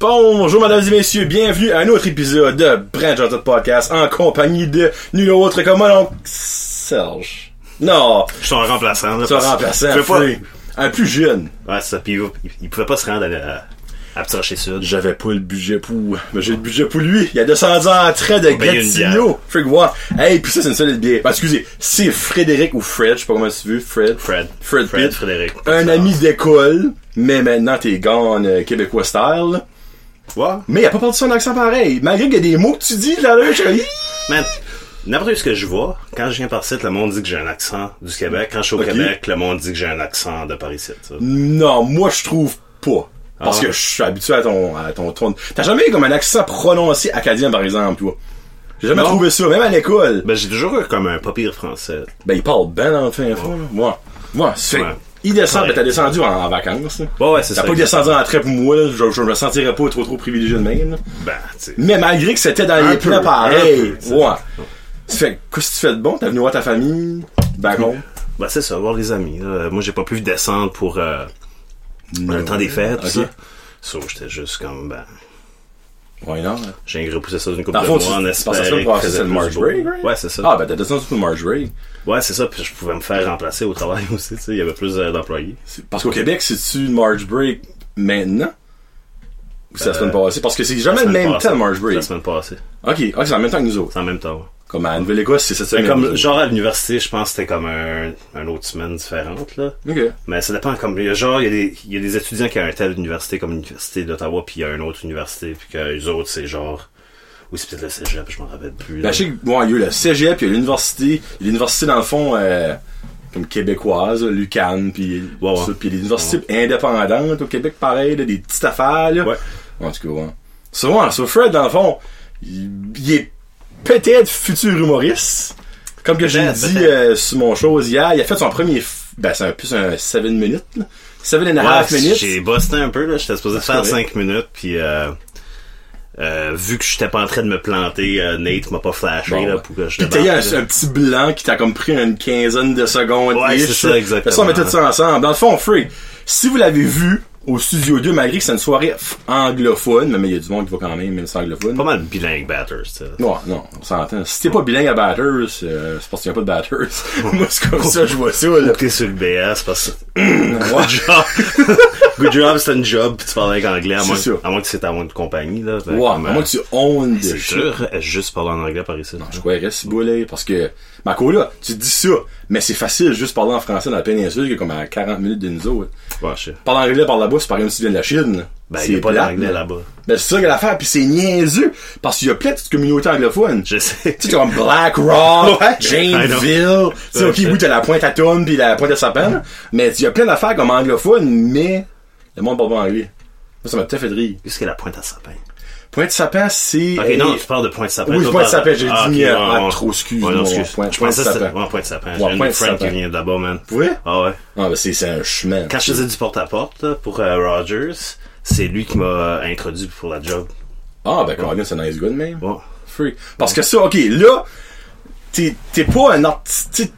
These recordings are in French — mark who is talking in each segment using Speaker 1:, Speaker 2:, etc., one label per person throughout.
Speaker 1: Bonjour mesdames et messieurs, bienvenue à un autre épisode de Branch Out Podcast en compagnie de nul autre que mon oncle Serge. Non,
Speaker 2: Je suis en remplaçant. Là,
Speaker 1: tu as
Speaker 2: parce-
Speaker 1: remplacé
Speaker 2: je
Speaker 1: un
Speaker 2: pouvais pas-
Speaker 1: plus, un plus jeune.
Speaker 2: Ouais, c'est ça. Puis il, il pouvait pas se rendre à, à, à Petit Rocher Sud.
Speaker 1: J'avais pas le budget pour... Mais j'ai le budget pour lui. Il a descendu en train de
Speaker 2: paye une
Speaker 1: Gatineau. Fait que voir. Hey, puis ça, c'est une solide bière. Ben, excusez, c'est Frédéric ou Fred, je sais pas comment tu veux. Fred.
Speaker 2: Fred.
Speaker 1: Fred Pitt.
Speaker 2: Frédéric.
Speaker 1: Un ami d'école, mais maintenant t'es gone euh, québécois style.
Speaker 2: Ouais.
Speaker 1: Mais il a pas perdu son accent pareil. Malgré qu'il y a des mots que tu dis là, là, je suis comme, Hi!
Speaker 2: Man, n'importe où ce que je vois, quand je viens par site, le monde dit que j'ai un accent du Québec. Quand je suis au
Speaker 1: Ok.
Speaker 2: Québec, le monde dit que j'ai un accent de Paris site. ça.
Speaker 1: Non, moi je trouve pas. Parce
Speaker 2: Ah ouais.
Speaker 1: que je suis habitué à ton, à ton ton. T'as jamais eu comme un accent prononcé acadien, par exemple, toi. J'ai jamais
Speaker 2: Non.
Speaker 1: trouvé ça, même à l'école.
Speaker 2: Ben, j'ai toujours eu comme un pas pire français.
Speaker 1: Ben, il parle bien dans le fin fond, là. Moi. Moi, c'est.
Speaker 2: Ouais.
Speaker 1: Il descend,
Speaker 2: Ouais.
Speaker 1: ben, t'as descendu en, en vacances, là.
Speaker 2: Ouais, ouais, c'est
Speaker 1: T'as
Speaker 2: ça.
Speaker 1: pas descendu en trait pour moi, là. Je, je me sentirais pas trop, trop privilégié de même, là.
Speaker 2: Ben, tu sais.
Speaker 1: Mais malgré que c'était dans
Speaker 2: Un
Speaker 1: les
Speaker 2: peu,
Speaker 1: plans pareil.
Speaker 2: un peu, c'est
Speaker 1: Ouais.
Speaker 2: ça.
Speaker 1: Tu fais, qu'est-ce que tu fais de bon? T'as venu voir ta famille? Ben, bon.
Speaker 2: Ben, c'est ça, voir les amis. là. Moi, j'ai pas pu descendre pour euh, le temps des fêtes, tout
Speaker 1: Ok.
Speaker 2: ça. Sauf, j'étais juste comme, ben,
Speaker 1: Ouais, non, là.
Speaker 2: j'ai ingrépoussé ça d'une couple
Speaker 1: Dans
Speaker 2: de
Speaker 1: le fond,
Speaker 2: mois
Speaker 1: tu
Speaker 2: en
Speaker 1: tu penses à ça
Speaker 2: espérant
Speaker 1: pour faire
Speaker 2: qu'il faisait
Speaker 1: le
Speaker 2: plus
Speaker 1: March
Speaker 2: beau.
Speaker 1: Break, right?
Speaker 2: Ouais, c'est ça.
Speaker 1: Ah, ben, t'as descendu pour le March Break.
Speaker 2: Ouais, c'est ça, puis je pouvais me faire remplacer au travail aussi, tu sais, il y avait plus euh, d'employés.
Speaker 1: C'est- Parce qu'au Québec, c'est-tu le March Break maintenant? Ou c'est la semaine
Speaker 2: Euh,
Speaker 1: passée? Parce que c'est jamais le
Speaker 2: La semaine
Speaker 1: même
Speaker 2: passée.
Speaker 1: temps, le March
Speaker 2: La
Speaker 1: Break.
Speaker 2: semaine passée.
Speaker 1: Ok, ok, c'est en même temps que nous autres.
Speaker 2: C'est en même temps. ouais.
Speaker 1: Comme à Nouvelle-Écosse, c'est cette
Speaker 2: Mais
Speaker 1: semaine.
Speaker 2: comme, genre, à l'université, je pense que c'était comme un, un autre semaine différente, là.
Speaker 1: Ok.
Speaker 2: Mais ça dépend, comme, il y a genre, il y a des, il y a des étudiants qui ont un tel université comme l'université d'Ottawa, puis il y a une autre université, puis que les autres, c'est genre, ou c'est peut-être le cégep, je m'en rappelle plus.
Speaker 1: Ben,
Speaker 2: là.
Speaker 1: je sais que, bon, il y a eu le cégep, il y a eu l'université. L'université, dans le fond, euh, comme québécoise, l'UCAN, puis
Speaker 2: Ouais, ouais.
Speaker 1: ça, puis les universités indépendantes au Québec, pareil, là, des petites affaires, là.
Speaker 2: Ouais.
Speaker 1: En tout cas, ouais. So, ouais, so Fred, dans le fond, il, il est peut-être futur humoriste. Comme que j'ai
Speaker 2: Peut-être,
Speaker 1: dit
Speaker 2: peut-être.
Speaker 1: euh, sur mon chose hier, il a fait son premier... f- Ben, c'est un plus un 7 minutes, là. 7 and a
Speaker 2: Ouais,
Speaker 1: half minutes. Ah,
Speaker 2: j'ai bossé un peu, là. J'étais supposé faire
Speaker 1: correct.
Speaker 2: 5 minutes, puis euh, euh, vu que j'étais pas en train de me planter, euh, Nate m'a pas flashé,
Speaker 1: Bon,
Speaker 2: là,
Speaker 1: ouais.
Speaker 2: pour que je
Speaker 1: Puis t'as eu un,
Speaker 2: débarque, là.
Speaker 1: un petit blanc qui t'a comme pris une quinzaine de secondes.
Speaker 2: Ouais,
Speaker 1: ish.
Speaker 2: c'est ça, exactement.
Speaker 1: Ça, on met tout ça ensemble. Dans le fond, Free, si vous l'avez vu au Studio 2, malgré que c'est une soirée f- anglophone, mais il y a du monde qui va quand même, même sans anglophone.
Speaker 2: pas mal bilingue batters, tu sais.
Speaker 1: Non, non, on s'entend. Si t'es pas bilingue à batters, euh, c'est parce qu'il y a pas de batters. Moi, c'est comme ça, je vois ça, là.
Speaker 2: T'es sur le BS parce que
Speaker 1: Ouais.
Speaker 2: good job, good job, c'est un job puis tu parles avec anglais à
Speaker 1: C'est
Speaker 2: moins,
Speaker 1: ça.
Speaker 2: à moins que c'est ta moindre compagnie là. Fait
Speaker 1: Ouais,
Speaker 2: comme,
Speaker 1: moi,
Speaker 2: euh,
Speaker 1: tu own de
Speaker 2: c'est
Speaker 1: shit.
Speaker 2: sûr, euh, juste parler en anglais par ici. là.
Speaker 1: Je croirais si beau, là, parce que, Marco, là, tu dis ça, mais c'est facile juste parler en français dans la péninsule, qui est comme à 40 minutes de nous autres.
Speaker 2: Ouais, je sais.
Speaker 1: Parle anglais par là-bas, c'est par exemple si tu viens de la Chine.
Speaker 2: Ben,
Speaker 1: C'est
Speaker 2: il y a pas
Speaker 1: plate,
Speaker 2: d'anglais
Speaker 1: mais-
Speaker 2: là-bas.
Speaker 1: Ben, c'est ça que l'affaire, puis c'est niaiseux, parce qu'il y a plein de petites communautés anglophones.
Speaker 2: Je sais.
Speaker 1: Tu sais, comme Black Rock,
Speaker 2: Ouais. I
Speaker 1: Janeville, tu sais, ok, oui, t'as la pointe à Tom pis la pointe à Sapin, mais il y a plein d'affaires comme anglophones, mais le monde parle pas anglais. Moi, ça m'a peut-être fait rire.
Speaker 2: Qu'est-ce que la pointe à sapin?
Speaker 1: Pointe sapin, c'est...
Speaker 2: Ok,
Speaker 1: hey,
Speaker 2: non, tu parles de pointe sapin.
Speaker 1: Oui,
Speaker 2: toi,
Speaker 1: pointe
Speaker 2: parle-
Speaker 1: sapin, j'ai
Speaker 2: Ah,
Speaker 1: dit,
Speaker 2: ok,
Speaker 1: euh,
Speaker 2: ouais,
Speaker 1: ah,
Speaker 2: ouais.
Speaker 1: trop, excuse,
Speaker 2: Ouais,
Speaker 1: mon
Speaker 2: non, excuse.
Speaker 1: point-
Speaker 2: Je
Speaker 1: pointe
Speaker 2: pensais que c'était-
Speaker 1: sapin.
Speaker 2: ouais, pointe sapin.
Speaker 1: Ouais,
Speaker 2: J'ai une
Speaker 1: pointe
Speaker 2: friend
Speaker 1: sapin.
Speaker 2: qui vient de là-bas, man.
Speaker 1: Pour vrai?
Speaker 2: Ah ouais.
Speaker 1: Ah, ben, c'est c'est un chemin.
Speaker 2: Quand je faisais du porte-à-porte là, pour euh, Rogers, c'est lui qui m'a euh, introduit pour la job.
Speaker 1: Ah, ben, Colin, c'est un nice gars de même.
Speaker 2: Bon.
Speaker 1: Free. Parce que ça, ok, là, t'es t'es pas un artiste. t'sais,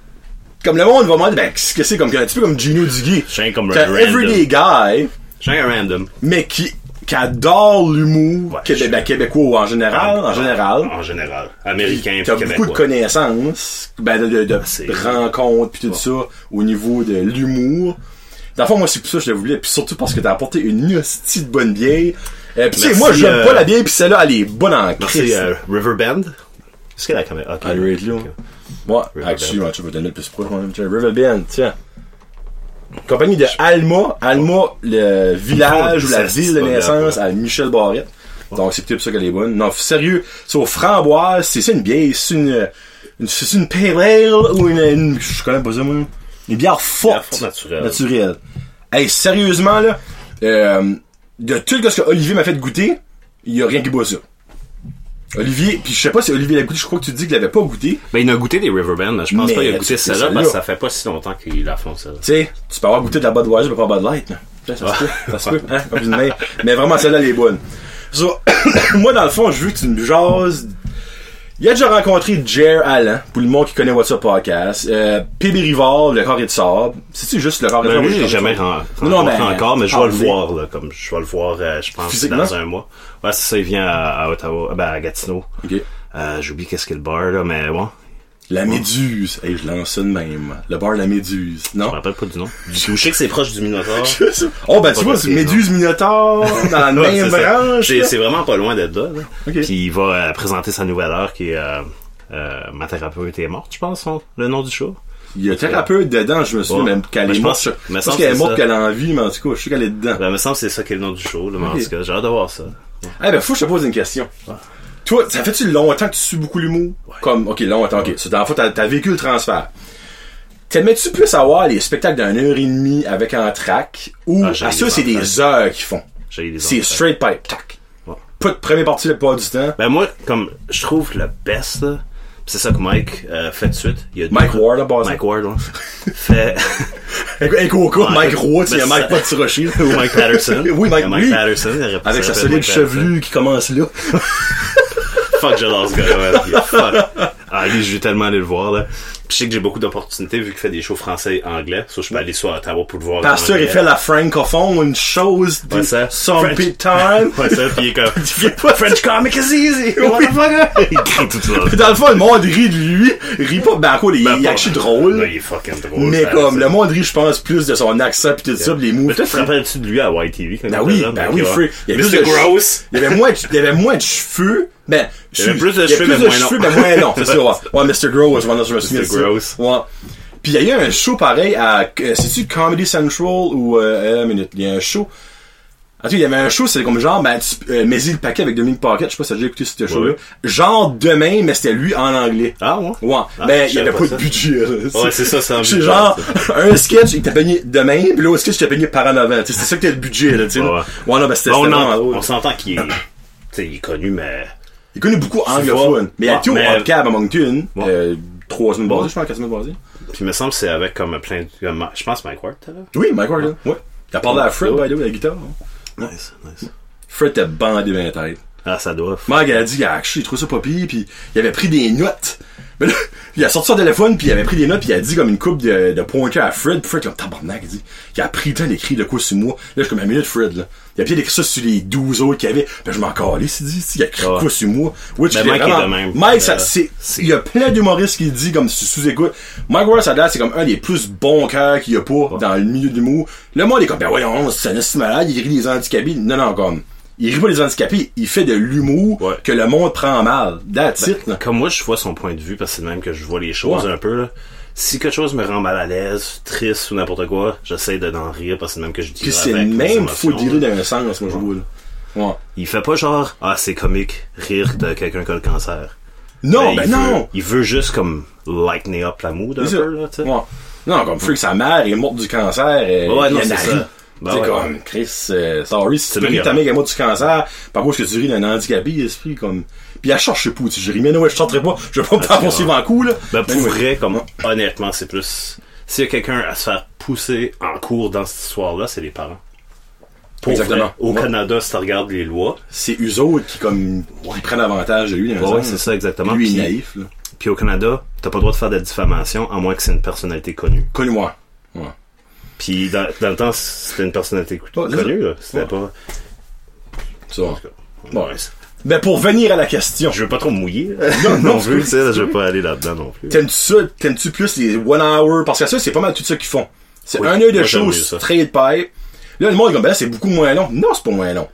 Speaker 1: Comme le monde va me dire, ben, qu'est-ce que c'est comme un petit peu comme Gino Duguay.
Speaker 2: Je suis comme
Speaker 1: C'est
Speaker 2: un
Speaker 1: un
Speaker 2: random.
Speaker 1: everyday guy,
Speaker 2: J'ai un random.
Speaker 1: mais qui, qui adore l'humour
Speaker 2: Ouais,
Speaker 1: québé-
Speaker 2: je-
Speaker 1: ben, québécois en général. En général.
Speaker 2: Ah, En général. ah, Américain,
Speaker 1: T'as beaucoup
Speaker 2: puis
Speaker 1: de
Speaker 2: québécois. Ah,
Speaker 1: connaissances, ben, de, de- de
Speaker 2: c'est-
Speaker 1: rencontres, puis tout ça, au niveau de l'humour. Dans le fond, moi, c'est pour ça que je le voulais, puis surtout parce que t'as apporté une hostie de bonne bière. Euh, puis tu sais,
Speaker 2: Merci,
Speaker 1: moi, j'aime
Speaker 2: euh,
Speaker 1: pas la bière, puis celle-là, elle est bonne en
Speaker 2: Merci
Speaker 1: crise.
Speaker 2: euh, Riverbend. Est-ce que la caméra Ok.
Speaker 1: Ah, le Rate Low.
Speaker 2: Ok.
Speaker 1: Ouais,
Speaker 2: Riverbend.
Speaker 1: actually, ouais, tu vas donner le plus proche, mon ami. Tiens, Riverbend, tiens. Compagnie de Alma. Alma, le village
Speaker 2: Ils font
Speaker 1: ou la
Speaker 2: des
Speaker 1: ville de
Speaker 2: saucisses
Speaker 1: naissance
Speaker 2: bonnes,
Speaker 1: à Michel Barrette. Donc, c'est peut-être pour ça qu'elle est bonne. Non, sérieux, c'est au framboise, c'est c'est une bière, c'est une, une- c'est une pale ale ou une, une- je connais pas ça, moi. Une bière
Speaker 2: La
Speaker 1: forte.
Speaker 2: forte naturelle.
Speaker 1: Naturelle. Hey, sérieusement, là, euh, de tout ce que Olivier m'a fait goûter, il y a rien qui boit ça. Olivier, puis je sais pas si Olivier l'a goûté, je crois que tu dis qu'il l'avait pas goûté.
Speaker 2: Ben, il a goûté des Riverbend. mais Je pense
Speaker 1: Mais
Speaker 2: pas qu'il
Speaker 1: tu
Speaker 2: a goûté
Speaker 1: sais,
Speaker 2: celle-là parce
Speaker 1: celle-là.
Speaker 2: que ça fait pas si longtemps qu'ils la font celle-là.
Speaker 1: Tu sais, tu peux avoir goûté de la Budweiser, mais pas Bud Light. là. Ça se peut, ça se peut, hein, comme une main. Mais vraiment, celle-là, elle est bonne. So, moi, dans le fond, je veux que tu me jases Il a déjà rencontré Jer Allen, pour le monde qui connaît WhatsApp Podcast. Euh, PB Rivard, le corps est de sable. C'est-tu juste le corps est de
Speaker 2: Ben,
Speaker 1: sable?
Speaker 2: lui, je l'ai jamais ren- rencontré
Speaker 1: Non, ben,
Speaker 2: encore, mais je vais le
Speaker 1: parler.
Speaker 2: voir, là, comme je vais le voir, euh, je pense,
Speaker 1: Physiquement?
Speaker 2: dans un mois. Ouais, c'est ça, il vient à, à Ottawa, ben, à Gatineau.
Speaker 1: Ok.
Speaker 2: Euh, j'oublie qu'est-ce qu'est le bar, là, mais bon,
Speaker 1: La méduse. Hey, je lance ça de même. Le bar de la méduse.
Speaker 2: je me
Speaker 1: Non?
Speaker 2: rappelle pas du nom. Je sais que c'est proche du Minotaur.
Speaker 1: oh, ben,
Speaker 2: Pas
Speaker 1: tu vois,
Speaker 2: de
Speaker 1: c'est
Speaker 2: pied,
Speaker 1: méduse, minotaure, dans la
Speaker 2: Ouais,
Speaker 1: même
Speaker 2: c'est ça.
Speaker 1: branche.
Speaker 2: J'ai-
Speaker 1: là.
Speaker 2: C'est vraiment pas loin d'être là. là.
Speaker 1: Ok.
Speaker 2: Puis il va euh, présenter sa nouvelle heure qui est euh, euh, Ma thérapeute est morte, je pense, son- le nom du show.
Speaker 1: Il y a thérapeute dedans, je me souviens
Speaker 2: Ouais.
Speaker 1: même qu'elle
Speaker 2: Ben,
Speaker 1: est
Speaker 2: je
Speaker 1: morte.
Speaker 2: pense-
Speaker 1: Je
Speaker 2: me
Speaker 1: je pense
Speaker 2: semble
Speaker 1: qu'elle est
Speaker 2: c'est
Speaker 1: morte
Speaker 2: ça.
Speaker 1: qu'elle a envie, mais en tout cas, je sais qu'elle est dedans.
Speaker 2: Ben, il me semble que c'est ça qui est le nom du show, là, mais en
Speaker 1: Ok.
Speaker 2: tout cas, j'ai hâte de voir ça.
Speaker 1: Eh ben, faut que je te pose une question. Toi, ça fait-tu longtemps que tu suis beaucoup l'humour? Comme, ok, longtemps, ok. C'est dans la fois, t'as, t'as vécu le transfert. T'aimais-tu plus avoir les spectacles d'une heure et demie avec un track ou
Speaker 2: Ah,
Speaker 1: à
Speaker 2: j'ai
Speaker 1: ça,
Speaker 2: les
Speaker 1: c'est
Speaker 2: entrailles.
Speaker 1: des heures qu'ils font?
Speaker 2: J'ai eu des
Speaker 1: C'est
Speaker 2: entrailles.
Speaker 1: straight pipe, tac.
Speaker 2: Ouais.
Speaker 1: Pas de première partie la plupart du temps.
Speaker 2: Ben moi, comme je trouve le best, là, pis c'est ça que Mike euh, fait de suite. Il y a deux-
Speaker 1: Mike Ward, à base.
Speaker 2: Mike Ward, ouais. fait
Speaker 1: Avec un coco, Mike Roy, tu sais,
Speaker 2: Ben,
Speaker 1: Mike
Speaker 2: ça-
Speaker 1: pas de Tirochir.
Speaker 2: ou Mike Patterson.
Speaker 1: Oui, Mike-
Speaker 2: Il y a
Speaker 1: oui.
Speaker 2: Patterson. il aurait pu
Speaker 1: Avec sa
Speaker 2: s'appeler
Speaker 1: solide
Speaker 2: Mike Patterson.
Speaker 1: chevelue qui commence là.
Speaker 2: Fuck, j'adore ce gars-là. ouais. Fuck. Ah, lui, je vais tellement aller le voir, là. Pis je sais que j'ai beaucoup d'opportunités vu qu'il fait des shows français et anglais. Sauf que je peux aller soit à Ottawa pour le voir. en
Speaker 1: Pasteur, il
Speaker 2: anglais.
Speaker 1: fait la francophone, une chose,
Speaker 2: Ouais, ça.
Speaker 1: some
Speaker 2: French-
Speaker 1: big time.
Speaker 2: Ouais, ça, pis il est comme.
Speaker 1: French comic is easy.
Speaker 2: il crie tout ça.
Speaker 1: Puis dans le fond, le monde rit de lui. Rit pas. Ben, quoi, il il est actually
Speaker 2: Non,
Speaker 1: drôle.
Speaker 2: Ben, il est fucking drôle.
Speaker 1: Mais
Speaker 2: ça,
Speaker 1: comme,
Speaker 2: ça.
Speaker 1: le monde rit, je pense, plus de son accent pis tout ça, pis les moves.
Speaker 2: Mais toi, tu te rappelles-tu de lui à YTV? quand
Speaker 1: Ben
Speaker 2: il
Speaker 1: oui,
Speaker 2: était jeune?
Speaker 1: ben
Speaker 2: Ok,
Speaker 1: oui,
Speaker 2: ouais.
Speaker 1: Free. Il y avait
Speaker 2: Mr.
Speaker 1: plus de-
Speaker 2: Gross.
Speaker 1: Il y avait moins de, il y avait moins de cheveux. Ben,
Speaker 2: y avait plus de
Speaker 1: il y a
Speaker 2: cheveux,
Speaker 1: plus
Speaker 2: mais
Speaker 1: de
Speaker 2: moins
Speaker 1: cheveux,
Speaker 2: longs.
Speaker 1: mais moins long. C'est ça, ouais. Ouais, Mr. Gross, ouais, non, je me souviens de ça.
Speaker 2: Gross.
Speaker 1: Ouais. Puis il y a eu un show pareil à, euh, c'est-tu Comedy Central ou, euh, euh, minute, il y a un show. En tout cas, il y avait un show, c'était comme genre, ben, tu- euh, Maisie le paquet avec Dominique Paquette, je sais pas si t'as déjà écouté ce show-là.
Speaker 2: ouais.
Speaker 1: Genre demain, mais c'était lui en anglais.
Speaker 2: Ah, ouais?
Speaker 1: Ouais,
Speaker 2: Ah,
Speaker 1: ben,
Speaker 2: je
Speaker 1: il y avait
Speaker 2: savais
Speaker 1: pas,
Speaker 2: pas
Speaker 1: de
Speaker 2: ça.
Speaker 1: budget. là.
Speaker 2: Ouais, c'est ça, c'est un
Speaker 1: C'est
Speaker 2: budget,
Speaker 1: genre, un sketch, il t'a payé demain, puis l'autre sketch, il t'a payé par en avant. Tu sais, C'est ça que t'as le budget, là, tu sais. là.
Speaker 2: Ouais.
Speaker 1: Ouais, non, ben, c'était
Speaker 2: Ben, on,
Speaker 1: c'était
Speaker 2: en-
Speaker 1: vraiment-
Speaker 2: on s'entend qu'il est, tu sais, il est connu, mais.
Speaker 1: Il connaît beaucoup
Speaker 2: vois.
Speaker 1: anglophone. Mais il y a
Speaker 2: Ouais,
Speaker 1: Théo
Speaker 2: Ah, mais-
Speaker 1: Hardcab à Moncton,
Speaker 2: Ouais.
Speaker 1: euh, trois semaines
Speaker 2: Ouais.
Speaker 1: passées, je pense, quatre semaines passées.
Speaker 2: Puis, il me semble que c'est avec comme plein de. comme- je pense Mike Ward, t'as là?
Speaker 1: Oui, Mike Ward, là. Ouais. Il a parlé à Fred,
Speaker 2: Ouais.
Speaker 1: by the way, la guitare.
Speaker 2: Nice, nice.
Speaker 1: Fred t'a bandé dans la tête.
Speaker 2: Ah, ça doit.
Speaker 1: Mike, elle a dit, ah, je trouve ça pas pire, pis il avait pris des notes. Mais là, il a sorti son téléphone, pis il avait pris des notes, pis il a dit comme une coupe de, de pointeurs à Fred, pis Fred, comme tabarnak, il dit, il a pris le temps d'écrire de quoi sur moi. Là, je suis comme, une minute, Fred, là. Il a peut-être écrit ça sur les 12 autres qu'il y avait. Ben, je m'en calais, c'est dit, il a écrit
Speaker 2: Ouais.
Speaker 1: quoi sur moi. Which,
Speaker 2: Ah. Ben,
Speaker 1: il est
Speaker 2: Mike est
Speaker 1: vraiment-
Speaker 2: de même.
Speaker 1: Mike, ça,
Speaker 2: Euh,
Speaker 1: c'est,
Speaker 2: c'est-
Speaker 1: il y a plein d'humoristes qui le disent comme sous- sous-écoute. Mike Ward, ça a l'air, c'est comme un des plus bons cœurs qu'il y a pas dans le milieu de l'humour. Le monde est comme, ben voyons, c'est un esti malade, il rit des handicapés. Non, non, comme. Il rit pas des handicapés, il fait de l'humour
Speaker 2: Ouais. Ben,
Speaker 1: que le monde prend mal. That's it, là.
Speaker 2: Comme moi, je vois son point de vue parce que c'est de même que je vois les choses
Speaker 1: Ouais.
Speaker 2: un peu, là. Si quelque chose me rend mal à l'aise, triste ou n'importe quoi, j'essaie de n'en rire parce que c'est de même que je dis.
Speaker 1: Puis c'est le même, faut dire d'un sens, moi, je vois, là. Ouais.
Speaker 2: Il fait pas genre, ah, c'est comique, rire de quelqu'un qui a le cancer.
Speaker 1: Non, ben,
Speaker 2: il veut-
Speaker 1: non!
Speaker 2: il veut juste comme lightning up la mood un
Speaker 1: C'est ça.
Speaker 2: peu, là, tu sais.
Speaker 1: Ouais. Non, comme Freak, sa mère est morte du cancer. et
Speaker 2: Ouais,
Speaker 1: il
Speaker 2: non,
Speaker 1: y en
Speaker 2: c'est
Speaker 1: a
Speaker 2: ça.
Speaker 1: ri.
Speaker 2: Ben
Speaker 1: T'sais,
Speaker 2: ouais.
Speaker 1: comme, Chris, euh, sorry, si tu
Speaker 2: C'est
Speaker 1: ris de ta
Speaker 2: dégueulasse.
Speaker 1: mère qui est morte du cancer, par contre, est-ce que tu ris d'un handicapé, esprit, comme. Puis elle cherche, je sais pas où tu je ris, mais non, ouais, je sortirai pas, je vais pas me faire
Speaker 2: Ah, c'est
Speaker 1: poursuivre en coup, là.
Speaker 2: Ben, pour
Speaker 1: Mais anyway.
Speaker 2: vrai, comme, honnêtement, c'est plus. S'il y a quelqu'un à se faire pousser en cours dans cette histoire-là, c'est les parents. Pour
Speaker 1: Exactement.
Speaker 2: vrai, au
Speaker 1: Ouais.
Speaker 2: Canada, si tu regardes les lois.
Speaker 1: C'est eux autres qui, comme, qui prennent avantage de lui, dans un
Speaker 2: Ouais, ouais,
Speaker 1: sens.
Speaker 2: c'est ça, exactement.
Speaker 1: Lui,
Speaker 2: Puis-
Speaker 1: il est naïf, là.
Speaker 2: Puis au Canada, t'as pas le droit de faire de la diffamation, à moins que c'est une personnalité connue.
Speaker 1: Connu-moi. Ouais.
Speaker 2: Puis dans, dans le temps, c'était une personnalité co-
Speaker 1: Ouais, c'est
Speaker 2: connue,
Speaker 1: ça.
Speaker 2: là. C'était
Speaker 1: Ouais.
Speaker 2: pas.
Speaker 1: Ça va.
Speaker 2: Bon,
Speaker 1: Ouais. Ben, pour venir à la question.
Speaker 2: je veux pas trop mouiller. là.
Speaker 1: Non, non,
Speaker 2: plus, tu sais, là, je veux pas aller là-dedans non plus.
Speaker 1: T'aimes-tu ça? T'aimes-tu plus les one hour? Parce que ça, c'est pas mal tout ça qu'ils font. C'est
Speaker 2: Oui,
Speaker 1: un heure de
Speaker 2: moi, j'aime
Speaker 1: show,
Speaker 2: mieux ça.
Speaker 1: straight pipe. Là, le monde est comme, ben là, c'est beaucoup moins long. Non, c'est pas moins long.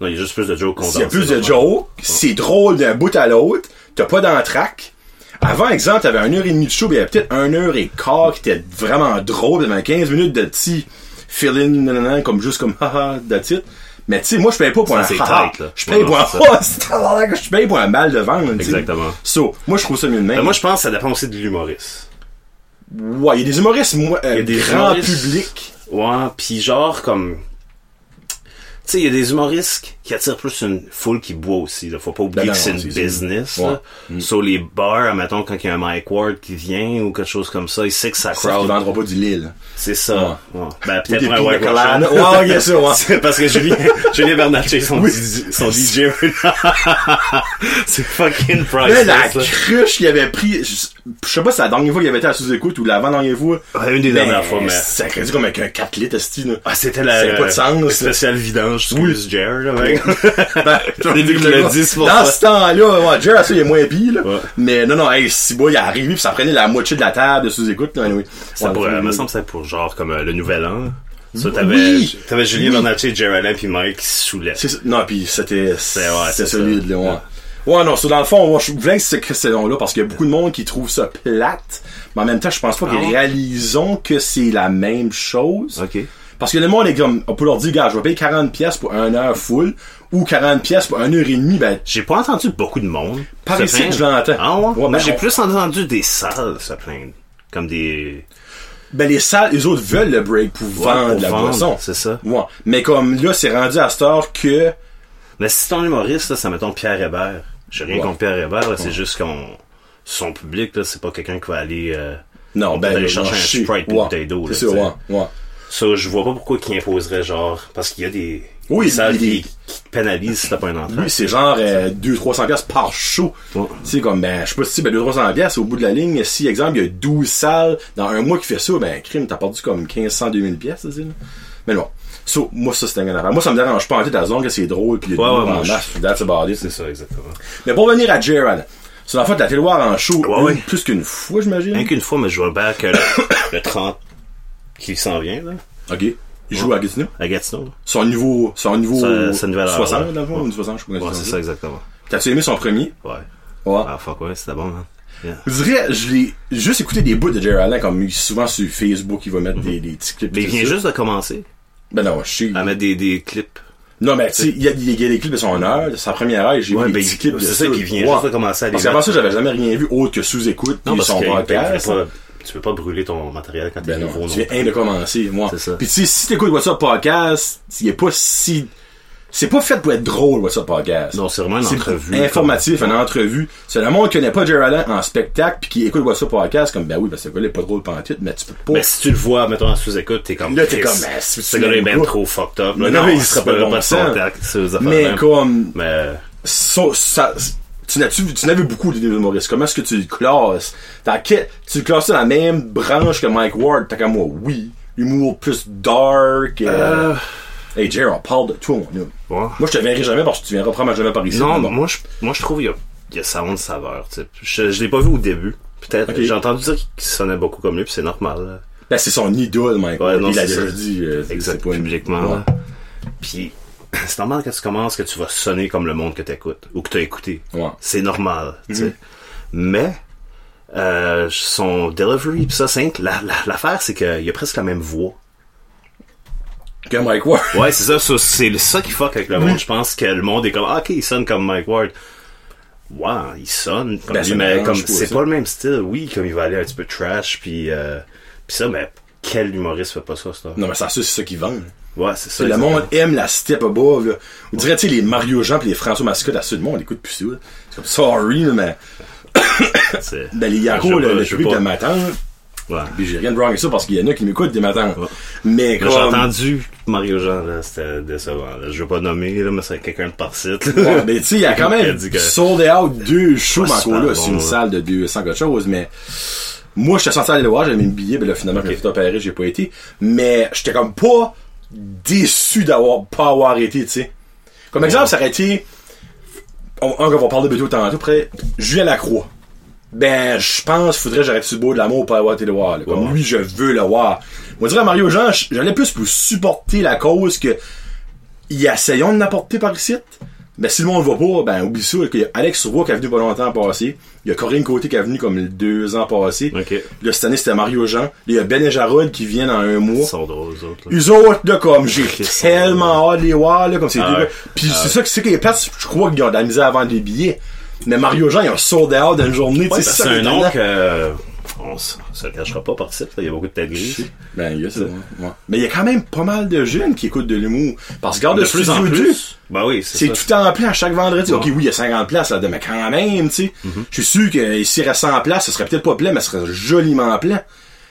Speaker 2: Non, il y a juste plus de jokes condensés.
Speaker 1: S'il y a plus de
Speaker 2: là.
Speaker 1: jokes, c'est drôle d'un bout à l'autre, t'as pas d'entraque. Avant, exemple, t'avais une heure et demie de show, pis il y avait peut-être une heure et quart qui était vraiment drôle, pis il y avait 15 minutes de petits fill-in, nanana, comme juste comme haha, that's it. Mais tu sais, moi, je paye pas pour
Speaker 2: Ça,
Speaker 1: un
Speaker 2: c'est
Speaker 1: haha.
Speaker 2: tight, là.
Speaker 1: Je paye
Speaker 2: Non,
Speaker 1: pour un
Speaker 2: c'est ça.
Speaker 1: haha, c'est tabarnak, je paye pour un mal de ventre, tu sais.
Speaker 2: Exactement.
Speaker 1: So, moi, je trouve ça mieux de même.
Speaker 2: Ben, moi, je pense que ça dépend aussi de l'humoriste.
Speaker 1: Ouais, il y a des humoristes, moi, euh,
Speaker 2: Il y a des
Speaker 1: grand
Speaker 2: humoristes-
Speaker 1: public.
Speaker 2: Ouais, puis genre, comme. sais, il y a des humoristes qui attirent plus une foule qui boit aussi. Là. Faut pas oublier
Speaker 1: Ben non,
Speaker 2: que c'est une
Speaker 1: c'est sûr.
Speaker 2: business.
Speaker 1: Ouais. Mm.
Speaker 2: là. Sur les bars, mettons, quand il y a un Mike Ward qui vient ou quelque chose comme ça, il sait que ça
Speaker 1: Ça, ils
Speaker 2: crowd.
Speaker 1: vendront pas du Lille.
Speaker 2: C'est ça. Ouais. Ben, peut-être
Speaker 1: des
Speaker 2: pour un
Speaker 1: pina
Speaker 2: White
Speaker 1: colada.
Speaker 2: Russian.
Speaker 1: Ouais, ouais, bien sûr, ouais.
Speaker 2: C'est parce que Julien, Julien Bernatchez, son, DJ son DJ, c'est fucking
Speaker 1: Mais
Speaker 2: priceless.
Speaker 1: la
Speaker 2: là.
Speaker 1: cruche qu'il avait pris, je je sais pas si c'est la dernière fois qu'il avait été à sous-écoute ou l'avant-dernière fois.
Speaker 2: Ouais, une des dernières fois, mais-
Speaker 1: Ça crédit comme avec un 4 litres, esti, là.
Speaker 2: Ah, c'était la,
Speaker 1: Ça a pas de sens,
Speaker 2: le
Speaker 1: ça.
Speaker 2: spécial vidange,
Speaker 1: Oui.
Speaker 2: oui. Jared, là, mec.
Speaker 1: Ben, j'en ai
Speaker 2: Début
Speaker 1: dit
Speaker 2: de
Speaker 1: le
Speaker 2: le
Speaker 1: gars.
Speaker 2: 10 pour
Speaker 1: Dans
Speaker 2: ça.
Speaker 1: ce temps-là, ouais, Jerry, ça, il est moins pire, là.
Speaker 2: Ouais.
Speaker 1: Mais non, non, hey, si boy, il est arrivé, pis ça prenait la moitié de la table de sous-écoute, là, anyway.
Speaker 2: Ça
Speaker 1: Ouais,
Speaker 2: pour,
Speaker 1: c'est-
Speaker 2: me semble que c'est pour genre comme euh, le nouvel an. Ça, t'avais,
Speaker 1: Oui.
Speaker 2: t'avais Julien
Speaker 1: Oui.
Speaker 2: Bernatchez, Jared Allen, puis Mike qui se saoulaient.
Speaker 1: C'est ça. Non, puis c'était c'était
Speaker 2: ouais, c'est
Speaker 1: solide,
Speaker 2: ça.
Speaker 1: là, ouais. Ouais, non, c'est dans le fond, moi, je voulais que c'est que c'est long là parce qu'il y a beaucoup de monde qui trouve ça plate, mais en même temps, je pense pas
Speaker 2: Ah
Speaker 1: qu'ils
Speaker 2: ouais?
Speaker 1: réalisons que c'est la même chose.
Speaker 2: Ok.
Speaker 1: Parce que le monde est comme, on peut leur dire, gars, je vais payer 40 pièces pour une heure full, ou 40 pièces pour une heure et demie, ben,
Speaker 2: J'ai pas entendu beaucoup de monde.
Speaker 1: Par
Speaker 2: se
Speaker 1: ici que
Speaker 2: plaindre.
Speaker 1: je l'entends.
Speaker 2: Ah ouais?
Speaker 1: Ouais,
Speaker 2: Moi,
Speaker 1: ben,
Speaker 2: j'ai
Speaker 1: on-
Speaker 2: plus entendu des salles se plaindre. Comme des...
Speaker 1: ben, les salles, les autres veulent le break pour vendre
Speaker 2: pour
Speaker 1: la
Speaker 2: vendre,
Speaker 1: boisson.
Speaker 2: C'est ça.
Speaker 1: Ouais. Mais comme là, c'est rendu à cette heure que,
Speaker 2: Mais si ton humoriste, là, ça mettons Pierre Hébert. J'ai rien
Speaker 1: Ouais.
Speaker 2: contre Pierre Hébert, là, c'est juste qu'on... Son public, là, c'est pas quelqu'un qui va aller... euh,
Speaker 1: non,
Speaker 2: on
Speaker 1: ben,
Speaker 2: peut aller
Speaker 1: non,
Speaker 2: chercher un
Speaker 1: je sais.
Speaker 2: Sprite puis
Speaker 1: Ouais.
Speaker 2: une bouteille d'eau,
Speaker 1: C'est
Speaker 2: là,
Speaker 1: sûr,
Speaker 2: tu sais.
Speaker 1: ouais, ouais.
Speaker 2: Ça, je vois pas pourquoi qui imposerait genre... Parce qu'il y a des...
Speaker 1: Oui,
Speaker 2: des salles
Speaker 1: des-
Speaker 2: qui, qui te pénalisent si t'as pas un entrée.
Speaker 1: Lui, c'est genre euh, 200-300$ piastres par show.
Speaker 2: Ouais.
Speaker 1: Tu sais, comme, ben, je sais pas si, ben, 200-300$, piastres, au bout de la ligne, si, exemple, il y a 12 salles dans un mois qui fait ça, ben, crime, t'as perdu comme 1500-2000$, piastres, tu sais, là. Mais bon. So, moi, ça, c'était un affaire. Moi, ça me dérange pas en tête à la zone que c'est drôle, puis il y a
Speaker 2: Ouais,
Speaker 1: du
Speaker 2: ouais,
Speaker 1: monde
Speaker 2: moi,
Speaker 1: en
Speaker 2: je-
Speaker 1: masse, puis that's about it,
Speaker 2: C'est
Speaker 1: c'est ça.
Speaker 2: ça, exactement.
Speaker 1: Mais pour revenir à Jared, c'est en fait la téloire en show,
Speaker 2: Ouais,
Speaker 1: une-
Speaker 2: ouais.
Speaker 1: plus qu'une fois, j'imagine.
Speaker 2: Rien qu'une fois, mais je vois bien que euh, le, le 30 qui s'en vient, là,
Speaker 1: Ok. Il joue à Gatineau.
Speaker 2: à Gatineau.
Speaker 1: Son niveau, son niveau
Speaker 2: Sa- sa nouvelle heure,
Speaker 1: 60,
Speaker 2: ouais.
Speaker 1: dans le fond, ou 60, je sais pas comment
Speaker 2: Ouais,
Speaker 1: ils
Speaker 2: c'est
Speaker 1: disent
Speaker 2: ça, exactement.
Speaker 1: T'as-tu aimé son premier?
Speaker 2: Ouais.
Speaker 1: Ouais.
Speaker 2: Ah, fuck ouais, c'était bon, man. Yeah.
Speaker 1: Je dirais, je l'ai juste écouté des bouts de Jerry Allen, comme souvent sur Facebook, il va mettre des, des petits clips.
Speaker 2: Mhm.
Speaker 1: pis
Speaker 2: Mais il
Speaker 1: tout
Speaker 2: vient
Speaker 1: ça.
Speaker 2: juste de commencer
Speaker 1: Ben non, je sais.
Speaker 2: à mettre des, des clips.
Speaker 1: Non, mais tu sais, il y, a- il y a des clips de son heure, de sa première heure, j'ai vu des
Speaker 2: ben,
Speaker 1: petits clips de
Speaker 2: c'est ça, puis il vient
Speaker 1: Ouais.
Speaker 2: juste de commencer à les
Speaker 1: Parce qu'avant
Speaker 2: mettre.
Speaker 1: ça, j'avais jamais rien vu autre que sous-écoute,
Speaker 2: Non,
Speaker 1: puis
Speaker 2: parce
Speaker 1: son
Speaker 2: que ben, tu
Speaker 1: podcast.
Speaker 2: peux pas- tu peux pas brûler ton matériel quand t'es
Speaker 1: Ben non,
Speaker 2: nouveau, non.
Speaker 1: tu viens un de commencer, moi.
Speaker 2: C'est ça.
Speaker 1: Puis tu sais, si t'écoutes WhatsApp Podcast, il est pas si... C'est pas fait pour être drôle, WhatsApp Podcast.
Speaker 2: Non, c'est vraiment une entrevue.
Speaker 1: Informatif, une entrevue. C'est le monde qui connaît pas Jerry Allen en spectacle puis qui écoute WhatsApp Podcast comme ben oui, parce que ce gars-là est pas drôle pantoute, mais tu peux pas.
Speaker 2: Mais si tu le vois, mettons, en sous-écoute, t'es comme.
Speaker 1: Là, t'es
Speaker 2: Chris,
Speaker 1: comme, ben, si tu
Speaker 2: Ce gars-là est
Speaker 1: l'aimes
Speaker 2: ben
Speaker 1: pas.
Speaker 2: trop fucked up.
Speaker 1: Mais
Speaker 2: là.
Speaker 1: non, il
Speaker 2: c'est
Speaker 1: serait pas bon
Speaker 2: de
Speaker 1: sang.
Speaker 2: contact, c'est des affaires
Speaker 1: mais
Speaker 2: même.
Speaker 1: comme
Speaker 2: Mais, euh,
Speaker 1: ça, ça- tu n'as tu, tu n'avais beaucoup de humoristes. Comment est-ce que tu le classes Dans quel- tu le classes dans la même branche que Mike Ward T'as qu'à moi, oui. L'humour plus dark. euh, Hey Jerry, on parle de toi, mon homme.
Speaker 2: ouais.
Speaker 1: Moi, je te verrai jamais parce que tu viendras probablement jamais par ici.
Speaker 2: Non,
Speaker 1: mais bon.
Speaker 2: moi je, moi je trouve qu'il y a, il y a sa honte saveur. tu sais. Je, je l'ai pas vu au début. Peut-être.
Speaker 1: Ok.
Speaker 2: J'ai entendu dire qu'il sonnait beaucoup comme lui, puis c'est normal.
Speaker 1: Ben, c'est son idole, Mike
Speaker 2: Ouais,
Speaker 1: Ward.
Speaker 2: non,
Speaker 1: Il a
Speaker 2: c'est
Speaker 1: déjà
Speaker 2: ça.
Speaker 1: dit. euh,
Speaker 2: là.
Speaker 1: c'est-
Speaker 2: Exact.
Speaker 1: c'est pas une-
Speaker 2: Publiquement.
Speaker 1: Ouais.
Speaker 2: là. Puis c'est normal quand tu commences que tu vas sonner comme le monde que t'écoutes ou que t'as écouté.
Speaker 1: Ouais. Mhm.
Speaker 2: C'est normal. tu sais. Mais euh, son delivery, puis ça, c'est que la- la- l'affaire, c'est qu'il a presque la même voix.
Speaker 1: Que Mike Ward.
Speaker 2: Ouais, c'est ça, ça, c'est ça qui fuck avec le monde. Je pense que le monde est comme, ah, ok, il sonne comme Mike Ward. Wow, il sonne comme
Speaker 1: Ben,
Speaker 2: lui,
Speaker 1: ça
Speaker 2: mais
Speaker 1: mélange
Speaker 2: comme,
Speaker 1: pas,
Speaker 2: c'est
Speaker 1: ça.
Speaker 2: pas le même style. Oui, comme il va aller un petit peu trash, puis euh, puis ça, mais quel humoriste fait pas ça, ça?
Speaker 1: Non, mais ça, c'est ça qu'ils vendent.
Speaker 2: Ouais, c'est ça.
Speaker 1: Le
Speaker 2: exactement.
Speaker 1: monde aime la step above. Là. On dirait, tu sais, les Mario Jean pis les François Mascotte, à ceux de monde, on écoute plus ça. là. C'est comme, sorry, là, mais
Speaker 2: C'est-
Speaker 1: ben, les
Speaker 2: Je
Speaker 1: Yaro,
Speaker 2: veux
Speaker 1: le,
Speaker 2: pas,
Speaker 1: le
Speaker 2: je veux
Speaker 1: public
Speaker 2: pas.
Speaker 1: de matin, là,
Speaker 2: Ouais.
Speaker 1: pis j'ai rien de wrong avec ça parce qu'il y en a qui m'écoutent des matins. Mais
Speaker 2: Là,
Speaker 1: comme...
Speaker 2: J'ai entendu Mario Jean, là, c'était décevant. là. Je veux pas nommer, là, mais c'est quelqu'un de par site. là.
Speaker 1: Ouais, mais tu sais, il y a quand
Speaker 2: Il a
Speaker 1: même
Speaker 2: dit que-
Speaker 1: sold out deux shows,
Speaker 2: Pas
Speaker 1: mais
Speaker 2: super
Speaker 1: encore là,
Speaker 2: bon,
Speaker 1: c'est une
Speaker 2: là.
Speaker 1: salle de 200 quelque chose, mais moi, j'étais censé aller le voir, j'avais mis le billet, ben là, finalement, quand il a fait opérer, j'ai pas été, mais j'étais comme pas déçu d'avoir, pas avoir été, tu sais. Comme exemple, ça aurait été, on, un, qu'on va parler de Béto tantôt, après, Julien Lacroix. Ben, je pense, faudrait que j'arrête sur le beau de l'amour pour avoir été le voir, là. Comme
Speaker 2: Ouais.
Speaker 1: lui, je veux le voir. Moi, je dirais à Mario Jean, j'allais plus pour supporter la cause que, y essayons de l'apporter par ici. Mais si le monde va pas, ben oublie ça. Il y a Alex Roy qui est venu pas longtemps passé. Il y a Corinne Côté qui est venu comme deux ans passé.
Speaker 2: Ok.
Speaker 1: Là, cette année, c'était Mario Jean. Il y a Ben et Jarod qui viennent en un
Speaker 2: Ils
Speaker 1: mois.
Speaker 2: sont drôles, eux autres. là.
Speaker 1: Eux autres, là, comme, j'ai
Speaker 2: Ils sont-
Speaker 1: tellement hâte de les voir, là, comme c'est
Speaker 2: Ah
Speaker 1: deux
Speaker 2: ouais.
Speaker 1: gars. Puis c'est ça que c'est que les places, je crois qu'ils ont de la misère à vendre des billets. Mais Mario Jean, ils ont sold out dans une journée, tu sais,
Speaker 2: Parce que
Speaker 1: ça
Speaker 2: c'est
Speaker 1: qui
Speaker 2: un
Speaker 1: est
Speaker 2: nom
Speaker 1: étonnant.
Speaker 2: que euh, on on s- on se le cachera pas par titre, là. il y a beaucoup de têtes grises.
Speaker 1: Ben, il y a ça, ouais, ouais. Mais il y a quand même pas mal de jeunes qui écoutent de l'humour. Parce que, regarde,
Speaker 2: De
Speaker 1: le
Speaker 2: plus
Speaker 1: Studio
Speaker 2: en
Speaker 1: 2,
Speaker 2: plus. Ben oui,
Speaker 1: c'est
Speaker 2: c'est ça.
Speaker 1: tout en plein à chaque vendredi. Ok,
Speaker 2: Ouais. Mhm.
Speaker 1: oui, il y a 50 places là-dedans, mais quand même, tu sais. Je suis sûr que s'il reste 100 places, ce serait peut-être pas plein, mais ce serait joliment plein.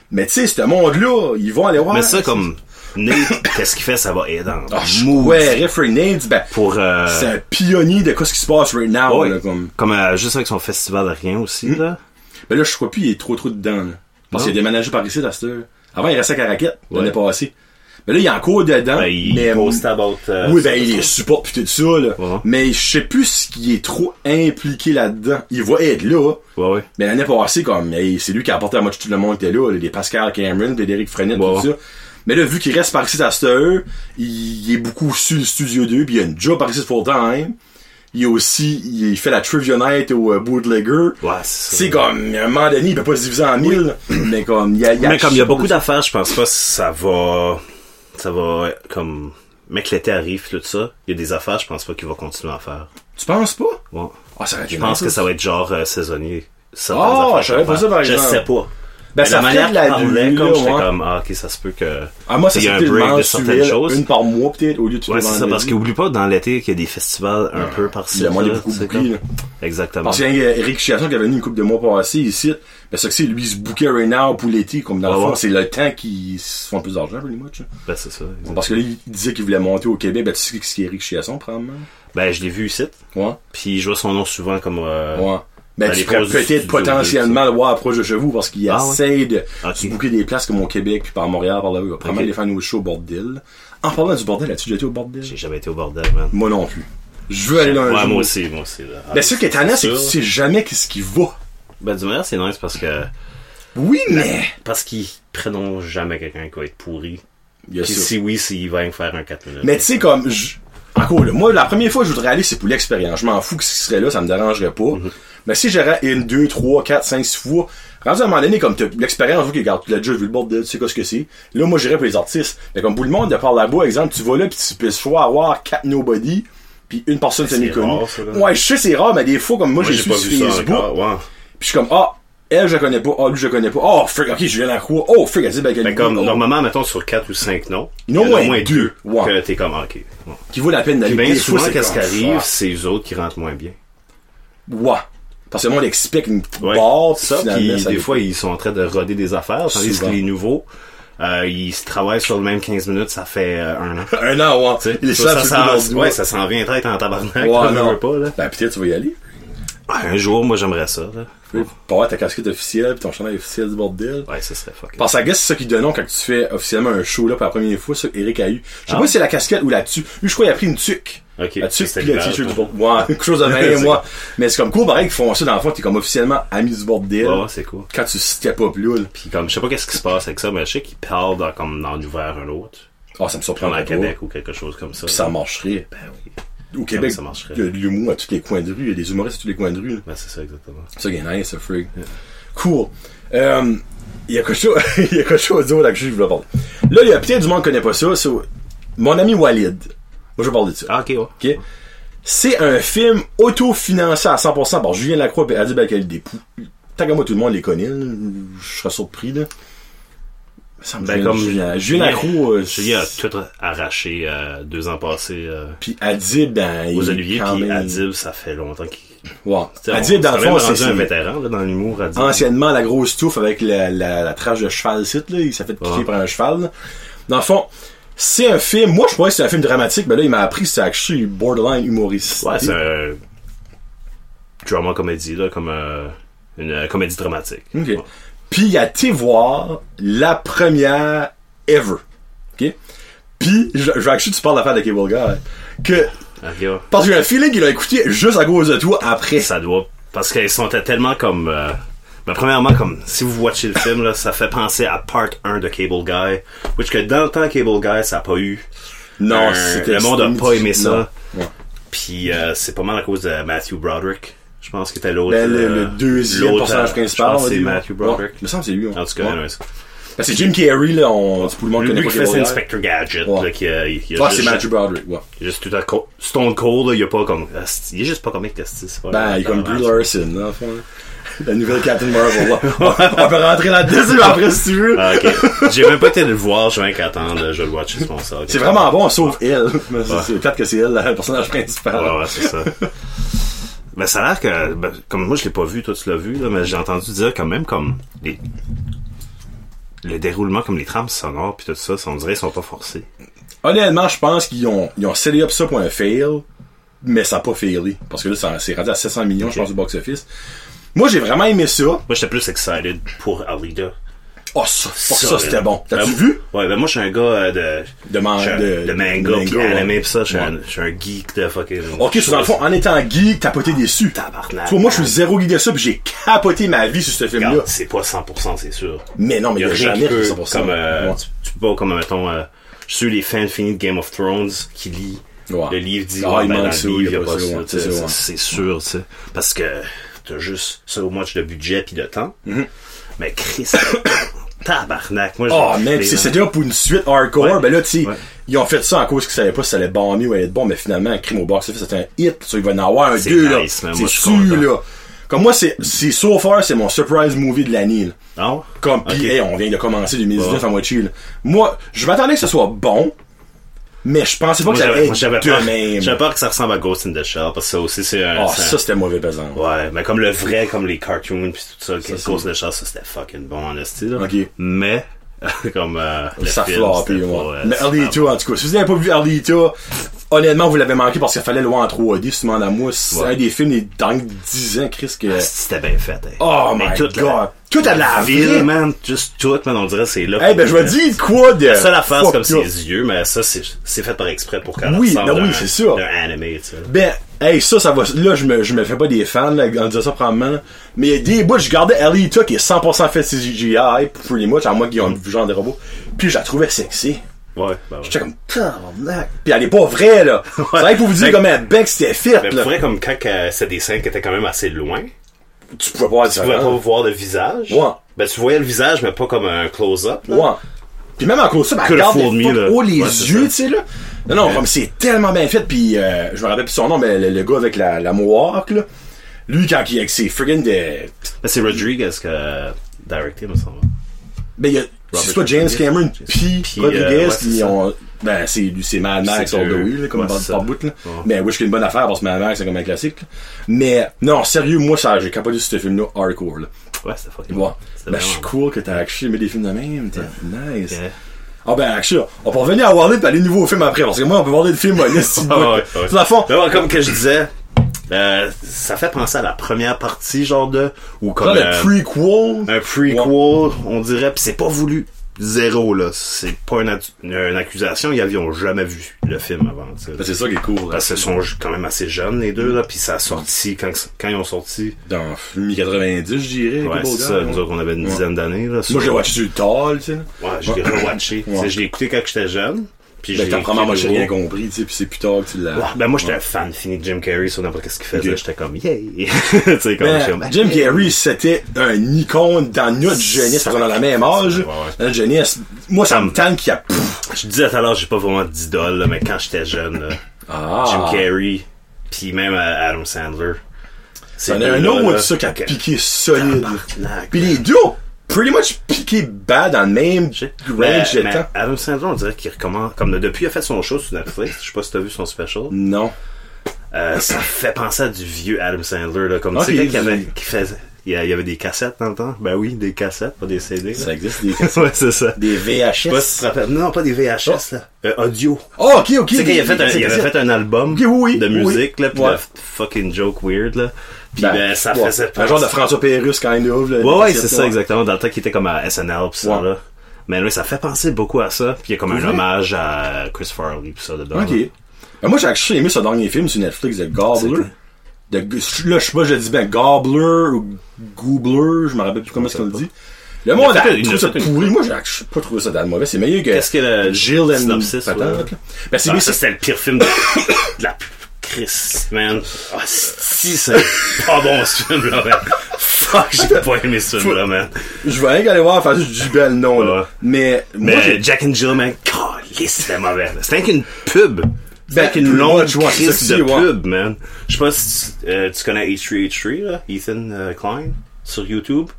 Speaker 1: Mais tu sais, ce monde-là, ils vont aller voir.
Speaker 2: Mais ça, comme, Nate, qu'est-ce qu'il fait, ça va aider. en
Speaker 1: Ah, je-
Speaker 2: mou.
Speaker 1: ouais, Referee Nate, ben,
Speaker 2: Pour, euh, Oh
Speaker 1: c'est un pionnier de quoi ce qui se passe right now,
Speaker 2: ouais.
Speaker 1: là,
Speaker 2: comme,
Speaker 1: comme.
Speaker 2: euh, juste avec son festival de rien aussi, là.
Speaker 1: Ben là, je crois plus, il est trop trop dedans, là. Parce
Speaker 2: Non.
Speaker 1: qu'il a déménagé par ici, là, cette heure. Avant, il restait à Caraquette, l'année
Speaker 2: Ouais.
Speaker 1: passée. Mais là, il est encore dedans.
Speaker 2: Ben, il
Speaker 1: mais
Speaker 2: poste about, euh,
Speaker 1: Oui, ben, il est support pis tout ça, là.
Speaker 2: Ouais.
Speaker 1: Mais je sais plus s'il est trop impliqué là-dedans. Il va être là.
Speaker 2: Ouais, ouais.
Speaker 1: Mais l'année passée, comme, hey, c'est lui qui a apporté à moitié tout le monde était là, là, les Pascal Cameron, Frédéric Frenette,
Speaker 2: Ouais.
Speaker 1: tout ça. Mais là, vu qu'il reste par ici à cette heure, il est beaucoup sur le Studio 2, puis il a une job par ici full time. Il est aussi, il fait la Trivia Night au euh, Bootlegger.
Speaker 2: Ouais, c'est ça.
Speaker 1: C'est comme, à un moment donné, il peut pas se diviser en mille, mais comme, il y a,
Speaker 2: Mais comme il y a beaucoup d'affaires, je pense pas que ça va. Ça va être comme. Mec, l'été arrive, tout ça. Il y a des affaires, je pense pas qu'il va continuer à faire.
Speaker 1: Tu penses pas?
Speaker 2: Ouais.
Speaker 1: Ah, ça aurait été
Speaker 2: Je pense
Speaker 1: nice.
Speaker 2: que ça va être genre euh, saisonnier. Certaines
Speaker 1: Ah,
Speaker 2: affaires
Speaker 1: je savais
Speaker 2: qu'il va
Speaker 1: pas
Speaker 2: faire.
Speaker 1: ça, par exemple.
Speaker 2: Je sais pas.
Speaker 1: Ben,
Speaker 2: Mais
Speaker 1: ça
Speaker 2: la manière
Speaker 1: fait de la
Speaker 2: qu'il parlait,
Speaker 1: bulle,
Speaker 2: comme j'étais
Speaker 1: ouais.
Speaker 2: comme, ah, ok, ça se peut que.
Speaker 1: Ah, moi, ça
Speaker 2: il y a
Speaker 1: c'est
Speaker 2: un
Speaker 1: tellement
Speaker 2: break de certaines
Speaker 1: suivi,
Speaker 2: choses.
Speaker 1: une par mois, peut-être, au lieu de tout
Speaker 2: Ouais,
Speaker 1: le
Speaker 2: c'est ça,
Speaker 1: vendredi.
Speaker 2: parce qu'oublie pas, dans l'été, qu'il y a des festivals un peu par-ci.
Speaker 1: Le monde est
Speaker 2: là,
Speaker 1: beaucoup
Speaker 2: tu sais,
Speaker 1: bouqué,
Speaker 2: comme-
Speaker 1: là.
Speaker 2: Exactement.
Speaker 1: Parce qu'il y a euh, Eric Chiasson qui avait venu une couple de mois passés ici. Ben, ça que c'est, lui, il se bouquait right now pour l'été, comme dans le
Speaker 2: Ouais,
Speaker 1: fond,
Speaker 2: Ah ouais.
Speaker 1: c'est le temps qu'ils se font plus d'argent, pretty much. là.
Speaker 2: Ben, c'est ça. exact.
Speaker 1: Parce que là, il disait qu'il voulait monter au Québec, ben, tu sais ce qui est Eric Chiasson, probablement.
Speaker 2: Ben, je l'ai vu ici.
Speaker 1: Ouais.
Speaker 2: Puis je vois son nom souvent comme. euh,
Speaker 1: Ouais. Ben,
Speaker 2: Ben,
Speaker 1: tu
Speaker 2: les
Speaker 1: pourrais
Speaker 2: pauses du
Speaker 1: peut-être
Speaker 2: studio,
Speaker 1: potentiellement le voir proche de chez vous parce qu'il
Speaker 2: Ah, ouais.
Speaker 1: essaie de
Speaker 2: Ok.
Speaker 1: se bouquer des places comme au Québec puis par Montréal, par là où il va probablement
Speaker 2: Ok.
Speaker 1: aller faire nos shows au bordel. En parlant du bordel, as-tu déjà été au bordel?
Speaker 2: J'ai jamais été au bordel, man.
Speaker 1: Moi non plus. Je veux aller dans un
Speaker 2: Ouais,
Speaker 1: jour.
Speaker 2: moi aussi, moi aussi. Là.
Speaker 1: Ben, ce qui est tannant, c'est que tu
Speaker 2: sûr.
Speaker 1: sais jamais qu'est-ce qui va.
Speaker 2: Ben, du manière, c'est nice parce que.
Speaker 1: Oui, mais.
Speaker 2: Parce qu'ils prennent jamais quelqu'un qui va être pourri.
Speaker 1: Il y a
Speaker 2: Puis
Speaker 1: ça.
Speaker 2: si oui, s'il va me faire un 4 minutes.
Speaker 1: Mais tu sais, comme, je- encore là, moi, la première fois que je voudrais aller, c'est pour l'expérience. Je m'en fous que ce qui serait là, ça me dérangerait pas.
Speaker 2: Mhm.
Speaker 1: Mais si j'aurais une, deux, trois, quatre, cinq, six fois, rendu à un moment donné, comme t'as l'expérience, ok, regarde, tu l'as déjà vu le bord, de- tu sais quoi ce que c'est. Là, moi, j'irais pour les artistes. Mais comme pour le monde, de par là-bas, exemple, tu vas là, puis tu peux soit avoir quatre nobody, puis une personne
Speaker 2: C'est
Speaker 1: tenue connue.
Speaker 2: rare, ça, là.
Speaker 1: Ouais, je sais, c'est rare, mais des fois, comme moi, j'ai su sur Facebook,
Speaker 2: encore, ouais.
Speaker 1: puis je suis comme, ah, elle, je la connais pas, ah, lui, je la connais pas, oh, frick, ok, Julien Lacroix, oh, frick, elle dit, ben, qu'elle
Speaker 2: Mais comme,
Speaker 1: oh,
Speaker 2: normalement, mettons, sur 4 ou 5 noms,
Speaker 1: Il y en a
Speaker 2: il y en a
Speaker 1: au moins deux. Ouais.
Speaker 2: que t'es comme, ah, ok. Bon.
Speaker 1: qui vaut la peine d'aller.
Speaker 2: Puis bien
Speaker 1: Des fois,
Speaker 2: souvent,
Speaker 1: c'est
Speaker 2: qu'est-ce qui
Speaker 1: comme,
Speaker 2: arrive,
Speaker 1: fuck.
Speaker 2: c'est eux autres qui rentrent moins bien.
Speaker 1: Ouais. Parce que le monde explique une
Speaker 2: Ouais.
Speaker 1: barre, puis
Speaker 2: ça,
Speaker 1: finalement,
Speaker 2: puis
Speaker 1: ça
Speaker 2: des
Speaker 1: dé-
Speaker 2: fois, ils sont en train de roder des affaires, tandis que
Speaker 1: Souvent.
Speaker 2: les nouveaux, euh, ils se travaillent sur le même 15 minutes, ça fait euh, un an.
Speaker 1: Un an, ouais.
Speaker 2: Tu sais,
Speaker 1: Il est
Speaker 2: ça, ça,
Speaker 1: sur le bout
Speaker 2: s'en-
Speaker 1: de leur
Speaker 2: ouais,
Speaker 1: doigt.
Speaker 2: ça s'en vient tête en tabarnak,
Speaker 1: Ouais,
Speaker 2: là, je
Speaker 1: non.
Speaker 2: veux pas, là.
Speaker 1: Ben, peut-être tu vas y aller.
Speaker 2: Un jour, moi, j'aimerais ça, là.
Speaker 1: Tu sais, Pour avoir ta casquette officielle, puis ton chandail officiel du bordel.
Speaker 2: Ouais, ça serait fucking.
Speaker 1: Parce que I guess, c'est ça qui donne nom quand tu fais officiellement un show, là, pour la première fois, ça, Eric a eu. Je sais pas si c'est la casquette ou la dessus Lui, je crois, il a pris une tuque.
Speaker 2: Ah Ok,
Speaker 1: La tuque,
Speaker 2: ça,
Speaker 1: puis le
Speaker 2: c'est
Speaker 1: t-shirt
Speaker 2: l'hiver,
Speaker 1: du bordel. Ouais, quelque chose de même,
Speaker 2: C'est-
Speaker 1: moi. Mais c'est comme cool, pareil, qu'ils font ça, dans le fond, t'es comme officiellement ami du bordel.
Speaker 2: Ouais, ouais, c'est cool.
Speaker 1: Quand tu step up, là. là.
Speaker 2: Puis comme, je sais pas qu'est-ce qui se passe avec ça, mais je sais qu'ils parlent dans, comme dans l'ouvert un autre.
Speaker 1: Ah, ça me surprend
Speaker 2: Comme à
Speaker 1: pas.
Speaker 2: Québec ou quelque chose comme ça.
Speaker 1: Puis ça marcherait.
Speaker 2: Ben oui.
Speaker 1: Au Québec,
Speaker 2: ça marcherait.
Speaker 1: il y a de l'humour à tous les coins de rue. Il y a des humoristes à tous les coins de rue, là.
Speaker 2: Ben c'est ça exactement.
Speaker 1: Ça, qui est nice, ça, frig. Cool. Euh, Il y a quelque chose, il y a quelque chose d'autre là que je voulais parler. Là, il y a peut-être du monde qui connaît pas ça. c'est- Mon ami Walid. Moi, je parle de ça.
Speaker 2: Ah ok ouais.
Speaker 1: ok? C'est un film autofinancé à 100% par Julien Lacroix et Adi Balkal Dépou. Tant qu'à moi, tout le monde les connaît. là. Je serais surpris, là. Ça me
Speaker 2: Ben,
Speaker 1: Julien-
Speaker 2: comme-
Speaker 1: Julien, Julien Lacroix, euh,
Speaker 2: Julien a tout arraché euh, deux ans passés euh,
Speaker 1: puis Adib, ben, il
Speaker 2: aux
Speaker 1: est
Speaker 2: Oliviers,
Speaker 1: quand
Speaker 2: puis
Speaker 1: même-
Speaker 2: Adib, ça fait longtemps qu'il.
Speaker 1: Ouais.
Speaker 2: T'sais, on-
Speaker 1: Adib, dans le
Speaker 2: quand
Speaker 1: fond,
Speaker 2: même
Speaker 1: c'est Ah,
Speaker 2: rendu un
Speaker 1: c'est-
Speaker 2: vétéran là, dans l'humour. Adib.
Speaker 1: anciennement la grosse touffe avec la, la, la trache de cheval site là, il s'est fait piquer
Speaker 2: Ouais.
Speaker 1: par un cheval. là. Dans le fond, c'est un film, moi je pensais que c'est un film dramatique, mais là il m'a appris que c'est actually borderline humoriste.
Speaker 2: Ouais, c'est un drama comédie là, comme euh, une euh, comédie dramatique.
Speaker 1: Ok.
Speaker 2: Ouais.
Speaker 1: Puis il a été voir la première ever. OK Puis je, je vais actually tu parles d'affaire de Cable Guy hein. que
Speaker 2: Ok, ouais.
Speaker 1: parce que j'ai un feeling qu'il a écouté juste à cause de toi après.
Speaker 2: ça doit parce qu'ils sont tellement comme euh, ben, premièrement comme si vous watchez le film là, ça fait penser à part 1 de Cable Guy which que dans le temps Cable Guy ça a pas eu
Speaker 1: Non,
Speaker 2: Un-
Speaker 1: c'était
Speaker 2: le monde a pas aimé ça
Speaker 1: Non. Ouais.
Speaker 2: puis euh, c'est pas mal à cause de Matthew Broderick je pense qu'il était l'autre
Speaker 1: Ben, le,
Speaker 2: euh,
Speaker 1: le deuxième
Speaker 2: l'autre,
Speaker 1: personnage
Speaker 2: euh,
Speaker 1: principal, on
Speaker 2: je pense
Speaker 1: va
Speaker 2: que c'est
Speaker 1: dire.
Speaker 2: Matthew
Speaker 1: Ouais,
Speaker 2: Broderick
Speaker 1: il me semble que c'est lui. ouais.
Speaker 2: en tout cas
Speaker 1: Ouais.
Speaker 2: ouais, c'est-
Speaker 1: Ben, c'est Jim Carrey, là, on, tout le monde connaît
Speaker 2: lui
Speaker 1: pas
Speaker 2: qui fait
Speaker 1: Cable Guy.
Speaker 2: Inspector Gadget
Speaker 1: Ouais.
Speaker 2: là, qui a, il, il a
Speaker 1: Ah, c'est
Speaker 2: juste,
Speaker 1: Matthew Broderick, ouais.
Speaker 2: il a juste tout à co- Stone Cold là, il a pas comme asti, il est juste pas comme Asti, c'est pas
Speaker 1: Ben, il est comme
Speaker 2: Brie
Speaker 1: Brie Larson, là, en fond. là. la nouvelle Captain Marvel. là. On, on peut rentrer là-dessus après si tu veux.
Speaker 2: Ah, ok. J'ai même pas été le voir, j'ai rien qu'à attendre, je le watch, c'est mon ça. ok.
Speaker 1: C'est vraiment bon, sauf elle. Mais c'est- C'est peut-être que c'est elle, la- le personnage principal.
Speaker 2: Ah, Ouais, ouais, c'est ça. Ben, ça a l'air que, ben, comme moi, je l'ai pas vu, toi, tu l'as vu, là, mais j'ai entendu dire quand même comme les- le déroulement, comme les trames sonores puis tout ça, ça, on dirait, ils sont pas forcés.
Speaker 1: Honnêtement, je pense qu'ils ont, ils ont scellé up ça pour un fail, mais ça n'a pas failé. Parce que là, ça- c'est rendu à 700 millions, je pense, du box-office. Moi, j'ai vraiment aimé ça.
Speaker 2: Moi, j'étais plus excited pour Alida.
Speaker 1: Oh, ça, fuck, ça,
Speaker 2: là.
Speaker 1: c'était bon.
Speaker 2: Ben,
Speaker 1: T'as-tu vu?
Speaker 2: Ouais, ben, moi, je suis un gars euh, de,
Speaker 1: De man-
Speaker 2: je suis un-
Speaker 1: de-
Speaker 2: de manga,
Speaker 1: de
Speaker 2: pis
Speaker 1: manga, ouais.
Speaker 2: anime pis ça, je suis, un,
Speaker 1: Ouais.
Speaker 2: je suis un geek de fucking.
Speaker 1: Ok, sur dans le fond, en étant geek, t'as pas été déçu.
Speaker 2: Tabarnak.
Speaker 1: Tu vois, moi, je suis zéro geek de ça, pis j'ai capoté ma vie sur ce film-là.
Speaker 2: Regarde, c'est pas 100%, c'est sûr.
Speaker 1: Mais non, mais
Speaker 2: Il y a
Speaker 1: rien
Speaker 2: rien
Speaker 1: à
Speaker 2: qui
Speaker 1: dire
Speaker 2: peut,
Speaker 1: ça pour ça.
Speaker 2: comme, euh,
Speaker 1: Ouais.
Speaker 2: tu, tu peux pas, comme, mettons, euh, je suis les fans finis de Game of Thrones qui lit
Speaker 1: Ouais.
Speaker 2: le livre, dit,
Speaker 1: Ah,
Speaker 2: ouais,
Speaker 1: il
Speaker 2: ben,
Speaker 1: manque
Speaker 2: dans
Speaker 1: ça,
Speaker 2: le livre,
Speaker 1: il y a
Speaker 2: y a
Speaker 1: pas
Speaker 2: pas
Speaker 1: ça,
Speaker 2: ça,
Speaker 1: ouais,
Speaker 2: tu sais,
Speaker 1: c'est ça,
Speaker 2: ça,
Speaker 1: ouais.
Speaker 2: c'est sûr, tu sais. Parce que t'as juste so much de budget pis de temps.
Speaker 1: Mm-hmm.
Speaker 2: Mais Chris, tabarnak, moi,
Speaker 1: Oh,
Speaker 2: j'ai-
Speaker 1: mec,
Speaker 2: les-
Speaker 1: c'est c'était là pour une suite hardcore.
Speaker 2: Ouais.
Speaker 1: Ben là, tu sais,
Speaker 2: Ouais.
Speaker 1: ils ont fait ça à cause qu'ils savaient pas si ça allait bomber ou allait être bon, mais finalement, Crime au box office, c'était un hit. Ça, il va en avoir un
Speaker 2: C'est
Speaker 1: 2,
Speaker 2: nice,
Speaker 1: là.
Speaker 2: man.
Speaker 1: C'est
Speaker 2: Moi, je suis
Speaker 1: sûr,
Speaker 2: content.
Speaker 1: là. Comme moi, c'est, c'est, so far, c'est mon surprise movie de l'année, là.
Speaker 2: Non?
Speaker 1: Comme, pis,
Speaker 2: Ok.
Speaker 1: hey, on vient de commencer 2019
Speaker 2: Ouais.
Speaker 1: à moitié, là. Moi, je m'attendais que ce soit bon, mais je pensais pas
Speaker 2: Moi,
Speaker 1: que ça
Speaker 2: j'avais
Speaker 1: allait
Speaker 2: moi, j'avais
Speaker 1: être
Speaker 2: peur,
Speaker 1: de même.
Speaker 2: j'avais peur que ça ressemble à Ghost in the Shell, parce que ça aussi, c'est un...
Speaker 1: Ah,
Speaker 2: c'est un-
Speaker 1: ça, c'était mauvais pesant.
Speaker 2: Ouais, mais comme le vrai, comme les cartoons pis tout ça,
Speaker 1: c'est-
Speaker 2: que Ghost in the Shell, ça, c'était fucking bon, en esti, là.
Speaker 1: Ok.
Speaker 2: Mais, comme, euh, le
Speaker 1: ça
Speaker 2: film,
Speaker 1: floppe,
Speaker 2: c'était
Speaker 1: ouais.
Speaker 2: pas, euh,
Speaker 1: Mais
Speaker 2: super
Speaker 1: Alita,
Speaker 2: bon.
Speaker 1: en tout cas, si vous n'avez pas vu Alita, honnêtement, vous l'avez manqué parce qu'il fallait le voir en 3D, si tu demandes à moi. C'est
Speaker 2: Ouais.
Speaker 1: un des films des dans 10 ans, Chris, que.
Speaker 2: C'était bien fait, hein.
Speaker 1: Oh my
Speaker 2: toute
Speaker 1: God. Tout à la vraie.
Speaker 2: ville, man. Juste tout, man. On dirait que Ah, c'est là.
Speaker 1: Eh ben, je me
Speaker 2: dis
Speaker 1: dis quoi de.
Speaker 2: La seule affaire, c'est
Speaker 1: Fuck
Speaker 2: comme
Speaker 1: up.
Speaker 2: ses yeux, mais ça, c'est c'est fait par exprès pour qu'elle
Speaker 1: Oui,
Speaker 2: ressemble
Speaker 1: ben oui,
Speaker 2: d'un-
Speaker 1: c'est sûr.
Speaker 2: d'un animé, tu sais.
Speaker 1: Ben, hey, ça, ça va. Là, je me, je me fais pas des fans, là, en disant ça probablement. Mais il y a des bouts, je gardais Alita qui est 100% fait CGI, pour les much, à moi qui ont vu genre des robots. Puis je la trouvais sexy.
Speaker 2: Ouais, ben ouais.
Speaker 1: J'étais comme, tabarnak. Puis elle est pas vraie, là. C'est vrai que pour vous dire
Speaker 2: Ben-
Speaker 1: comment elle bec c'était fit,
Speaker 2: Ben,
Speaker 1: là.
Speaker 2: pour vrai, comme quand que c'est des scènes qui étaient quand même assez loin,
Speaker 1: Tu pouvais voir
Speaker 2: tu pouvais pas voir le visage.
Speaker 1: Ouais.
Speaker 2: Ben, tu voyais le visage, mais pas comme un close-up. là.
Speaker 1: Ouais. Puis même en cause ça, ben,
Speaker 2: Could have
Speaker 1: regarde
Speaker 2: fooled
Speaker 1: les
Speaker 2: me,
Speaker 1: photos,
Speaker 2: là.
Speaker 1: oh, les
Speaker 2: Ouais, c'est
Speaker 1: yeux,
Speaker 2: ça.
Speaker 1: tu sais, là. Non, non, comme c'est tellement bien fait, puis euh, je me rappelle plus son nom, mais le, le gars avec la, la mohawk, là. Lui, quand il, avec ses friggin' de...
Speaker 2: Ben, c'est Rodriguez que euh, directé, me semble.
Speaker 1: Ben, il y a... C'est pas James
Speaker 2: Rodriguez.
Speaker 1: Cameron, puis
Speaker 2: Puis,
Speaker 1: Rodriguez,
Speaker 2: euh, ouais, c'est
Speaker 1: ils
Speaker 2: ça.
Speaker 1: ont... Ben, c'est c'est Mad Max
Speaker 2: C'est
Speaker 1: all the
Speaker 2: eux.
Speaker 1: way, là, comme
Speaker 2: Ouais,
Speaker 1: par,
Speaker 2: c'est
Speaker 1: par
Speaker 2: ça.
Speaker 1: bout, là.
Speaker 2: Ouais.
Speaker 1: Mais oui, je fais une bonne affaire, parce que Mad Max, c'est comme un classique. là. Mais, non, sérieux, moi, ça, j'ai capoté sur ce film-là, hardcore, là.
Speaker 2: Ouais, c'était fucking
Speaker 1: Ouais.
Speaker 2: bon. C'était
Speaker 1: Ben, je suis
Speaker 2: vraiment
Speaker 1: cool que t'as actually aimé des films de même, t'es nice.
Speaker 2: bon. Ouais.
Speaker 1: Ah ben, actually, on peut revenir à Warner et aller nouveau au film après, parce que moi, on peut voir des films à l'estime.
Speaker 2: Ah ouais, ouais.
Speaker 1: Dans le fond,
Speaker 2: Mais ouais, comme que je disais, euh, ça fait penser à la première partie, genre de. Ou
Speaker 1: dans
Speaker 2: comme.
Speaker 1: le
Speaker 2: euh,
Speaker 1: prequel,
Speaker 2: un prequel, on dirait, pis c'est pas voulu. Zéro, là. C'est pas une, atu- une accusation. Ils avaient jamais vu le film avant, tu sais.
Speaker 1: Ben, c'est ça qui est cool.
Speaker 2: Parce qu'ils sont ju- quand même assez jeunes, les deux, là. Puis ça a sorti, quand, quand ils ont sorti.
Speaker 1: Dans mi-90, je dirais.
Speaker 2: Ouais,
Speaker 1: Cable
Speaker 2: c'est
Speaker 1: Guy,
Speaker 2: ça.
Speaker 1: hein. ouais.
Speaker 2: Nous autres, on avait une dizaine d'années, là.
Speaker 1: Moi, j'ai watché sur le tall, tu sais.
Speaker 2: Ouais, je l'ai rewatché. Tu sais,
Speaker 1: Ouais.
Speaker 2: Je l'ai écouté quand j'étais jeune. Puis
Speaker 1: Ben,
Speaker 2: j'ai
Speaker 1: t'as vraiment, moi, j'ai
Speaker 2: écouté
Speaker 1: rien
Speaker 2: de nouveau.
Speaker 1: compris, tu sais, puis c'est plus tard que tu l'as.
Speaker 2: Ouais, ben moi j'étais un fan fini de Jim Carrey sur n'importe ce qu'il faisait,
Speaker 1: Ok.
Speaker 2: j'étais comme yay! tu sais comme j'étais
Speaker 1: Ben,
Speaker 2: comme, Ah,
Speaker 1: Jim
Speaker 2: yay.
Speaker 1: Carrey, c'était un icône dans notre jeunesse, parce qu'on a la même âge.
Speaker 2: Ouais, ouais.
Speaker 1: Dans notre jeunesse. Moi, ça me tente qu'il y a... Pfff.
Speaker 2: Je disais tout à l'heure j'ai pas vraiment d'idole là, mais quand j'étais jeune là,
Speaker 1: Ah.
Speaker 2: Jim Carrey, puis même euh, Adam Sandler. C'est
Speaker 1: T'en as un autre, moi, de ça, qui a piqué solide. Puis les deux ont pretty much piqué bad dans le même
Speaker 2: Ben,
Speaker 1: range de temps.
Speaker 2: Adam Sandler, on dirait qu'il recommence. Comme là, depuis, il a fait son show sur Netflix. Je sais pas si t'as vu son special.
Speaker 1: Non.
Speaker 2: Euh, ça fait penser à du vieux Adam Sandler. Là, comme
Speaker 1: Ok,
Speaker 2: tu sais, quand il,
Speaker 1: du-
Speaker 2: avait, qu'il faisait- il y a- il y avait des cassettes dans le temps. Ben oui, des cassettes, pas des CD. là.
Speaker 1: Ça existe des,
Speaker 2: ouais, c'est ça.
Speaker 1: des
Speaker 2: Je sais pas si
Speaker 1: VHS.
Speaker 2: tu te rappelles. Non, pas des VHS, là. Euh, audio.
Speaker 1: Oh, ok, ok.
Speaker 2: Tu sais qu'il avait fait un, il avait fait un album
Speaker 1: Ok, oui, oui,
Speaker 2: de
Speaker 1: oui.
Speaker 2: musique, là, pis
Speaker 1: Ouais.
Speaker 2: de f- fucking joke weird, là. Pis ben, ça
Speaker 1: ouais.
Speaker 2: faisait
Speaker 1: Un genre de François Pérus, quand il ouvre.
Speaker 2: Ouais, ouais, c'est ça, exactement. Dans le temps qu'il était comme à SNL pis ça,
Speaker 1: Ouais.
Speaker 2: là. Mais oui, ça fait penser beaucoup à ça. Puis il y a comme un
Speaker 1: Ouais.
Speaker 2: hommage à Chris Farley pis ça dedans.
Speaker 1: Ok.
Speaker 2: là.
Speaker 1: Ben, moi, j'ai actually aimé ce dernier film sur Netflix, The Gobbler. De, là, je sais pas, je le dis bien Gobbler ou Goobler, je me rappelle plus comment est-ce qu'on le dit. Le monde
Speaker 2: Il a fait
Speaker 1: a
Speaker 2: une-
Speaker 1: trouvé
Speaker 2: il a
Speaker 1: ça
Speaker 2: fait une-
Speaker 1: pourri. Moi, j'ai actually pas trouvé ça dans le mauvais. C'est meilleur que.
Speaker 2: Qu'est-ce que le
Speaker 1: Jill and
Speaker 2: synopsis,
Speaker 1: Patente,
Speaker 2: ouais.
Speaker 1: là. Ben, c'est
Speaker 2: Ah,
Speaker 1: bien,
Speaker 2: ça,
Speaker 1: c'est-
Speaker 2: c'était le pire film de, de la Chris, man. Ah, si, c'est pas bon, ce film-là, man. Fuck, j'ai pas aimé ce film-là, man.
Speaker 1: Je vais rien qu'aller voir, faire juste du bel nom,
Speaker 2: Ouais.
Speaker 1: là. Mais, moi, j'ai-
Speaker 2: Mais Jack and Jill, man, calisse, c'était mauvais. là. C'était qu'une pub.
Speaker 1: Ben,
Speaker 2: C'était qu'une
Speaker 1: plus
Speaker 2: longue
Speaker 1: much, ouais, c'est
Speaker 2: crise
Speaker 1: ça,
Speaker 2: de
Speaker 1: ouais.
Speaker 2: pub, man. Je sais pas si tu, euh, tu connais H3H3, là, Ethan euh, Klein. sur YouTube?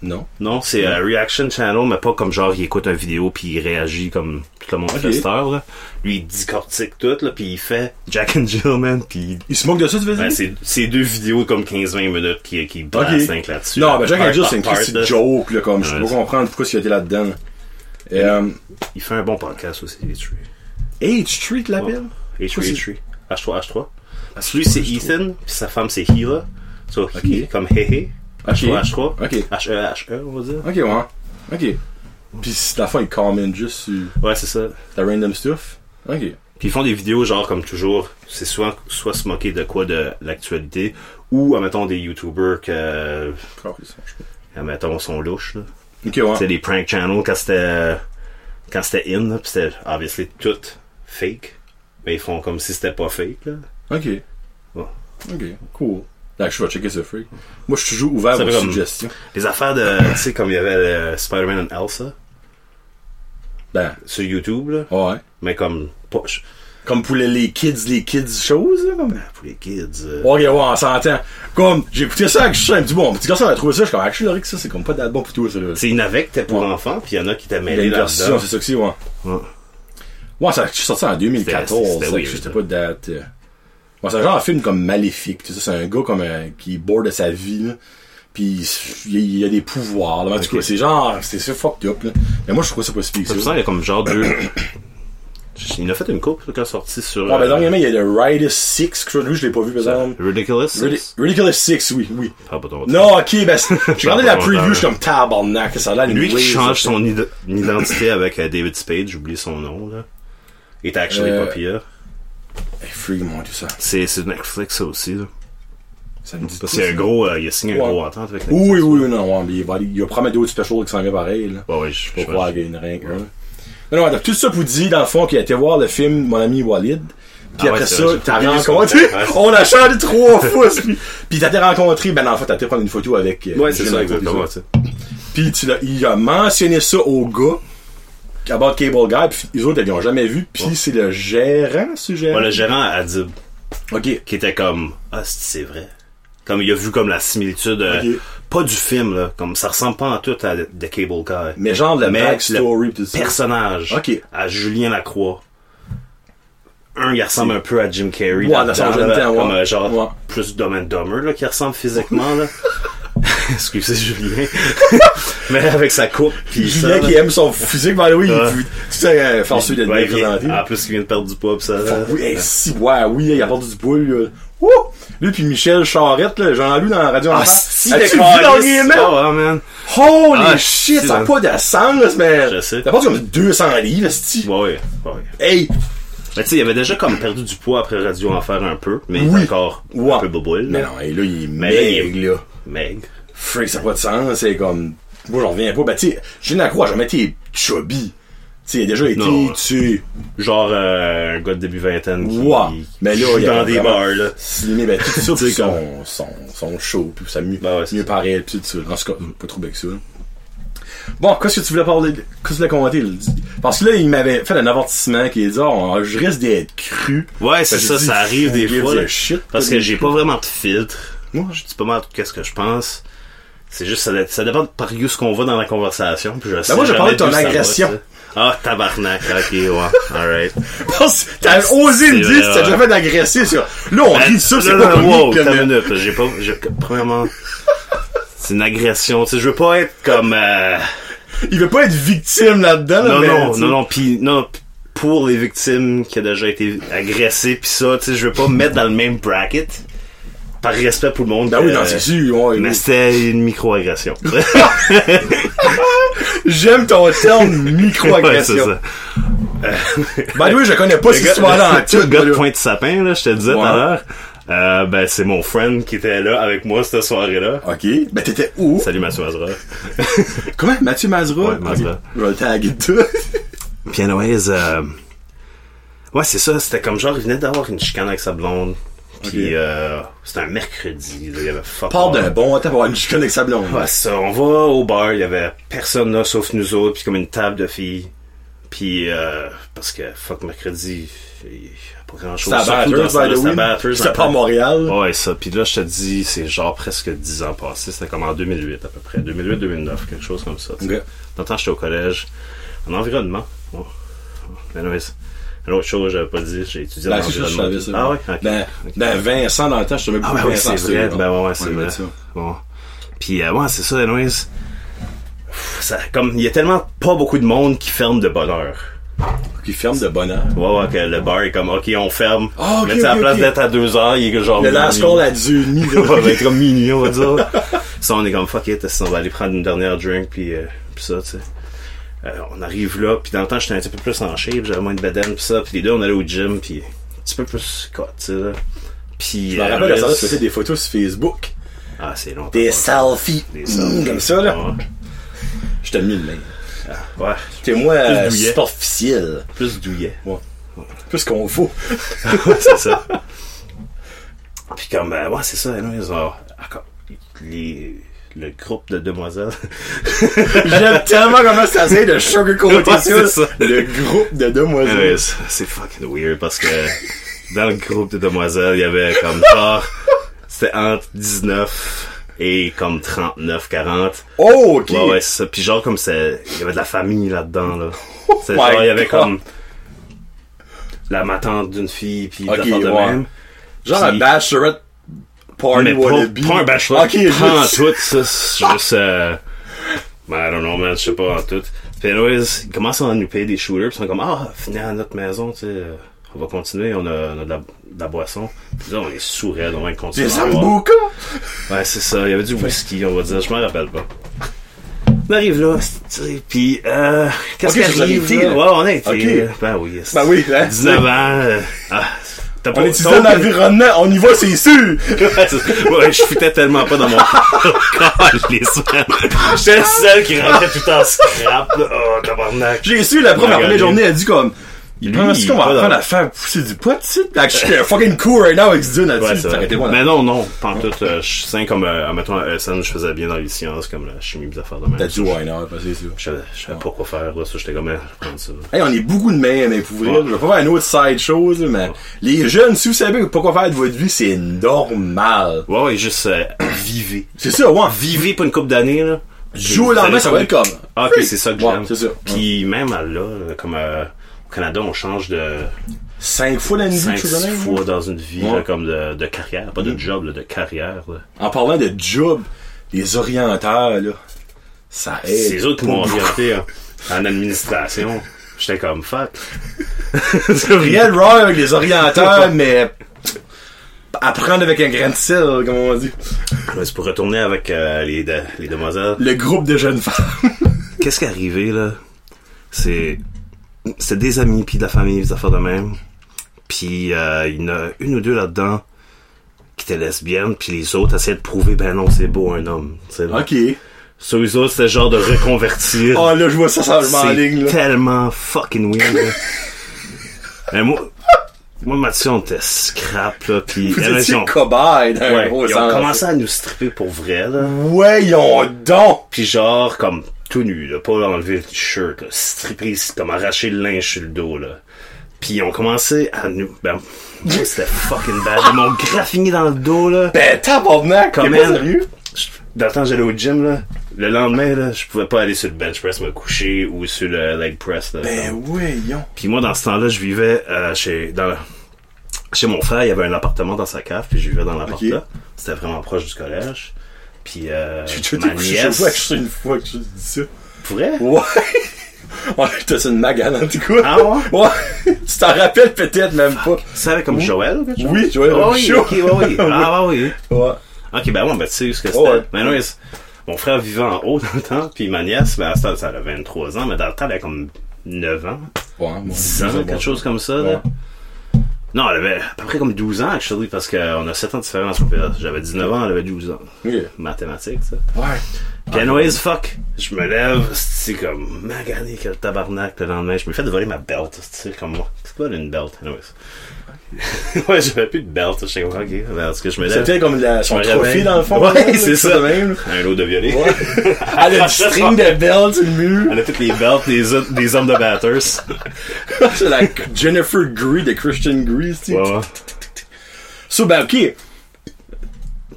Speaker 1: Non.
Speaker 2: Non, c'est euh, Reaction Channel, mais pas comme genre il écoute une vidéo puis il réagit comme tout le monde fait cette heure, là. Lui, il décortique tout, là, puis il fait Jack and Jill, man, puis
Speaker 1: Il se moque de ça, tu veux dire?
Speaker 2: ben, c'est c'est deux vidéos comme 15-20 minutes qui, qui brassent cinq là-dessus.
Speaker 1: Non,
Speaker 2: là,
Speaker 1: ben Jack
Speaker 2: part
Speaker 1: and Jill,
Speaker 2: par
Speaker 1: c'est une
Speaker 2: part,
Speaker 1: petite
Speaker 2: là.
Speaker 1: joke, là, comme je peux
Speaker 2: Ouais,
Speaker 1: pas
Speaker 2: c'est-
Speaker 1: comprendre pourquoi il a été là-dedans. Et, euh,
Speaker 2: Il fait un bon podcast aussi, les Tree.
Speaker 1: H Street l'appelle?
Speaker 2: H3,
Speaker 1: c'est-
Speaker 2: H3. H3, H3. Parce que lui, c'est Ethan, puis sa femme, c'est Hila. So, he, comme Hehe. H3, H3.
Speaker 1: Ok.
Speaker 2: H-E, H-E, E, on va dire.
Speaker 1: Ok, ouais. Ok. Puis c'est- la fois, il commente juste sur
Speaker 2: Ouais, c'est ça.
Speaker 1: la random stuff. Ok.
Speaker 2: Puis ils font des vidéos genre comme toujours, c'est soit soit se moquer de quoi de l'actualité ou admettons des youtubers que admettons sont louches là.
Speaker 1: Ok, ouais.
Speaker 2: C'est des prank channels quand c'était quand c'était in là, pis c'était obviously tout fake. Mais ils font comme si c'était pas fake là.
Speaker 1: Ok.
Speaker 2: Ouais.
Speaker 1: Ok, cool. Là, je vais checker ce freak. Moi, je suis toujours ouvert
Speaker 2: Ça
Speaker 1: aux
Speaker 2: fait comme-
Speaker 1: suggestions.
Speaker 2: Les affaires de tu sais comme il y avait euh, Spider-Man and Elsa
Speaker 1: Ben,
Speaker 2: sur YouTube là,
Speaker 1: ouais.
Speaker 2: mais comme pas je-
Speaker 1: Comme pour les, les kids, les kids choses, là, comme.
Speaker 2: pour les kids. euh,
Speaker 1: Ok, ouais, on s'entend. Comme, j'ai écouté ça avec Chien, me dit, bon, mon petit garçon a trouvé ça, je suis comme, actually, Rick, ça, c'est comme pas d'être bon pour toi, ça, là.
Speaker 2: Tu sais, il y en avait qui étaient pour
Speaker 1: Ouais.
Speaker 2: enfants, puis il y en a qui étaient
Speaker 1: Il y a
Speaker 2: mêlés
Speaker 1: une version,
Speaker 2: là-dedans.
Speaker 1: c'est ça que c'est, ouais.
Speaker 2: Ouais.
Speaker 1: Ouais, ça, je suis sorti en 2014,
Speaker 2: C'était- c'était
Speaker 1: ça, que
Speaker 2: weird,
Speaker 1: j'étais
Speaker 2: ça.
Speaker 1: pas de date. euh. Ouais, c'est un genre de film comme maléfique, tu sais, c'est un gars comme, euh, qui est bored de sa vie, là. Pis il il a des pouvoirs, là. En tout
Speaker 2: Ok.
Speaker 1: cas, c'est genre, c'est ça fucked up, là. Mais moi, je trouve ça pas si pire que ça.
Speaker 2: C'est pour ça il y a comme genre deux. il en a fait une coupe quand sorti sur.
Speaker 1: Ouais, ben,
Speaker 2: euh,
Speaker 1: dernièrement, il y a le Riders 6, quelque chose. Lui, je l'ai pas vu, par exemple.
Speaker 2: Ridiculous.
Speaker 1: Ridi- Ridiculous 6, oui, oui.
Speaker 2: Ah, pas ton-
Speaker 1: Non, ok, ben, c'est- j'ai regardé la
Speaker 2: Pas longtemps,
Speaker 1: preview, je suis
Speaker 2: là.
Speaker 1: comme tabarnak, ça a l'air
Speaker 2: Lui qui
Speaker 1: anyway,
Speaker 2: change
Speaker 1: ça.
Speaker 2: son id- identité avec euh, David Spade, j'oublie son nom là. Il est actually
Speaker 1: Euh,
Speaker 2: pas pire.
Speaker 1: Hey, freak, mon dieu, ça.
Speaker 2: C'est c'est Netflix ça aussi là.
Speaker 1: Ça me dit
Speaker 2: Parce
Speaker 1: tout,
Speaker 2: qu'il y a
Speaker 1: ça.
Speaker 2: un gros, euh, il a signé
Speaker 1: Ouais.
Speaker 2: un gros entente avec Netflix.
Speaker 1: Oui, oui, non, ouais, mais il, va, aller- il va probablement d'autres specials qui s'en viennent pareil, là.
Speaker 2: Bah Ouais, ouais, je
Speaker 1: Pour
Speaker 2: je-
Speaker 1: pouvoir gagner rien que un. Mais non, donc, tout ça pour dire, dans le fond, qu'il a été voir le film Mon ami Walid. Puis
Speaker 2: Ah
Speaker 1: après
Speaker 2: ouais, c'est
Speaker 1: ça,
Speaker 2: vrai,
Speaker 1: t'as
Speaker 2: j'ai oublié
Speaker 1: rencontré,
Speaker 2: ça. Ouais.
Speaker 1: on a changé trois fois, puis, puis t'as été rencontré, ben, dans le fond, t'as été prendre une photo avec, euh,
Speaker 2: Ouais, c'est
Speaker 1: Gilles
Speaker 2: ça,
Speaker 1: Lacroix,
Speaker 2: exactement.
Speaker 1: puis ça. Puis tu l'as- il a mentionné ça au gars, à bord de Cable Guy, puis les autres, ils l'ont jamais vu, puis c'est le gérant, ce gérant.
Speaker 2: Ouais, Bah, le gérant à Adib,
Speaker 1: Ok.
Speaker 2: qui était comme Ah, c'est- c'est vrai. Comme il a vu comme la similitude, euh,
Speaker 1: Ok.
Speaker 2: pas du film, là, comme ça ressemble pas en tout à The Cable Guy.
Speaker 1: Mais genre, le
Speaker 2: Mais
Speaker 1: backstory, pis tout ça.
Speaker 2: personnage
Speaker 1: Ok.
Speaker 2: à Julien Lacroix. Un, il ressemble un peu à Jim Carrey.
Speaker 1: Ouais,
Speaker 2: là-dedans,
Speaker 1: dans son jeune
Speaker 2: là,
Speaker 1: temps,
Speaker 2: Comme
Speaker 1: ouais.
Speaker 2: euh, genre,
Speaker 1: Ouais.
Speaker 2: plus Dumb and Dumber, là, qui ressemble physiquement, là. Excusez Julien. Mais avec sa coupe, puis
Speaker 1: Julien
Speaker 2: ça, là.
Speaker 1: qui aime son physique, ben oui,
Speaker 2: Ouais.
Speaker 1: il est c'est forcé d'être
Speaker 2: Ouais,
Speaker 1: bien présenté. Ah,
Speaker 2: il- En plus, il vient de perdre du poids, pis ça, là.
Speaker 1: Oui, hey, si, ouais, oui, il a perdu du poids, lui. là. Ouh! Lui puis Michel Charrette, là, j'en ai lu dans la radio. en
Speaker 2: Ah,
Speaker 1: France.
Speaker 2: si, le
Speaker 1: As-tu vu
Speaker 2: calice.
Speaker 1: dernièrement?
Speaker 2: Ah, ouais, man.
Speaker 1: Holy
Speaker 2: Ah,
Speaker 1: shit, ça
Speaker 2: si,
Speaker 1: n'a
Speaker 2: ouais.
Speaker 1: pas de sens, mais.
Speaker 2: Je sais.
Speaker 1: T'as perdu comme 200 livres, sti.
Speaker 2: Ouais, ouais, ouais.
Speaker 1: Hey!
Speaker 2: Mais tu sais, il avait déjà comme perdu du poids après Radio Enfer un peu, mais il
Speaker 1: Oui.
Speaker 2: est encore
Speaker 1: Ouais.
Speaker 2: un peu boboule.
Speaker 1: Mais non, et là, il est
Speaker 2: Mais là, il est-
Speaker 1: maigre, là.
Speaker 2: Maigre.
Speaker 1: Freak, ça n'a pas de sens, c'est comme. Moi, j'en reviens pas. Ben, tu sais, Gilles Lacroix a jamais été chubby. Tu sais, il a déjà été,
Speaker 2: Non.
Speaker 1: tu sais,
Speaker 2: Genre euh, un gars de début vingtaine qui
Speaker 1: Ouais. Mais là,
Speaker 2: joue
Speaker 1: il y a
Speaker 2: dans des
Speaker 1: vraiment-
Speaker 2: bars là.
Speaker 1: slimé, ben, tout ça,
Speaker 2: Tu
Speaker 1: pis
Speaker 2: sais, comme-
Speaker 1: son, son, son show, pis ça mieux,
Speaker 2: Ben ouais, c'est
Speaker 1: mieux
Speaker 2: ça.
Speaker 1: paraît, pis tout ça. En tout cas, pas trop avec ça. là. Bon, qu'est-ce que tu voulais parler, de- qu'est-ce que tu voulais commenter? là? Parce que là, il m'avait fait un avertissement qui est dit, oh, je risque d'être cru.
Speaker 2: Ouais, c'est ça, ça arrive des fois. là. Parce que j'ai pas vraiment de filtre.
Speaker 1: Ouais.
Speaker 2: Moi, je dis pas mal qu'est-ce que je pense. C'est juste, ça, dé- ça dépend de par où ce qu'on va dans la conversation. Puis je sais
Speaker 1: Ben, moi, je
Speaker 2: jamais
Speaker 1: parlais de ton
Speaker 2: d'où ça va,
Speaker 1: agression.
Speaker 2: tu sais. Ah, tabarnak. Ok, ouais. Alright.
Speaker 1: Parce que t'as osé le
Speaker 2: C'est
Speaker 1: dire,
Speaker 2: vrai,
Speaker 1: t'as
Speaker 2: ouais. Ben,
Speaker 1: jamais d'agresser sur. Là,
Speaker 2: Euh,
Speaker 1: on rit de ça, c'est
Speaker 2: Là,
Speaker 1: pas
Speaker 2: là,
Speaker 1: connu
Speaker 2: wow,
Speaker 1: comme-
Speaker 2: t'as une minute. J'ai pas, j'ai- premièrement, c'est une agression. Tu sais, je veux pas être comme, euh,
Speaker 1: Il veut pas être victime là-dedans, là,
Speaker 2: non,
Speaker 1: Ah, mais,
Speaker 2: non,
Speaker 1: tu-
Speaker 2: non, non, pis non, pis pour les victimes qui ont déjà été agressées pis ça, tu sais, je veux pas me mettre dans le même bracket par respect pour le monde.
Speaker 1: Ben oui,
Speaker 2: euh,
Speaker 1: non, c'est sûr, ouais,
Speaker 2: Mais
Speaker 1: oui.
Speaker 2: c'était une micro-agression.
Speaker 1: J'aime ton terme
Speaker 2: Ouais, c'est
Speaker 1: micro-agression.
Speaker 2: ça.
Speaker 1: By the way, je connais pas cette histoire-là en
Speaker 2: le
Speaker 1: tout.
Speaker 2: gars de
Speaker 1: là.
Speaker 2: pointe sapin, là, je te le disais tout
Speaker 1: Ouais.
Speaker 2: à l'heure. euh, ben, c'est mon friend qui était là avec moi cette soirée-là.
Speaker 1: Ok, ben t'étais où?
Speaker 2: Salut, Mathieu Azra.
Speaker 1: Comment? Mathieu Mazra?
Speaker 2: Ouais, Mazra.
Speaker 1: Ok, Je vais le taguer tout.
Speaker 2: Puis anyways, euh, ouais, c'est ça, c'était comme genre, il venait d'avoir une chicane avec sa blonde. Puis
Speaker 1: Ok.
Speaker 2: euh, c'était un mercredi, là, il y avait fuck
Speaker 1: Parle
Speaker 2: all.
Speaker 1: d'un bon temps pour avoir une chicane avec sa blonde.
Speaker 2: Ouais, c'est ça, on va au bar, il y avait personne là sauf nous autres, puis comme une table de filles. Puis, euh, parce que, fuck, mercredi, il y a pas grand chose.
Speaker 1: C'était à Batters, by the way. C'était pas à Montréal. Ben,
Speaker 2: Ouais, ça. Puis là, je te dis, c'est genre presque 10 ans passés. C'était comme en 2008 à peu près. 2008-2009, quelque chose comme ça. tu sais.
Speaker 1: Ok.
Speaker 2: Dans le temps, j'étais au collège. En environnement. Oh. Mais non, mais c'est- L'autre chose, j'avais pas dit, j'ai étudié
Speaker 1: Ben,
Speaker 2: en
Speaker 1: c'est ça, je
Speaker 2: environnement.
Speaker 1: savais ça.
Speaker 2: ah ouais, ok.
Speaker 1: Ben,
Speaker 2: Ok.
Speaker 1: ben, Vincent, dans le temps, je te mets
Speaker 2: Ah
Speaker 1: beaucoup
Speaker 2: ben oui, c'est
Speaker 1: Vincent.
Speaker 2: vrai.
Speaker 1: c'était-
Speaker 2: Ben ouais, ouais, c'est
Speaker 1: Ouais,
Speaker 2: vrai.
Speaker 1: ben, ça.
Speaker 2: Bon. Puis euh, ouais, c'est ça, anyways. Pff, Ça, comme il y a tellement pas beaucoup de monde qui ferme de bonne heure.
Speaker 1: Qui ferme de bonheur.
Speaker 2: Ouais, ouais, que le bar est comme ok, on ferme.
Speaker 1: Ah, ok,
Speaker 2: Mais tu sais, à
Speaker 1: ok,
Speaker 2: la place
Speaker 1: ok.
Speaker 2: d'être à 2 heures, il est genre.
Speaker 1: Le last
Speaker 2: minuit.
Speaker 1: call à Dieu-Ni, là.
Speaker 2: Ouais, ben, comme minuit, on va dire. ça, on est comme fuck it, on va aller prendre une dernière drink, puis, euh, puis ça, tu sais. Euh, on arrive là, puis dans le temps, j'étais un petit peu plus en shape, j'avais moins de bedaine, puis ça, puis les deux, on allait au gym, puis un petit peu plus cut, tu sais, là. Puis.
Speaker 1: Je me
Speaker 2: euh,
Speaker 1: rappelle, la
Speaker 2: reste-
Speaker 1: Sarah, tu faisais des photos sur Facebook.
Speaker 2: Ah, c'est longtemps.
Speaker 1: selfies.
Speaker 2: Des selfies.
Speaker 1: Comme ça, là.
Speaker 2: Ouais.
Speaker 1: Je te mets le même.
Speaker 2: Ah, Ouais.
Speaker 1: Témoin euh,
Speaker 2: douillet.
Speaker 1: superficiel.
Speaker 2: Plus douillet.
Speaker 1: Ouais. Plus qu'on faut.
Speaker 2: c'est ça. Puis comme, ben, ouais, c'est ça, anyways, on- encore, les, le groupe de demoiselles.
Speaker 1: J'aime tellement comment ça essaie de
Speaker 2: Ouais,
Speaker 1: sugarcoater
Speaker 2: c'est
Speaker 1: ça.
Speaker 2: ça.
Speaker 1: Le groupe de
Speaker 2: Anyways,
Speaker 1: demoiselles.
Speaker 2: c'est fucking weird parce que dans le groupe de demoiselles, il y avait comme genre, c'était entre 19 et comme 39, 40.
Speaker 1: Oh, ok.
Speaker 2: Ouais, ouais, c'est ça. Puis genre, comme c'est, il y avait de la famille là-dedans, là. C'est
Speaker 1: my
Speaker 2: genre, il y avait
Speaker 1: God.
Speaker 2: comme la ma tante d'une fille, puis
Speaker 1: Ok,
Speaker 2: des affaires de
Speaker 1: ouais.
Speaker 2: même.
Speaker 1: Genre un
Speaker 2: Puis-
Speaker 1: bachelorette party
Speaker 2: Mais pas,
Speaker 1: wannabe.
Speaker 2: pas un bachelor.
Speaker 1: Ok,
Speaker 2: pas en
Speaker 1: juste.
Speaker 2: tout, ça, c'est juste, euh, ben, I don't know, man, je sais pas en tout. Puis, anyways, ils commencent à nous payer des shooters, puis ils sont comme, ah, venez à notre maison, tu sais, euh, on va continuer, on a, on a de, la, de la boisson. Puis là, on est sourds, on va continuer.
Speaker 1: Des
Speaker 2: à boire.
Speaker 1: Sambuca.
Speaker 2: Ouais, c'est ça, il y avait du whisky, on va dire, je m'en rappelle pas. On arrive là, tu sais, puis, euh, qu'est-ce
Speaker 1: Ok,
Speaker 2: qui
Speaker 1: vous avez
Speaker 2: arrive?
Speaker 1: été,
Speaker 2: là?
Speaker 1: là.
Speaker 2: Ouais, on a été.
Speaker 1: Ok.
Speaker 2: euh, Ben oui, c'est-
Speaker 1: Ben oui, là.
Speaker 2: 19 ans, euh, ah, t'as
Speaker 1: On
Speaker 2: pas
Speaker 1: est
Speaker 2: t'as
Speaker 1: dans
Speaker 2: aucune-
Speaker 1: l'environnement. On y va, c'est sûr.
Speaker 2: Ouais, c'est- ouais, je fitais tellement pas dans mon corps, je les semaines.
Speaker 1: Ah.
Speaker 2: J'étais le seul qui rentrait tout en scrap. là. Oh, tabarnak.
Speaker 1: J'ai su la première,
Speaker 2: Regardez.
Speaker 1: première journée, elle dit comme.
Speaker 2: Lui,
Speaker 1: Il pense
Speaker 2: il
Speaker 1: qu'on
Speaker 2: est
Speaker 1: va
Speaker 2: pas
Speaker 1: apprendre
Speaker 2: dans-
Speaker 1: à faire pousser du pot, tu sais. Like, je suis fucking cool right now avec Dune
Speaker 2: Ouais,
Speaker 1: là-dessus.
Speaker 2: c'est vrai.
Speaker 1: Arrêtez-moi là.
Speaker 2: Mais non, non, pas en tout. euh, je suis sain comme, euh, admettons, à SN, je faisais bien dans les sciences, comme la chimie, des affaires de même.
Speaker 1: T'as dit why not, parce que c'est ça.
Speaker 2: Je savais, je savais pas quoi faire, là, ça, j'étais comme, eh, je vais prendre ça.
Speaker 1: Hey, on est beaucoup de même, mais pour vrai,
Speaker 2: Ouais.
Speaker 1: je vais pas faire une autre side chose, là, mais les jeunes, si vous savez pas quoi faire de votre vie, c'est normal.
Speaker 2: Ouais, ouais, juste, euh, vivez.
Speaker 1: C'est ça, ouais.
Speaker 2: Vivez pour une couple d'années, là.
Speaker 1: Du jour au
Speaker 2: Vous
Speaker 1: lendemain,
Speaker 2: allez
Speaker 1: ça va être comme.
Speaker 2: Ah, ok, c'est ça que
Speaker 1: Ouais,
Speaker 2: j'aime.
Speaker 1: c'est ça.
Speaker 2: Puis même à là, euh, comme, euh, au Canada, on change de,
Speaker 1: Cinq fois dans une vie,
Speaker 2: cinq,
Speaker 1: tu sais,
Speaker 2: six
Speaker 1: là.
Speaker 2: fois dans une vie,
Speaker 1: Ouais.
Speaker 2: là, comme de, de carrière, pas de job, là, de carrière. là.
Speaker 1: En parlant de job, les orienteurs, là, ça aide.
Speaker 2: C'est les autres qui m'ont
Speaker 1: Pour-
Speaker 2: orienté hein, en administration. J'étais comme fuck.
Speaker 1: Rien de wrong avec les orienteurs, mais apprendre avec un grain de sel, comme on dit.
Speaker 2: Ouais, C'est pour retourner avec euh, les, de- les demoiselles.
Speaker 1: Le groupe de jeunes femmes.
Speaker 2: Qu'est-ce qui est arrivé là C'est c'est des amis puis de la famille, des affaires de même. Puis euh, il y en a une ou deux là-dedans qui étaient lesbiennes, puis les autres essayaient de prouver ben non c'est beau un homme. tu sais, là.
Speaker 1: ok.
Speaker 2: Sur les autres c'était genre de reconvertir.
Speaker 1: Oh là, je vois ça, ça je m'en ligne,
Speaker 2: C'est
Speaker 1: là.
Speaker 2: tellement fucking weird. là. Mais moi, moi, Mathieu, on était scrap, là, pis
Speaker 1: Vous
Speaker 2: elles, ils
Speaker 1: étiez
Speaker 2: ont,
Speaker 1: cobayes dans un
Speaker 2: ouais,
Speaker 1: gros Mm.
Speaker 2: ils ont
Speaker 1: sens.
Speaker 2: commencé à nous stripper pour vrai, là.
Speaker 1: Voyons donc!
Speaker 2: Pis genre, comme, tout nu, là, pas enlever le t-shirt, là, stripper, c'est comme arracher le linge sur le dos, là. Pis ils ont commencé à nous, ben, moi, c'était fucking bad. Ils m'ont graffiné dans le dos, là.
Speaker 1: Ben, tabarnak!
Speaker 2: Comme
Speaker 1: T'es
Speaker 2: elle.
Speaker 1: pas sérieux?
Speaker 2: Je- Dans le temps, j'allais au gym, là. Le lendemain, là, je pouvais pas aller sur le bench press me coucher ou sur le leg press, là.
Speaker 1: Ben, voyons.
Speaker 2: Puis moi, dans ce temps-là, je vivais euh, chez, dans la- chez mon frère. Il y avait un appartement dans sa cave, puis je vivais dans l'appartement.
Speaker 1: Ok.
Speaker 2: C'était vraiment proche du collège. Puis euh,
Speaker 1: J'ai déjà été
Speaker 2: ma
Speaker 1: couché chez moi, je
Speaker 2: nièce...
Speaker 1: sais une fois que je dis ça.
Speaker 2: Pour vrai?
Speaker 1: Ouais! Ouais, t'as une magane, en tout cas.
Speaker 2: Ah ouais?
Speaker 1: Ouais! Tu t'en rappelles peut-être même pas.
Speaker 2: Tu savais comme Joël? ou quelque chose?
Speaker 1: Oui, Joël
Speaker 2: Ah oui,
Speaker 1: Robichaud.
Speaker 2: ok, ouais, oui. Ah ouais, oui.
Speaker 1: Ouais.
Speaker 2: Ok, ben ouais, ben tu sais ce que c'était.
Speaker 1: Ouais, ouais.
Speaker 2: Ben non, mais c'est- mon frère vivait en haut dans le temps, puis ma nièce, ben à ce temps, ça avait 23 ans, mais dans le temps, elle avait comme 9 ans,
Speaker 1: Ouais,
Speaker 2: 10 ans, quelque chose comme ça. là. Non, elle avait à peu près comme 12 ans, actually, parce qu'on a 7 ans de différence. mon père. J'avais 19 ans, elle avait 12 ans.
Speaker 1: Ok.
Speaker 2: Mathématiques, ça.
Speaker 1: Ouais.
Speaker 2: Piano as fuck. Je me lève, c'est comme magané quel tabarnak le lendemain. Je me fais voler ma belt, c'est comme moi. C'est quoi une belt, anyways? ouais, j'avais plus de belt, je sais pas, ok. Parce que je me lève.
Speaker 1: C'était comme la, son
Speaker 2: Je me
Speaker 1: trophée
Speaker 2: réveille.
Speaker 1: dans le fond.
Speaker 2: Ouais,
Speaker 1: là,
Speaker 2: c'est ça.
Speaker 1: de Même.
Speaker 2: Un lot de violet.
Speaker 1: Ouais. Elle a du string de belle sur le mur.
Speaker 2: Elle a toutes les belts des, hom- des hommes de batters.
Speaker 1: C'est la Jennifer Grey de Christian Grey, tu sais.
Speaker 2: Ouais, ouais.
Speaker 1: So, ben, ok.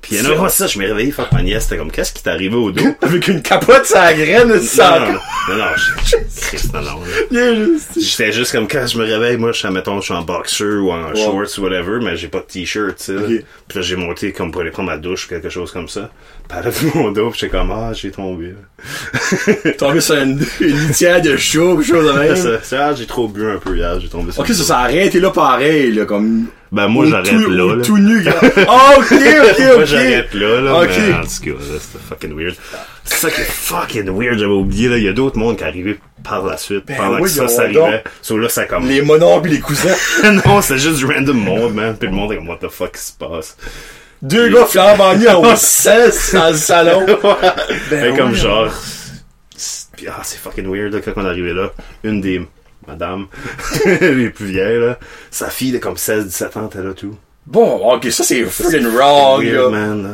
Speaker 2: Puis non, ouais, ça, je m'ai réveillé, fuck ma nièce, c'était comme, qu'est-ce qui t'est arrivé au dos?
Speaker 1: Avec une capote sur la graine,
Speaker 2: Non,
Speaker 1: ça.
Speaker 2: non, non, non, je- je- Christ, non, non, là.
Speaker 1: Bien juste.
Speaker 2: J'étais juste comme quand je me réveille, moi, je suis, mettons, je suis en boxer ou en shorts ou whatever, mais j'ai pas de t-shirt, tu sais. là.
Speaker 1: Ok.
Speaker 2: Puis là, j'ai monté comme pour aller prendre ma douche ou quelque chose comme ça. Puis elle a vu mon dos, puis j'étais comme, ah, j'ai tombé. là.
Speaker 1: Tombé sur une, une litière de chat ou quelque chose de
Speaker 2: Là,
Speaker 1: même.
Speaker 2: ça- ça, ah, j'ai trop bu un peu hier, j'ai tombé sur
Speaker 1: Ok,
Speaker 2: le
Speaker 1: ça,
Speaker 2: dos.
Speaker 1: ça arrête, et là, pareil, là, comme.
Speaker 2: Ben, moi,
Speaker 1: Ou
Speaker 2: j'arrête
Speaker 1: tout-
Speaker 2: là,
Speaker 1: ou
Speaker 2: là.
Speaker 1: Tout nu, là. Ah, ok, ok, ok.
Speaker 2: Moi, j'arrête là, là.
Speaker 1: Ok.
Speaker 2: Mais, en tout cas, là, c'était fucking weird. C'est ça qui est fucking weird, j'avais oublié, là. Il y a d'autres mondes qui arrivaient par la suite, pendant que
Speaker 1: oui,
Speaker 2: ça,
Speaker 1: ils
Speaker 2: ça
Speaker 1: ont Ben donc-
Speaker 2: arrivait. So, là, ça commence.
Speaker 1: Les mononcles et les cousins.
Speaker 2: non, c'est juste du random monde, man. Puis le monde est comme, what the fuck qui se passe?
Speaker 1: Deux gars flambant nus en haut 16 dans le salon. Ben
Speaker 2: Mais Ben, comme
Speaker 1: ouais.
Speaker 2: genre. c'est- puis, ah, c'est fucking weird, là, quand on est arrivé là. Une des madame les plus vieilles, là. Sa fille de comme 16-17 ans, elle a tout.
Speaker 1: Bon, ok, ça c'est freaking wrong,
Speaker 2: Weird,
Speaker 1: là.
Speaker 2: man, là.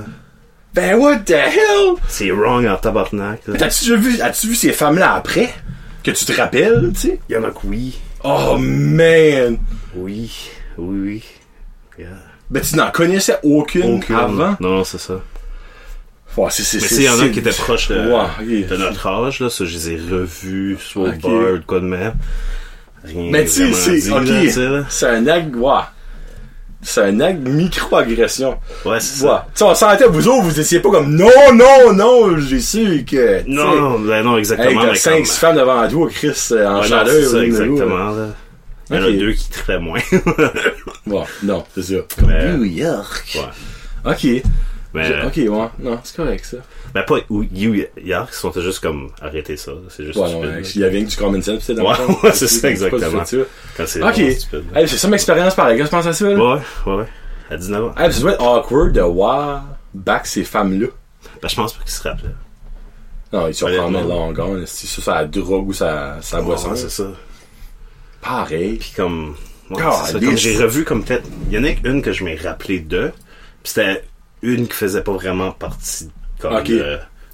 Speaker 1: Ben, what the hell?
Speaker 2: C'est wrong en tabarnak, là.
Speaker 1: T'as-tu déjà vu, as-tu vu ces femmes-là après? Que tu te rappelles, tu sais?
Speaker 2: Il y en a que oui.
Speaker 1: Oh, man!
Speaker 2: Oui. Oui, oui. Yeah.
Speaker 1: Ben, tu n'en connaissais aucune,
Speaker 2: Aucune.
Speaker 1: avant?
Speaker 2: Non, non, c'est ça.
Speaker 1: Ouais, c'est, c'est,
Speaker 2: Mais
Speaker 1: c'est-
Speaker 2: s'il y en a
Speaker 1: c'est-
Speaker 2: qui étaient proches de,
Speaker 1: Ouais, ok.
Speaker 2: de notre âge, là, ça, je les ai revus, soit
Speaker 1: Ok.
Speaker 2: au bar, de quoi de même. Rien
Speaker 1: Mais tu sais,
Speaker 2: vraiment
Speaker 1: c'est,
Speaker 2: dit, là, tu sais, là.
Speaker 1: ok. C'est un acte, ouais. C'est un acte micro-agression.
Speaker 2: Ouais, c'est
Speaker 1: Ouais.
Speaker 2: ça.
Speaker 1: Tu sais, on sentait, vous autres, vous étiez pas comme, non, non, non, j'ai su que, tu sais,
Speaker 2: Non, non, ben non,
Speaker 1: Hey,
Speaker 2: exactement.
Speaker 1: t'as
Speaker 2: mais
Speaker 1: 5
Speaker 2: comme-
Speaker 1: femmes devant toi, Chris, euh, en
Speaker 2: Ouais, non,
Speaker 1: chaleur.
Speaker 2: c'est ça,
Speaker 1: au niveau,
Speaker 2: exactement. Là. Il y en a
Speaker 1: Ok.
Speaker 2: deux qui traient moins.
Speaker 1: là. Ouais, non, c'est ça.
Speaker 2: Mais- euh,
Speaker 1: New York.
Speaker 2: Ouais.
Speaker 1: Ok.
Speaker 2: mais, euh,
Speaker 1: Ok, ouais. Non, c'est correct, ça.
Speaker 2: mais pas ou- you- hier, ils sont juste comme arrêtez ça. C'est juste
Speaker 1: Ouais, non,
Speaker 2: stupide.
Speaker 1: mais
Speaker 2: là.
Speaker 1: il y avait que du common sense, c'est dans
Speaker 2: Ouais,
Speaker 1: le fond.
Speaker 2: ouais, c'est ça,
Speaker 1: pas du
Speaker 2: exactement.
Speaker 1: futur.
Speaker 2: Quand c'est
Speaker 1: Ok.
Speaker 2: vraiment stupide. là.
Speaker 1: Hey, c'est ça mon expérience par la gueule, je pense à ça, là.
Speaker 2: Ouais, ouais, ouais. À 19 ans.
Speaker 1: Hey, ça doit être awkward de voir back ces femmes-là.
Speaker 2: Ben, je pense pas qu'ils se rappelaient.
Speaker 1: Non, ils sont
Speaker 2: Honnêtement.
Speaker 1: vraiment long gone. Si ça, ça la drogue ou ça, ça
Speaker 2: Ouais,
Speaker 1: boisson.
Speaker 2: c'est ça.
Speaker 1: Pareil.
Speaker 2: Puis comme. ouais,
Speaker 1: Ah,
Speaker 2: c'est ça.
Speaker 1: lisse.
Speaker 2: Comme j'ai revu comme peut-être. Il y en a une que je m'ai rappelé d'eux. Puis c'était une qui faisait pas vraiment partie comme.
Speaker 1: Ok.
Speaker 2: de-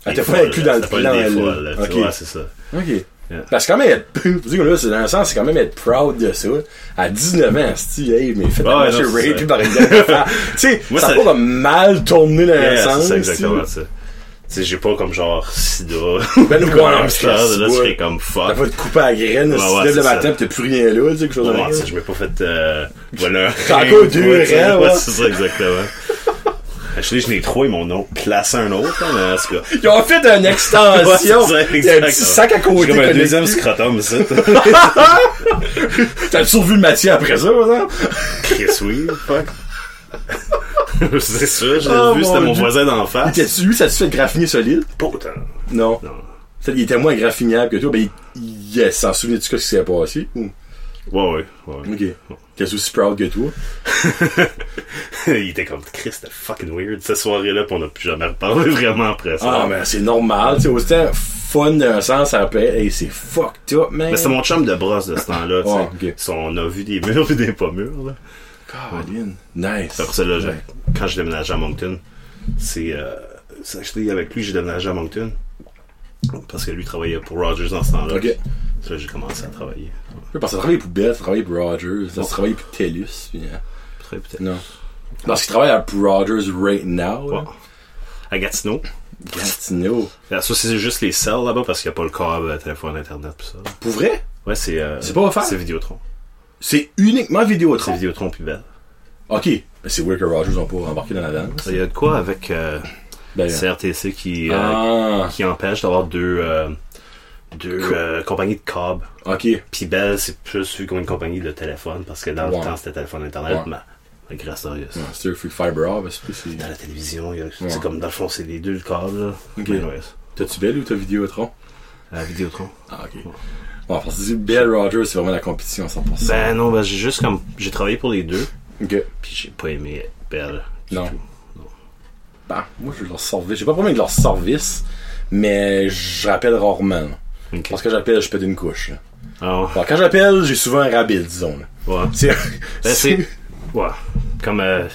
Speaker 1: Elle
Speaker 2: des
Speaker 1: était pas
Speaker 2: folles,
Speaker 1: inclue
Speaker 2: là.
Speaker 1: dans le
Speaker 2: C'était pas
Speaker 1: plan,
Speaker 2: une des
Speaker 1: elle,
Speaker 2: folles, là,
Speaker 1: là.
Speaker 2: tu
Speaker 1: Ok.
Speaker 2: vois, c'est ça.
Speaker 1: Ok.
Speaker 2: Yeah.
Speaker 1: Parce que quand même être, vous dites que là, c'est dans le sens, c'est quand même être proud de ça. À 19 ans, si, hey, mais faites
Speaker 2: Ouais,
Speaker 1: un
Speaker 2: non,
Speaker 1: marché
Speaker 2: c'est
Speaker 1: raid
Speaker 2: ça.
Speaker 1: puis par exemple. Tu sais,
Speaker 2: Moi,
Speaker 1: ça a
Speaker 2: ça-
Speaker 1: pas comme mal tourné dans
Speaker 2: Yeah,
Speaker 1: le
Speaker 2: c'est
Speaker 1: sens.
Speaker 2: ça,
Speaker 1: si.
Speaker 2: exactement ça. Tu sais, j'ai pas comme genre sida.
Speaker 1: Ben, ouais,
Speaker 2: comme un hamster,
Speaker 1: Chris,
Speaker 2: là, tu
Speaker 1: ouais.
Speaker 2: fais comme
Speaker 1: T'as
Speaker 2: fuck.
Speaker 1: pas de couper à la graine,
Speaker 2: Ouais,
Speaker 1: si
Speaker 2: ouais,
Speaker 1: tu te lèves le
Speaker 2: c'est
Speaker 1: matin
Speaker 2: ça.
Speaker 1: pis t'as plus rien là, tu sais, quelque chose
Speaker 2: Ouais,
Speaker 1: comme
Speaker 2: tu
Speaker 1: ça.
Speaker 2: sais, je m'ai pas fait, euh, voilà.
Speaker 1: T'as
Speaker 2: rien,
Speaker 1: encore
Speaker 2: tu
Speaker 1: deux
Speaker 2: vois, tu sais,
Speaker 1: rangs, ouais.
Speaker 2: ouais. C'est ça, exactement. Ashley, je n'ai trois, ils m'en ont placé un autre, hein, mais en tout cas.
Speaker 1: Ils ont fait une
Speaker 2: Ouais,
Speaker 1: extension.
Speaker 2: c'est ça,
Speaker 1: Ah, Il y a un
Speaker 2: exactement.
Speaker 1: petit sac à
Speaker 2: J'ai
Speaker 1: côté.
Speaker 2: comme un
Speaker 1: connecté.
Speaker 2: deuxième scrotum, ça.
Speaker 1: T'as survu le Mathieu après ça, par exemple?
Speaker 2: Chris, oui, fuck. c'est sûr, je l'ai
Speaker 1: Oh,
Speaker 2: vu, c'était
Speaker 1: mon
Speaker 2: mon
Speaker 1: Dieu.
Speaker 2: voisin d'en face.
Speaker 1: T'as-tu lui, ça te fait graffiner solide?
Speaker 2: Pas autant.
Speaker 1: Non.
Speaker 2: Non.
Speaker 1: Ça, Il était moins graffinable que toi, ben, il, il s'en souvient du cas ce qui s'est passé. Mm.
Speaker 2: Ouais, ouais, ouais.
Speaker 1: Ok. T'es aussi proud que toi.
Speaker 2: Il était comme, Chris, c'était fucking weird. Cette soirée-là, pis on n'a plus jamais reparlé vraiment après ça.
Speaker 1: Ah, mais c'est normal, tu sais, autant fun d'un sens, ça peut être, hey, c'est fucked up, man.
Speaker 2: Mais Ben, c'est mon chum de brosse de ce temps-là. tu sais.
Speaker 1: Ah, ok.
Speaker 2: Ça, On a vu des murs et des pas murs. Là.
Speaker 1: Caroline. Nice.
Speaker 2: Après ça, là, j'ai-
Speaker 1: Ouais.
Speaker 2: quand j'ai déménagé à Moncton, c'est euh, c'est acheté avec lui, j'ai déménagé à Moncton. Parce que lui travaillait pour Rogers dans ce temps-là.
Speaker 1: Ok.
Speaker 2: Puis Là, j'ai commencé à travailler.
Speaker 1: Parce que travailler pour Bell, travailler pour Rogers, ça travaille pour TELUS, puis, hein.
Speaker 2: Très peut-être.
Speaker 1: Non. Parce qu'il travaille à Rogers right now, là.
Speaker 2: Ouais. À Gatineau.
Speaker 1: Gatineau.
Speaker 2: Là, Ça, c'est juste les cells là-bas parce qu'il n'y a pas le câble, le téléphone, internet, tout ça. là.
Speaker 1: Pour vrai?
Speaker 2: Ouais, c'est. euh,
Speaker 1: C'est pas offert?
Speaker 2: C'est Vidéotron.
Speaker 1: C'est uniquement
Speaker 2: C'est
Speaker 1: Vidéotron.
Speaker 2: Vidéotron puis Bell.
Speaker 1: Ok. Ben, c'est weird que Rogers n'ont pas embarqué dans la danse.
Speaker 2: Il y a de quoi avec euh,
Speaker 1: Ben,
Speaker 2: CRTC qui, euh,
Speaker 1: ah,
Speaker 2: qui empêche d'avoir deux, euh, deux euh, compagnies de câbles.
Speaker 1: ok.
Speaker 2: Puis Bell, c'est plus vu comme une compagnie de téléphone parce que dans
Speaker 1: Ouais.
Speaker 2: le temps, c'était téléphone Internet,
Speaker 1: Ouais.
Speaker 2: mais mais grâce à Dieu, c'est-
Speaker 1: C'est un free fiber off, parce que c'est...
Speaker 2: Dans la télévision, il y a- c'est
Speaker 1: Ouais.
Speaker 2: comme dans le fond, c'est les deux le câble. Là.
Speaker 1: Ok.
Speaker 2: Mais ouais,
Speaker 1: T'as-tu Bell ou t'as Vidéotron?
Speaker 2: à la Vidéotron.
Speaker 1: Ah, ok. Bon, parce que Bell Rogers, c'est vraiment la compétition à 100%.
Speaker 2: Ben non, ben j'ai juste comme. J'ai travaillé pour les deux,
Speaker 1: Ok.
Speaker 2: puis j'ai pas aimé Bell.
Speaker 1: Non. Bah, moi, je leur service. J'ai pas de problème avec leur service. mais je rappelle rarement. là.
Speaker 2: Ok.
Speaker 1: Parce que j'appelle, je pète une couche. là.
Speaker 2: Ah ouais.
Speaker 1: Bon, quand j'appelle, j'ai souvent un rabais, disons. là.
Speaker 2: Ouais.
Speaker 1: C'est
Speaker 2: Ben, c'est. Ouais. Comme. euh,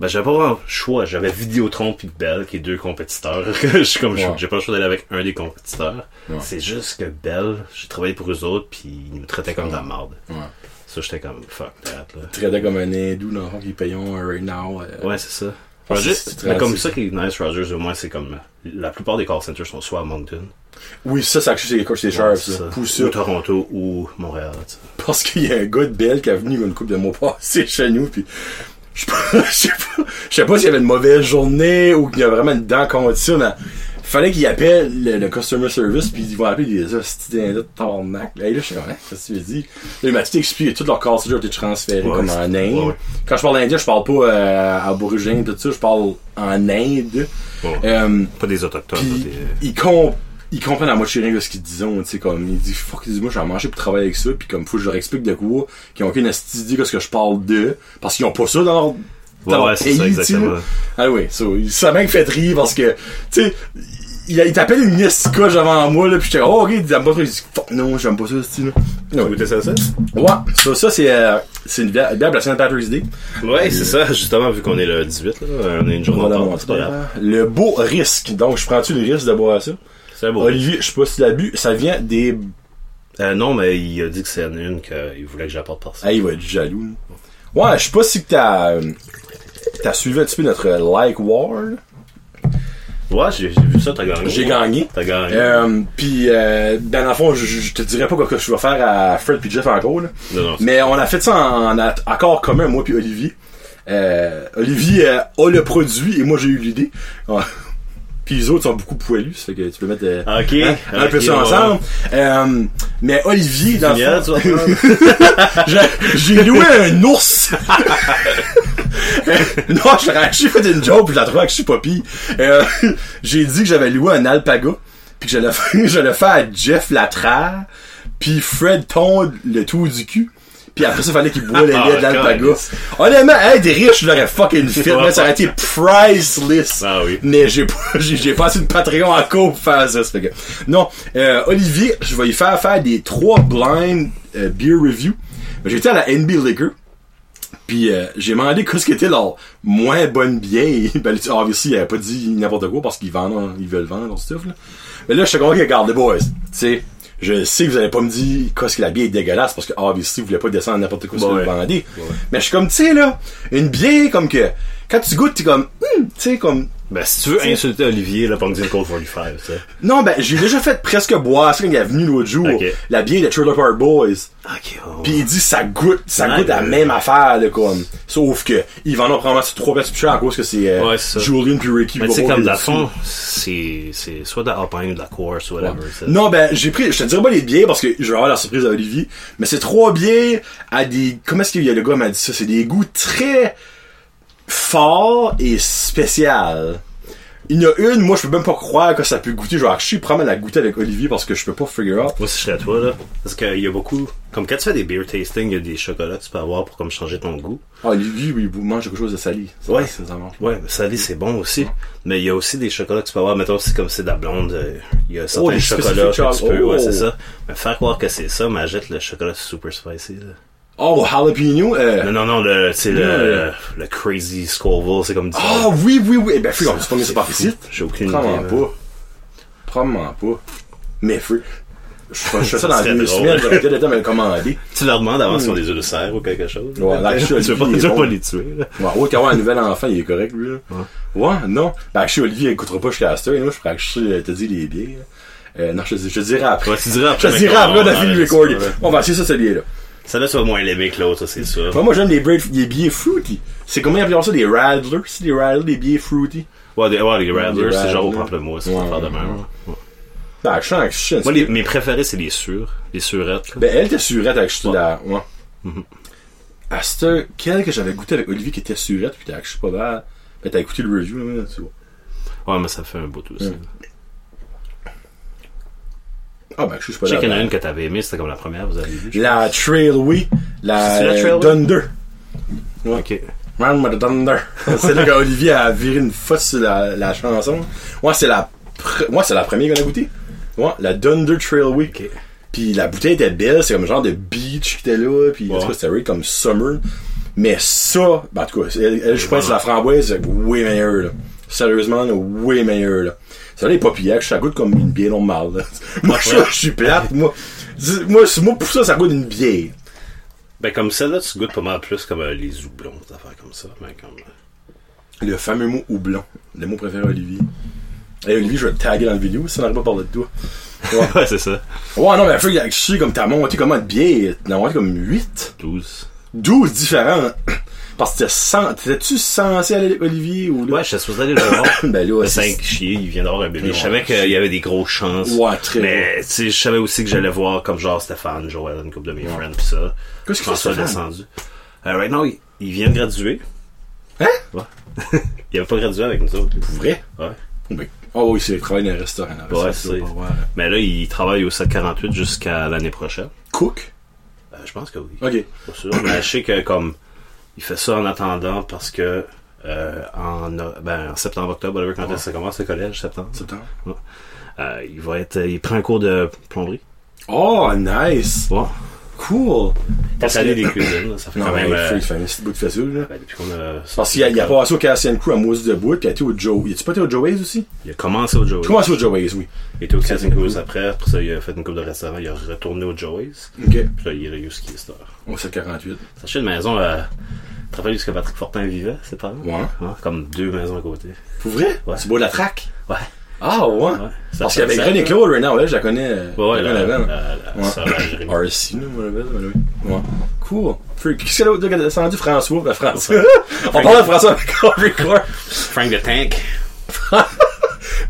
Speaker 2: Ben, j'avais pas vraiment le choix. J'avais Vidéotron puis Bell, qui est deux compétiteurs. Je suis comme, j'ai-
Speaker 1: Ouais.
Speaker 2: j'ai pas le choix d'aller avec un des compétiteurs.
Speaker 1: Ouais.
Speaker 2: C'est juste que Bell, j'ai travaillé pour eux autres puis ils me traitaient comme de la merde.
Speaker 1: Ouais.
Speaker 2: Ça, j'étais comme, fuck that, là.
Speaker 1: traité comme un hindou dans le fond qui payons un right now. euh,
Speaker 2: Ouais, c'est ça.
Speaker 1: Ah,
Speaker 2: Rogers-
Speaker 1: c'est- c'est
Speaker 2: mais
Speaker 1: très-
Speaker 2: comme
Speaker 1: c'est-
Speaker 2: ça qui est nice, Rogers, au moins, c'est comme. euh, La plupart des call centers sont soit à Moncton,
Speaker 1: Oui, ça, ça accuse les coachs des Sharps.
Speaker 2: c'est
Speaker 1: là.
Speaker 2: ça,
Speaker 1: Pousse
Speaker 2: ou
Speaker 1: ça.
Speaker 2: Toronto ou Montréal. tu sais.
Speaker 1: Parce qu'il y a un gars de Belle qui est venu une couple de mois passés chez nous, puis je sais pas, je sais pas, je sais pas s'il y avait une mauvaise journée ou qu'il y a vraiment une dent contre ça, mais fallait qu'il appelle le, le customer service, puis ils vont appeler des hosties d'un de tabarnak. Là, là, je suis comme, Hein, qu'est-ce que tu veux dire? Là, il m'a tout expliqué, tout leur cassure a été transféré
Speaker 2: Ouais,
Speaker 1: comme
Speaker 2: c'est-
Speaker 1: en Inde.
Speaker 2: ouais, ouais.
Speaker 1: Quand je parle indien, je parle pas euh, aborigène, tout ça, je parle en Inde.
Speaker 2: Ouais.
Speaker 1: Euh,
Speaker 2: Pas des autochtones,
Speaker 1: puis
Speaker 2: pas des.
Speaker 1: ils, com- ils comprennent à moitié rien de ce qu'ils disent, tu sais, comme, ils disent, fuck, ils disent, moi, j'ai à manger pour travailler avec ça, puis comme, faut que je leur explique de quoi, qu'ils ont aucune astuce idée de ce que je parle de, parce qu'ils ont pas ça dans leur, dans
Speaker 2: Ouais,
Speaker 1: leur
Speaker 2: ouais, c'est ça,
Speaker 1: pays, tu sais, là.
Speaker 2: exactement.
Speaker 1: Ah oui, so, ça m'a fait rire, parce que, tu sais, il, il t'appelle une escoche avant moi, là, pis j'étais, oh, ok, ils aiment pas ça, ils disent, fuck, non, j'aime pas ça, ce là
Speaker 2: Vous goûtez ça, ça?
Speaker 1: Ouais, ça, ça, c'est, euh, c'est une bière, bière de la Saint Patrick's Day.
Speaker 2: Ouais, c'est ça, justement, vu qu'on est le 18, là, Euh, on est une journée
Speaker 1: Voilà,
Speaker 2: en
Speaker 1: mon
Speaker 2: retard, c'est pas grave.
Speaker 1: frère. Le beau risque. Donc, je prends-tu le risque de boire ça?
Speaker 2: C'est beau.
Speaker 1: Olivier, je sais pas si tu l'as bu, ça vient des
Speaker 2: Euh, non, mais il a dit que c'est une qu'il voulait que j'apporte par ça.
Speaker 1: Ah, il va être jaloux. là. Ouais, je sais pas si que t'as. euh, T'as suivi un petit peu notre euh, like war. là.
Speaker 2: Ouais, j'ai j'ai vu ça, t'as gagné.
Speaker 1: J'ai gagné.
Speaker 2: T'as gagné.
Speaker 1: Euh, puis, euh, ben, dans le fond, je- je te dirais pas quoi que je vais faire à Fred puis Jeff encore. Là.
Speaker 2: Non, non,
Speaker 1: Mais on a fait ça en, en at- accord commun, moi puis Olivier. Euh, Olivier euh, a le produit et moi j'ai eu l'idée. Ouais. puis les autres sont beaucoup poilus, ça fait que tu peux mettre euh,
Speaker 2: Ah, Ok.
Speaker 1: hein, un peu
Speaker 2: ok,
Speaker 1: ça
Speaker 2: ouais.
Speaker 1: ensemble. Euh, mais Olivier, dans le
Speaker 2: Miel,
Speaker 1: fond,
Speaker 2: tu vas prendre?
Speaker 1: J'ai- J'ai loué un ours! non, je l'ai- j'ai fait une joke, puis je la trouve que je suis pas pire. Euh, j'ai dit que j'avais loué un alpaga, puis que je l'ai fait, je l'ai fait à Jeff Latrare, puis Fred tombe le tout du cul. Puis après ça, fallait qu'il boit le lait de
Speaker 2: Ah,
Speaker 1: l'alpaga.
Speaker 2: calice.
Speaker 1: Honnêtement, hey, des riches, je l'aurais fucking fait,
Speaker 2: Ouais.
Speaker 1: là, ça aurait été priceless.
Speaker 2: Ah oui.
Speaker 1: Mais j'ai pas, j'ai, j'ai pas assez de Patreon à cause pour faire ça. ça fait que- Non, euh, Olivier, je vais lui faire faire des trois blind euh, beer review. J'étais à la NB Liquor. Puis euh, j'ai demandé qu'est-ce qui était leur moins bonne bière. ben, là, tu- obviously, il avait pas dit n'importe quoi parce qu'ils vendent, hein, ils veulent vendre leur stuff, là. Mais là, je suis convaincu, regarde, les boys, tu sais, je sais que vous allez pas me dire qu'est-ce que la bière est dégueulasse parce que, obviously, vous voulez pas descendre n'importe quoi sur
Speaker 2: Ouais.
Speaker 1: le vendez. Mais je suis comme, tu sais, là, une bière comme que, quand tu goûtes, t'es comme, Hum, tu sais, comme,
Speaker 2: Ben, si tu veux insulter Olivier, là, pendant que Cold va lui faire, tu sais.
Speaker 1: non, ben, j'ai déjà fait presque boire ça quand il est venu l'autre jour.
Speaker 2: Ok.
Speaker 1: La bière de Trailer Park Boys.
Speaker 2: Ok, oh.
Speaker 1: Puis il dit, ça goûte, ça
Speaker 2: Ouais,
Speaker 1: goûte la
Speaker 2: ben,
Speaker 1: même affaire, là, comme. Sauf que, ils vendent probablement sur trois places plus cher à cause que c'est, euh,
Speaker 2: Ouais, c'est ça.
Speaker 1: Julian puis Ricky.
Speaker 2: Mais
Speaker 1: qui
Speaker 2: tu sais,
Speaker 1: vont
Speaker 2: comme dans
Speaker 1: boire
Speaker 2: le fond,
Speaker 1: dessus.
Speaker 2: c'est c'est soit de la Alpine ou de la Course, whatever. tu sais.
Speaker 1: Non, ben, j'ai pris, je te dirais pas les bières parce que je vais avoir la surprise à Olivier. Mais c'est trois bières à des, comment est-ce qu'il y a le gars m'a dit ça? C'est des goûts très forts et spéciaux. Il y en a une, moi, je peux même pas croire que ça peut goûter. Genre, je suis probablement la goûter avec Olivier parce que je peux pas figure out.
Speaker 2: Moi, si je serais toi, là, parce qu'il y a beaucoup. Comme quand tu fais des beer tasting, il y a des chocolats que tu peux avoir pour comme changer ton goût.
Speaker 1: Ah, Olivier, oui, vous mange quelque chose de sali. Ça,
Speaker 2: Ouais.
Speaker 1: c'est vraiment.
Speaker 2: Ouais, mais salé, c'est bon aussi. Mais il y a aussi des chocolats que tu peux avoir. Mettons, c'est comme c'est de la blonde. euh, Il y a certains
Speaker 1: Oh, les
Speaker 2: chocolats
Speaker 1: spécifiques Oh!
Speaker 2: que tu peux. Ouais,
Speaker 1: chocolats.
Speaker 2: c'est ça. Mais faire croire que c'est ça, mais jette le chocolat super spicy. Là.
Speaker 1: Oh, jalapeno, euh,
Speaker 2: Non, non, non, le, c'est
Speaker 1: Non,
Speaker 2: le,
Speaker 1: le-
Speaker 2: le crazy Scoville, c'est comme du.
Speaker 1: Ah oui, oui, oui. Eh ben, fou, on se pas mis ça par
Speaker 2: fou.
Speaker 1: ici.
Speaker 2: J'ai aucune
Speaker 1: Probablement
Speaker 2: idée, là.
Speaker 1: pas. Probablement pas. Mais fou. Je fais je fais ça
Speaker 2: Ça
Speaker 1: dans
Speaker 2: serait
Speaker 1: deux
Speaker 2: drôle.
Speaker 1: semaines, j'aurais peut-être le temps de me le commander.
Speaker 2: Tu leur demandes avant s'ils ont des œufs de serre ou quelque chose.
Speaker 1: Hmm. Ouais, là,
Speaker 2: tu
Speaker 1: actually,
Speaker 2: veux pas,
Speaker 1: il est
Speaker 2: tu veux
Speaker 1: bon.
Speaker 2: pas les tuer. Là.
Speaker 1: Ouais, autre qu'avoir un nouvel enfant, il est correct, lui, là. Ouais. non. Ben, je suis Olivier, il écoutera pas jusqu'à cette heure, là. Je pourrais acheter, euh, te dire les biens, là. Euh, non, je te, je te dirai après.
Speaker 2: Ouais, tu diras
Speaker 1: Je
Speaker 2: après.
Speaker 1: te
Speaker 2: mais
Speaker 1: dirai
Speaker 2: quand
Speaker 1: après,
Speaker 2: on
Speaker 1: on a fini de
Speaker 2: enregistre,
Speaker 1: recorder.
Speaker 2: ouais.
Speaker 1: On va essayer ça, celui-là.
Speaker 2: Ça, là, tu vas moins l'aimer que l'autre, ça, c'est sûr.
Speaker 1: Moi, moi, j'aime les, braids- les billets fruity. C'est comment ils appellent ça? Des radlers? C'est des radlers, des billets fruity?
Speaker 2: Ouais, des- ouais, les Rattlers, c'est genre au
Speaker 1: Rattlers.
Speaker 2: pamplemousse, c'est
Speaker 1: Ouais,
Speaker 2: une affaire de
Speaker 1: ouais,
Speaker 2: merde.
Speaker 1: Ben, je sens que je suis un
Speaker 2: Moi,
Speaker 1: petit
Speaker 2: les- mes préférés, c'est les sûrs, les surettes. là.
Speaker 1: Ben, elle était surette avec je
Speaker 2: Ouais. Mhm.
Speaker 1: la. Ouais. À cette quelle que j'avais goûté avec Olivier qui était surette, puis t'as je suis pas mal. Ben, t'as écouté le review, là, tu vois.
Speaker 2: Ouais, mais ça fait un beau tout
Speaker 1: Mm.
Speaker 2: ça.
Speaker 1: Ah, ben, je suis pas
Speaker 2: Je sais
Speaker 1: là.
Speaker 2: qu'il y en a
Speaker 1: ben,
Speaker 2: une que t'avais aimée, c'était comme la première, vous avez vu. je
Speaker 1: La Trail, oui.
Speaker 2: C'est
Speaker 1: La,
Speaker 2: la Trail, oui?
Speaker 1: Thunder.
Speaker 2: pense. Ok.
Speaker 1: Round my Thunder. c'est là qu'Olivier a viré une fosse sur la, la chanson. Ouais, c'est la pre- ouais, c'est la première qu'on a goûté. Ouais, la Dunder Trail Week.
Speaker 2: Ok.
Speaker 1: Puis la bouteille était belle, c'est comme genre de beach qui était là, puis en tout cas, c'était rated comme summer. Mais ça, ben, en tout cas, elle- elle, je pense que la framboise, c'est way meilleur, là. Sérieusement, là, way meilleur, là. Ça, les papillacs, ça goûte comme une bière normale, là. Moi, je, je suis plate, moi. C'est- Moi, c'est- moi, pour ça, ça goûte une bière.
Speaker 2: Ben, comme celle-là, tu goûtes pas mal plus comme euh, les houblons, des affaires comme ça. Ben, comme, euh,
Speaker 1: Le fameux mot houblon. Le mot préféré à Olivier. Et Olivier, je vais te taguer dans la vidéo, ça n'arrive pas par le doigt.
Speaker 2: ouais, c'est ça.
Speaker 1: Ouais, non, mais la feuille, je suis comme t'as monté comment de bière. T'en as monté comme 8.
Speaker 2: 12.
Speaker 1: 12 différents. Parce que t'étais cen- t'étais-tu censé aller à Olivier ou là?
Speaker 2: Ouais, je suis supposé aller le voir.
Speaker 1: Ben là,
Speaker 2: Le
Speaker 1: ouais, c'est-
Speaker 2: 5 chier, il vient d'avoir un bébé.
Speaker 1: Ouais.
Speaker 2: Je savais qu'il y avait des grosses chances.
Speaker 1: Ouais, très
Speaker 2: Mais, tu sais, je savais aussi que j'allais voir comme genre Stéphane, Joël, une couple de mes friends, pis ça.
Speaker 1: Qu'est-ce qu'il fait,
Speaker 2: François
Speaker 1: Stéphane?
Speaker 2: descendu. Euh, right now, il, il vient de graduer.
Speaker 1: Hein?
Speaker 2: Ouais. il avait pas gradué avec nous autres.
Speaker 1: Pour vrai?
Speaker 2: Ouais.
Speaker 1: Ben, oh oui, c'est le travail d'un restaurant. là.
Speaker 2: Ouais,
Speaker 1: Ça, euh,
Speaker 2: c'est-
Speaker 1: pas vrai.
Speaker 2: Mais là, il travaille au 748 jusqu'à l'année prochaine.
Speaker 1: Cook?
Speaker 2: Euh, je pense que oui.
Speaker 1: Ok.
Speaker 2: Pas sûr, mais je sais que comme il fait ça en attendant parce que euh, en, no- ben, en septembre, octobre, whatever, quand ça commence le collège, septembre.
Speaker 1: Septembre.
Speaker 2: Euh, il va être. Il prend un cours de plomberie.
Speaker 1: Oh, nice!
Speaker 2: Bon.
Speaker 1: Cool!
Speaker 2: T'as
Speaker 1: Parce que-
Speaker 2: salé des cuisines, là, ça fait
Speaker 1: Non,
Speaker 2: quand même.
Speaker 1: mais
Speaker 2: euh,
Speaker 1: il fait un petit bout de facile, là.
Speaker 2: ben, depuis qu'on a.
Speaker 1: Parce qu'il a, il a passé au Cassian Crew à Mousse de Bois, puis il a été au Joe. Il a-tu pas été au Joey's aussi?
Speaker 2: Il a commencé au Joey's.
Speaker 1: Je commence au Joey's, oui.
Speaker 2: Il était au Casting Cruise après, après ça, il a fait une coupe de restaurant, il a retourné au Joey's.
Speaker 1: Ok.
Speaker 2: Puis là, il est au ski star.
Speaker 1: Au 748.
Speaker 2: Ça acheté une maison, euh, tu te rappelles jusqu'à Patrick Fortin vivait, ses parents?
Speaker 1: Ouais.
Speaker 2: Hein, Comme deux maisons à côté.
Speaker 1: Pour vrai?
Speaker 2: Ouais.
Speaker 1: C'est beau de la traque?
Speaker 2: Ouais.
Speaker 1: Ah, ouais.
Speaker 2: Ouais.
Speaker 1: Parce qu'il y
Speaker 2: Ça-
Speaker 1: avait
Speaker 2: ça-
Speaker 1: René Claude right now, là, je la connais. euh,
Speaker 2: Ouais, ouais,
Speaker 1: je la
Speaker 2: la,
Speaker 1: connais
Speaker 2: la,
Speaker 1: avant.
Speaker 2: la,
Speaker 1: Ouais.
Speaker 2: sœur à Jérémy.
Speaker 1: RC, là, on l'appelle, ouais, oui. Ouais. Cool. Freak. Qu'est-ce qu'il y a d'autre qui a descendu? François? Ben, François. on parle de François avec Harvey Clark.
Speaker 2: Frank the Tank.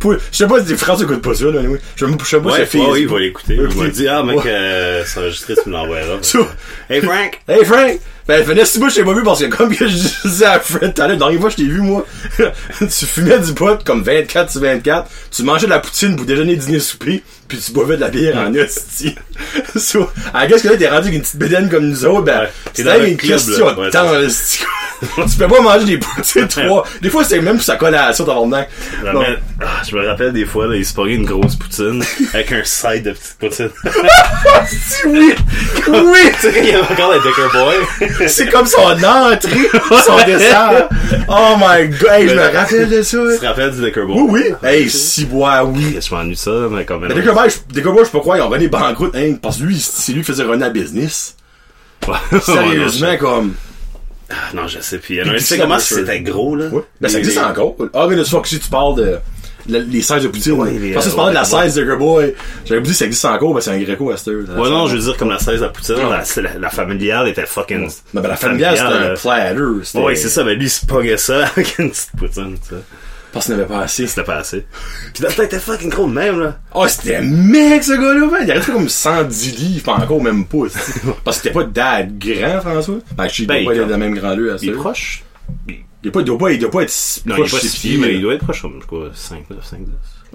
Speaker 1: Pour- Je sais pas si François écoute pas ça, là, anyway. Je sais pas si
Speaker 2: Ouais,
Speaker 1: Facebook-
Speaker 2: ouais, il va l'écouter. Il
Speaker 1: Facebook.
Speaker 2: m'a dit, ah, mec,
Speaker 1: Ouais.
Speaker 2: euh, c'est enregistré, tu me l'envoieras.
Speaker 1: Ça.
Speaker 2: hey, Frank!
Speaker 1: Hey Frank! Ben, venez si moi je t'ai pas vu parce que comme que je disais à Fred tout à l'heure, la dernière fois je t'ai vu moi, tu fumais du pot comme 24 sur 24, tu mangeais de la poutine pour déjeuner, dîner, souper, puis tu buvais de la bière en hostie. so, à guess que là t'es rendu avec une petite bédaine comme nous autres, ben,
Speaker 2: Ouais.
Speaker 1: c'est
Speaker 2: T'es dans le
Speaker 1: une
Speaker 2: club,
Speaker 1: question
Speaker 2: là.
Speaker 1: de
Speaker 2: Ouais,
Speaker 1: temps,
Speaker 2: c'est ça.
Speaker 1: hostie. tu peux pas manger des poutines trois. Des fois c'est même pour sa collation tabarnak.
Speaker 2: Je me
Speaker 1: Bon.
Speaker 2: rappelle- ah, je me rappelle des fois, là, il se pognait une grosse poutine avec un side de petite poutine.
Speaker 1: Si, oui! Oui!
Speaker 2: tu sais, il y avait encore la Decker Boy.
Speaker 1: C'est comme son entrée, son dessert. Oh my god, hey, je me rappelle de ça.
Speaker 2: Tu te rappelles du Decker Boy?
Speaker 1: Oh Oui, oui. Hey, si bois, oui.
Speaker 2: Je m'ennuie de ça, mais quand même.
Speaker 1: Mais Découvert, je des gars, je peux croire, ils ont rené banqueroute, hein, parce que lui, c'est lui qui faisait runner la business.
Speaker 2: Ah, Ouais,
Speaker 1: Sérieusement,
Speaker 2: non,
Speaker 1: comme.
Speaker 2: je- Non, je sais. Puis, il y en a un,
Speaker 1: Puis
Speaker 2: tu sais
Speaker 1: ça,
Speaker 2: comment
Speaker 1: bien sûr.
Speaker 2: c'était gros, là?
Speaker 1: Ouais. Ben, ça
Speaker 2: Les-
Speaker 1: existe encore. Ah, mais le soir que si tu parles de. la- les 16 de Poutine.
Speaker 2: Ouais, les- euh,
Speaker 1: Parce que tu parlais de la
Speaker 2: ouais,
Speaker 1: 16 de Boy. J'avais dit que ça existe encore, ben c'est un Greco à cette heure.
Speaker 2: Ouais, non, je veux dire, comme la 16 à Poutine, la, c'est la, la familiale était fucking.
Speaker 1: Ben, ben, la familiale, c'était un
Speaker 2: euh,
Speaker 1: platter. c'était-
Speaker 2: Ouais, c'est ça, mais lui, il se pognait ça avec une petite poutine, tu sais.
Speaker 1: Parce qu'il n'avait pas assez.
Speaker 2: C'était pas assez. Puis dans le temps, il était fucking gros de même, là.
Speaker 1: Oh, c'était mec, ce gars-là, man. Il restait comme 110 livres, pas encore, même pas. c'est- Parce que c'était pas dad grand, François. Ben, je suis
Speaker 2: Ben,
Speaker 1: pas
Speaker 2: il-
Speaker 1: de la même grandeur à ça.
Speaker 2: Il est proche.
Speaker 1: Il est pas- il doit pas, il doit pas être si
Speaker 2: Non,
Speaker 1: proche
Speaker 2: il est
Speaker 1: de
Speaker 2: pas
Speaker 1: ses
Speaker 2: six pieds, mais
Speaker 1: là.
Speaker 2: il doit être proche, comme, quoi, 5, 9, 5, 10.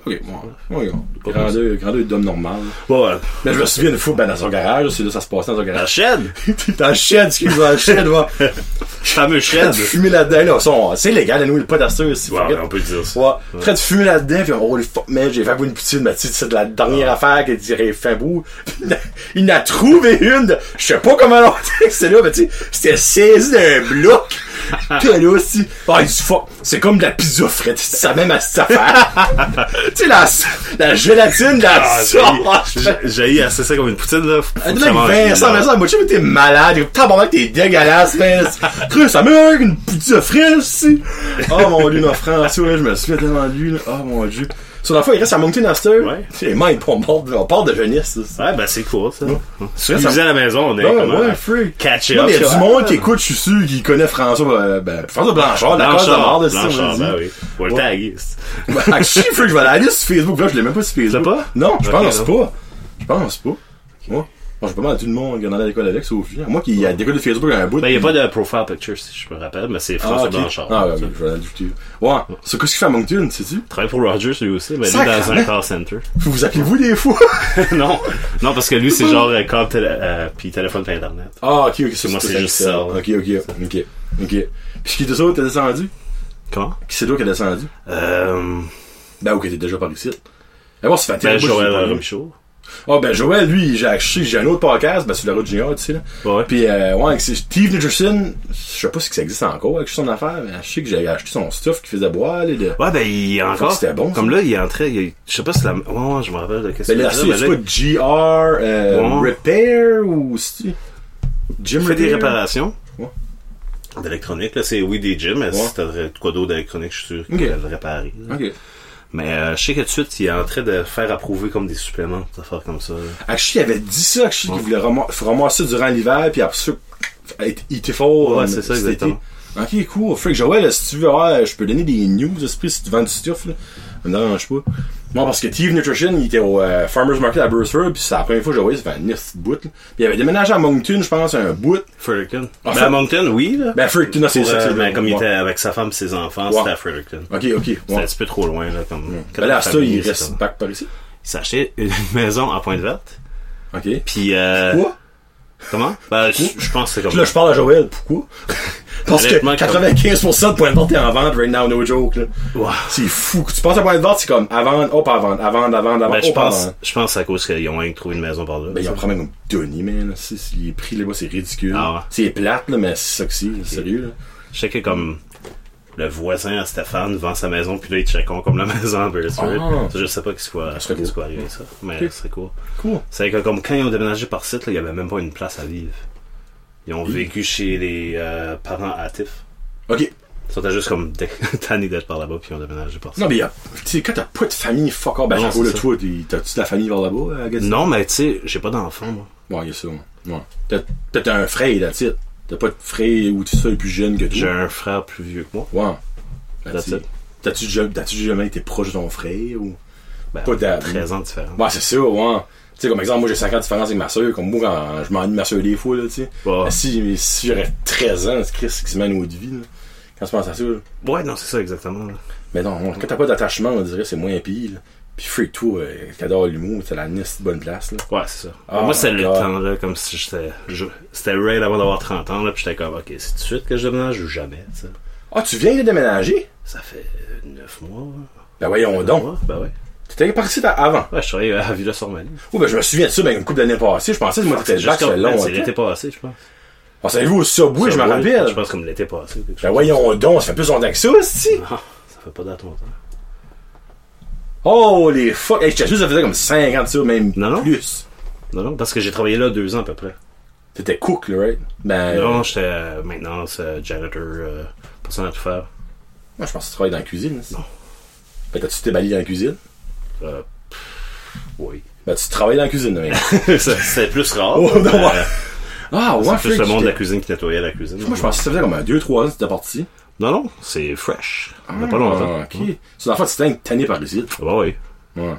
Speaker 1: Ok, moi, ouais, grandeur, grandeur d'homme normal.
Speaker 2: Ouais, voilà.
Speaker 1: Mais je me souviens une fois, ben, dans son garage, c'est là, ça se passait dans son
Speaker 2: La
Speaker 1: garage.
Speaker 2: chaîne!
Speaker 1: dans le shed, excuse, dans le shed, va. Train
Speaker 2: Fameux chaîne!
Speaker 1: de fumer là-dedans, là. ça, on- C'est légal, nous, il est pas d'assure, si
Speaker 2: Ouais,
Speaker 1: forget.
Speaker 2: on peut dire ça.
Speaker 1: Ouais. Train de fumer là-dedans, puis oh, les fuck, man, j'ai fait une poutine, mais tu sais, c'est de la dernière
Speaker 2: Ah.
Speaker 1: affaire qu'il dirait fin bout. Il n'a trouvé une, de- je sais pas comment longtemps que c'est là, mais tu sais, c'était saisi d'un bloc. Puis là, aussi, ah, il dit fuck, c'est comme de la pizza frette, c'est ça même à cette affaire. tu sais, la, la gélatine, de la
Speaker 2: Ah,
Speaker 1: sauce.
Speaker 2: j'ai- j'ai eu assez ça comme une poutine, là. Faut- faut
Speaker 1: Un
Speaker 2: que
Speaker 1: mec,
Speaker 2: ça mange,
Speaker 1: Vincent,
Speaker 2: là.
Speaker 1: Vincent, moi, tu sais, mais t'es malade. Tabarnak, t'es dégueulasse, man. Creux, ça meurt, une poutine fraîche, si. Oh mon dieu, non, François, là, je me souviens tellement de lui, là. Oh mon dieu. Sur la fois, il reste à Moncton Aster.
Speaker 2: Ouais.
Speaker 1: Les mains, ils sont mortes, là. on parle de jeunesse, là. ça.
Speaker 2: Ouais, ben c'est cool ça. Si
Speaker 1: Ça-
Speaker 2: vous à la maison, on est
Speaker 1: Ouais,
Speaker 2: comment,
Speaker 1: ouais, freak.
Speaker 2: catch
Speaker 1: Non,
Speaker 2: up.
Speaker 1: mais il y a
Speaker 2: ça.
Speaker 1: du monde qui écoute, je suis sûr, qui connaît François, euh, ben, François Blanchard, de la cause de la mort de ça,
Speaker 2: Blanchard, ben oui. Faut le
Speaker 1: Ouais.
Speaker 2: taguer.
Speaker 1: Ben, je suis freak, je vais aller sur Facebook, là, je l'ai même pas sur Facebook.
Speaker 2: Tu l'as pas?
Speaker 1: Non, je
Speaker 2: Ok,
Speaker 1: pense
Speaker 2: non.
Speaker 1: pas. Je pense pas. Moi, moi, j'ai pas mal tout le monde qui en allait à l'école avec, sauf lui. Moi qui y a des de Facebook à un bout.
Speaker 2: Ben, il n'y a pas de profile picture, si je me rappelle, mais c'est François
Speaker 1: ok.
Speaker 2: Blanchard.
Speaker 1: Ah, ouais, je vais l'ajouter. Ouais. C'est qu'est-ce qu'il fait à Moncton, sais-tu?
Speaker 2: Il travaille pour Rogers, lui aussi, mais lui,
Speaker 1: Sacrement.
Speaker 2: dans un call center.
Speaker 1: Vous vous appelez-vous des fois?
Speaker 2: non. Non, parce que lui, c'est genre, euh, call télé- euh, puis téléphone par Internet.
Speaker 1: ah, ok, ok. c'est
Speaker 2: Moi,
Speaker 1: ça,
Speaker 2: c'est juste ça, ouais.
Speaker 1: Ok, ok, ok. Ok. Puis qui est de ça, t'es descendu?
Speaker 2: Comment?
Speaker 1: Qui c'est toi qui est descendu?
Speaker 2: Euh,
Speaker 1: Ben, ok, t'es déjà par ici. Mais bon, c'est
Speaker 2: Ben,
Speaker 1: fantastique.
Speaker 2: Joël Robichaud.
Speaker 1: Ah, ben, Joël, lui, j'ai acheté, j'ai un autre podcast, ben, sur la route junior, tu sais, là.
Speaker 2: Ouais.
Speaker 1: Puis, euh, ouais, c'est Steve Nicholson, je sais pas si ça existe encore avec son affaire, mais je sais que j'ai acheté son stuff qui faisait boire, là, de...
Speaker 2: Ouais, ben, il est
Speaker 1: crois que
Speaker 2: encore.
Speaker 1: c'était bon,
Speaker 2: Comme
Speaker 1: ça.
Speaker 2: là, il est entré. il est- Je sais pas si la. Ouais, ouais, je me rappelle de qu'est-ce
Speaker 1: Ben,
Speaker 2: que
Speaker 1: là,
Speaker 2: c'est.
Speaker 1: c'est
Speaker 2: Ben, là,
Speaker 1: quoi, GR, euh,
Speaker 2: Ouais.
Speaker 1: Repair, ou, c'est-tu? Jim
Speaker 2: il fait des
Speaker 1: Repair?
Speaker 2: réparations.
Speaker 1: Ouais.
Speaker 2: D'électronique, là, c'est oui des gyms, mais
Speaker 1: Ouais.
Speaker 2: si t'as de quoi d'autre d'électronique, je suis sûr qu'il
Speaker 1: Ok.
Speaker 2: va le réparer. là.
Speaker 1: Ok.
Speaker 2: Mais euh, je sais que tout de suite, il est en train de faire approuver comme des suppléments, des affaires comme ça. là.
Speaker 1: Akshi avait dit ça, Akshi, qu'il voulait rama- ramasser durant l'hiver, puis après ça, être- il était fort.
Speaker 2: Ouais,
Speaker 1: euh,
Speaker 2: c'est ça,
Speaker 1: cet été.
Speaker 2: exactement.
Speaker 1: Ok, cool. Fait que Joël, si tu veux, ah, je peux donner des news, esprit, si tu vends du stuff, là. Ça me dérange pas. Non, parce que Steve Nutrition, il était au euh, Farmer's Market à Brewster, puis c'est la première fois que Joël, ça fait un petit bout, là. Puis il avait déménagé à Moncton, je pense, un bout.
Speaker 2: Fredericton.
Speaker 1: Ah,
Speaker 2: ben,
Speaker 1: Fre-
Speaker 2: à Moncton, oui, là.
Speaker 1: Ben, Fredericton, non, c'est
Speaker 2: Pour,
Speaker 1: ça,
Speaker 2: euh,
Speaker 1: c'est
Speaker 2: ben,
Speaker 1: le-
Speaker 2: comme
Speaker 1: ouais.
Speaker 2: il était avec sa femme et ses enfants,
Speaker 1: Ouais.
Speaker 2: c'était à Fredericton.
Speaker 1: Ok, ok.
Speaker 2: C'était
Speaker 1: Ouais.
Speaker 2: un petit peu trop loin, là, comme.
Speaker 1: Ben là, à ça, il
Speaker 2: famille,
Speaker 1: reste
Speaker 2: ça.
Speaker 1: back par ici.
Speaker 2: Il s'est acheté une maison en pointe verte.
Speaker 1: Ok.
Speaker 2: Puis, euh,
Speaker 1: Pourquoi?
Speaker 2: Comment? Ben, je je pense que c'est comme
Speaker 1: Là, je parle à Joël, pourquoi? Parce que
Speaker 2: Honnêtement,
Speaker 1: 95% de points de vente est en vente right now, no joke, là.
Speaker 2: Ouais.
Speaker 1: C'est fou. Tu penses à oh, point de vente, c'est comme avant, hop, avant, avant, avant, avant,
Speaker 2: Ben, je
Speaker 1: hop, avant.
Speaker 2: pense, je pense que c'est à cause qu'ils ont rien que trouvé une maison par là.
Speaker 1: Ah, hein. Ben, ils en prennent même Tony, man. là. C'est- c'est- Les prix là-bas, c'est ridicule.
Speaker 2: Ah ouais.
Speaker 1: C'est plate, là, mais c'est ça que c'est, là, sérieux, là.
Speaker 2: Je sais que comme le voisin à Stéphane vend sa maison, puis là, ils checkons comme la maison à Beresford.
Speaker 1: Ah.
Speaker 2: Je sais pas qu'est-ce qui va
Speaker 1: serait
Speaker 2: qu'est-ce qui va arriver, ça. Mais
Speaker 1: Ok.
Speaker 2: c'est cool.
Speaker 1: Cool.
Speaker 2: C'est que comme quand ils ont déménagé par site, là, il y avait même pas une place à vivre. Ils
Speaker 1: Hmm.
Speaker 2: ont vécu chez les euh, parents hâtifs.
Speaker 1: Ok.
Speaker 2: Ils sont juste comme dé- tannés d'être par là-bas, puis ils ont déménagé par site.
Speaker 1: Non, mais y'a- tu sais, quand t'as pas de famille, fuck off, ben,
Speaker 2: Non,
Speaker 1: chapeau,
Speaker 2: c'est
Speaker 1: là,
Speaker 2: ça.
Speaker 1: toi, t'es- t'as-tu de la famille vers là-bas, euh, à Gatineau?
Speaker 2: Non, mais tu sais, j'ai pas d'enfant, moi.
Speaker 1: Ouais, y'a ça, ouais. Ouais. T'as- T'as t'as un frère, là, tu sais. T'as pas de frère ou tout ça, est plus jeune que
Speaker 2: J'ai
Speaker 1: toi.
Speaker 2: un frère plus vieux que moi.
Speaker 1: Ouais. Ben,
Speaker 2: That's
Speaker 1: tu sais,
Speaker 2: it.
Speaker 1: T'as-tu déjà- t'as-tu jamais été proche de ton frère ou.
Speaker 2: Ben,
Speaker 1: Pas d'amis.
Speaker 2: 13 ans différents.
Speaker 1: Ouais, c'est ça, ouais. Tu sais, comme exemple, moi j'ai 5 ans de différence avec ma soeur, comme moi quand je m'ennuie de ma soeur des fois, là, tu sais.
Speaker 2: Ouais.
Speaker 1: Ben, Si, si j'aurais 13 ans, c'est Chris qui se mène au de vie, là. Quand tu penses à ça, là.
Speaker 2: Ouais, non, c'est ça exactement. là.
Speaker 1: Mais non, quand t'as pas d'attachement, on dirait que c'est moins pire, là. Puis freak toi, euh, t'adores l'humour, t'as la nice bonne place, là.
Speaker 2: Ouais, c'est ça.
Speaker 1: Oh
Speaker 2: Ah, Moi, c'était
Speaker 1: my
Speaker 2: le
Speaker 1: God.
Speaker 2: temps, là, comme si j'étais. je- C'était raid avant d'avoir 30 ans, là, puis j'étais comme, ok, c'est tout de suite que je déménage ou jamais, tu sais.
Speaker 1: Ah, tu viens de déménager?
Speaker 2: Ça fait 9 mois. là.
Speaker 1: Ben voyons donc.
Speaker 2: Ouais, ben ouais.
Speaker 1: T'étais parti d'a- avant.
Speaker 2: Ouais, je travaillais à Villa Sormanie.
Speaker 1: Oh, ben je me souviens de ça, ben une couple d'années passées, je pensais que moi t'étais déjà, ça fait
Speaker 2: ben, C'est l'été
Speaker 1: longtemps.
Speaker 2: passé, je pense.
Speaker 1: On s'est vu Ah, au Subway, je me
Speaker 2: Ouais,
Speaker 1: rappelle.
Speaker 2: Je pense comme l'été passé. quelque
Speaker 1: Ben
Speaker 2: chose.
Speaker 1: voyons donc, ça fait plus longtemps que ça, si.
Speaker 2: Ah, ça fait pas date longtemps.
Speaker 1: Oh les fuck! Hey, j'étais juste, ça faisait comme 50 ça, même
Speaker 2: Non, non.
Speaker 1: plus.
Speaker 2: Non, non, parce que j'ai travaillé là deux ans à peu près.
Speaker 1: T'étais cook, là, right? Ben,
Speaker 2: Non, j'étais euh, maintenance, euh, janitor, euh, personne à tout faire.
Speaker 1: moi, je pense que tu travailles dans la cuisine. là, ça.
Speaker 2: Non.
Speaker 1: Ben, t'as-tu déballé dans la cuisine?
Speaker 2: Euh, pff, oui.
Speaker 1: Ben, tu travailles dans la cuisine, là, mec.
Speaker 2: Ça, c'est plus rare.
Speaker 1: Oh, non,
Speaker 2: euh,
Speaker 1: ouais. ah, ouais,
Speaker 2: plus le
Speaker 1: Frank,
Speaker 2: monde de la
Speaker 1: j'étais-
Speaker 2: cuisine qui nettoyait la cuisine.
Speaker 1: Moi, je pensais que ça faisait comme 2-3 ans que t'étais parti.
Speaker 2: Non, non, c'est fresh. Ça fait pas longtemps.
Speaker 1: Ah, ok. C'est la fois que tu t'es tanné par ici.
Speaker 2: Bah oui.
Speaker 1: Ouais.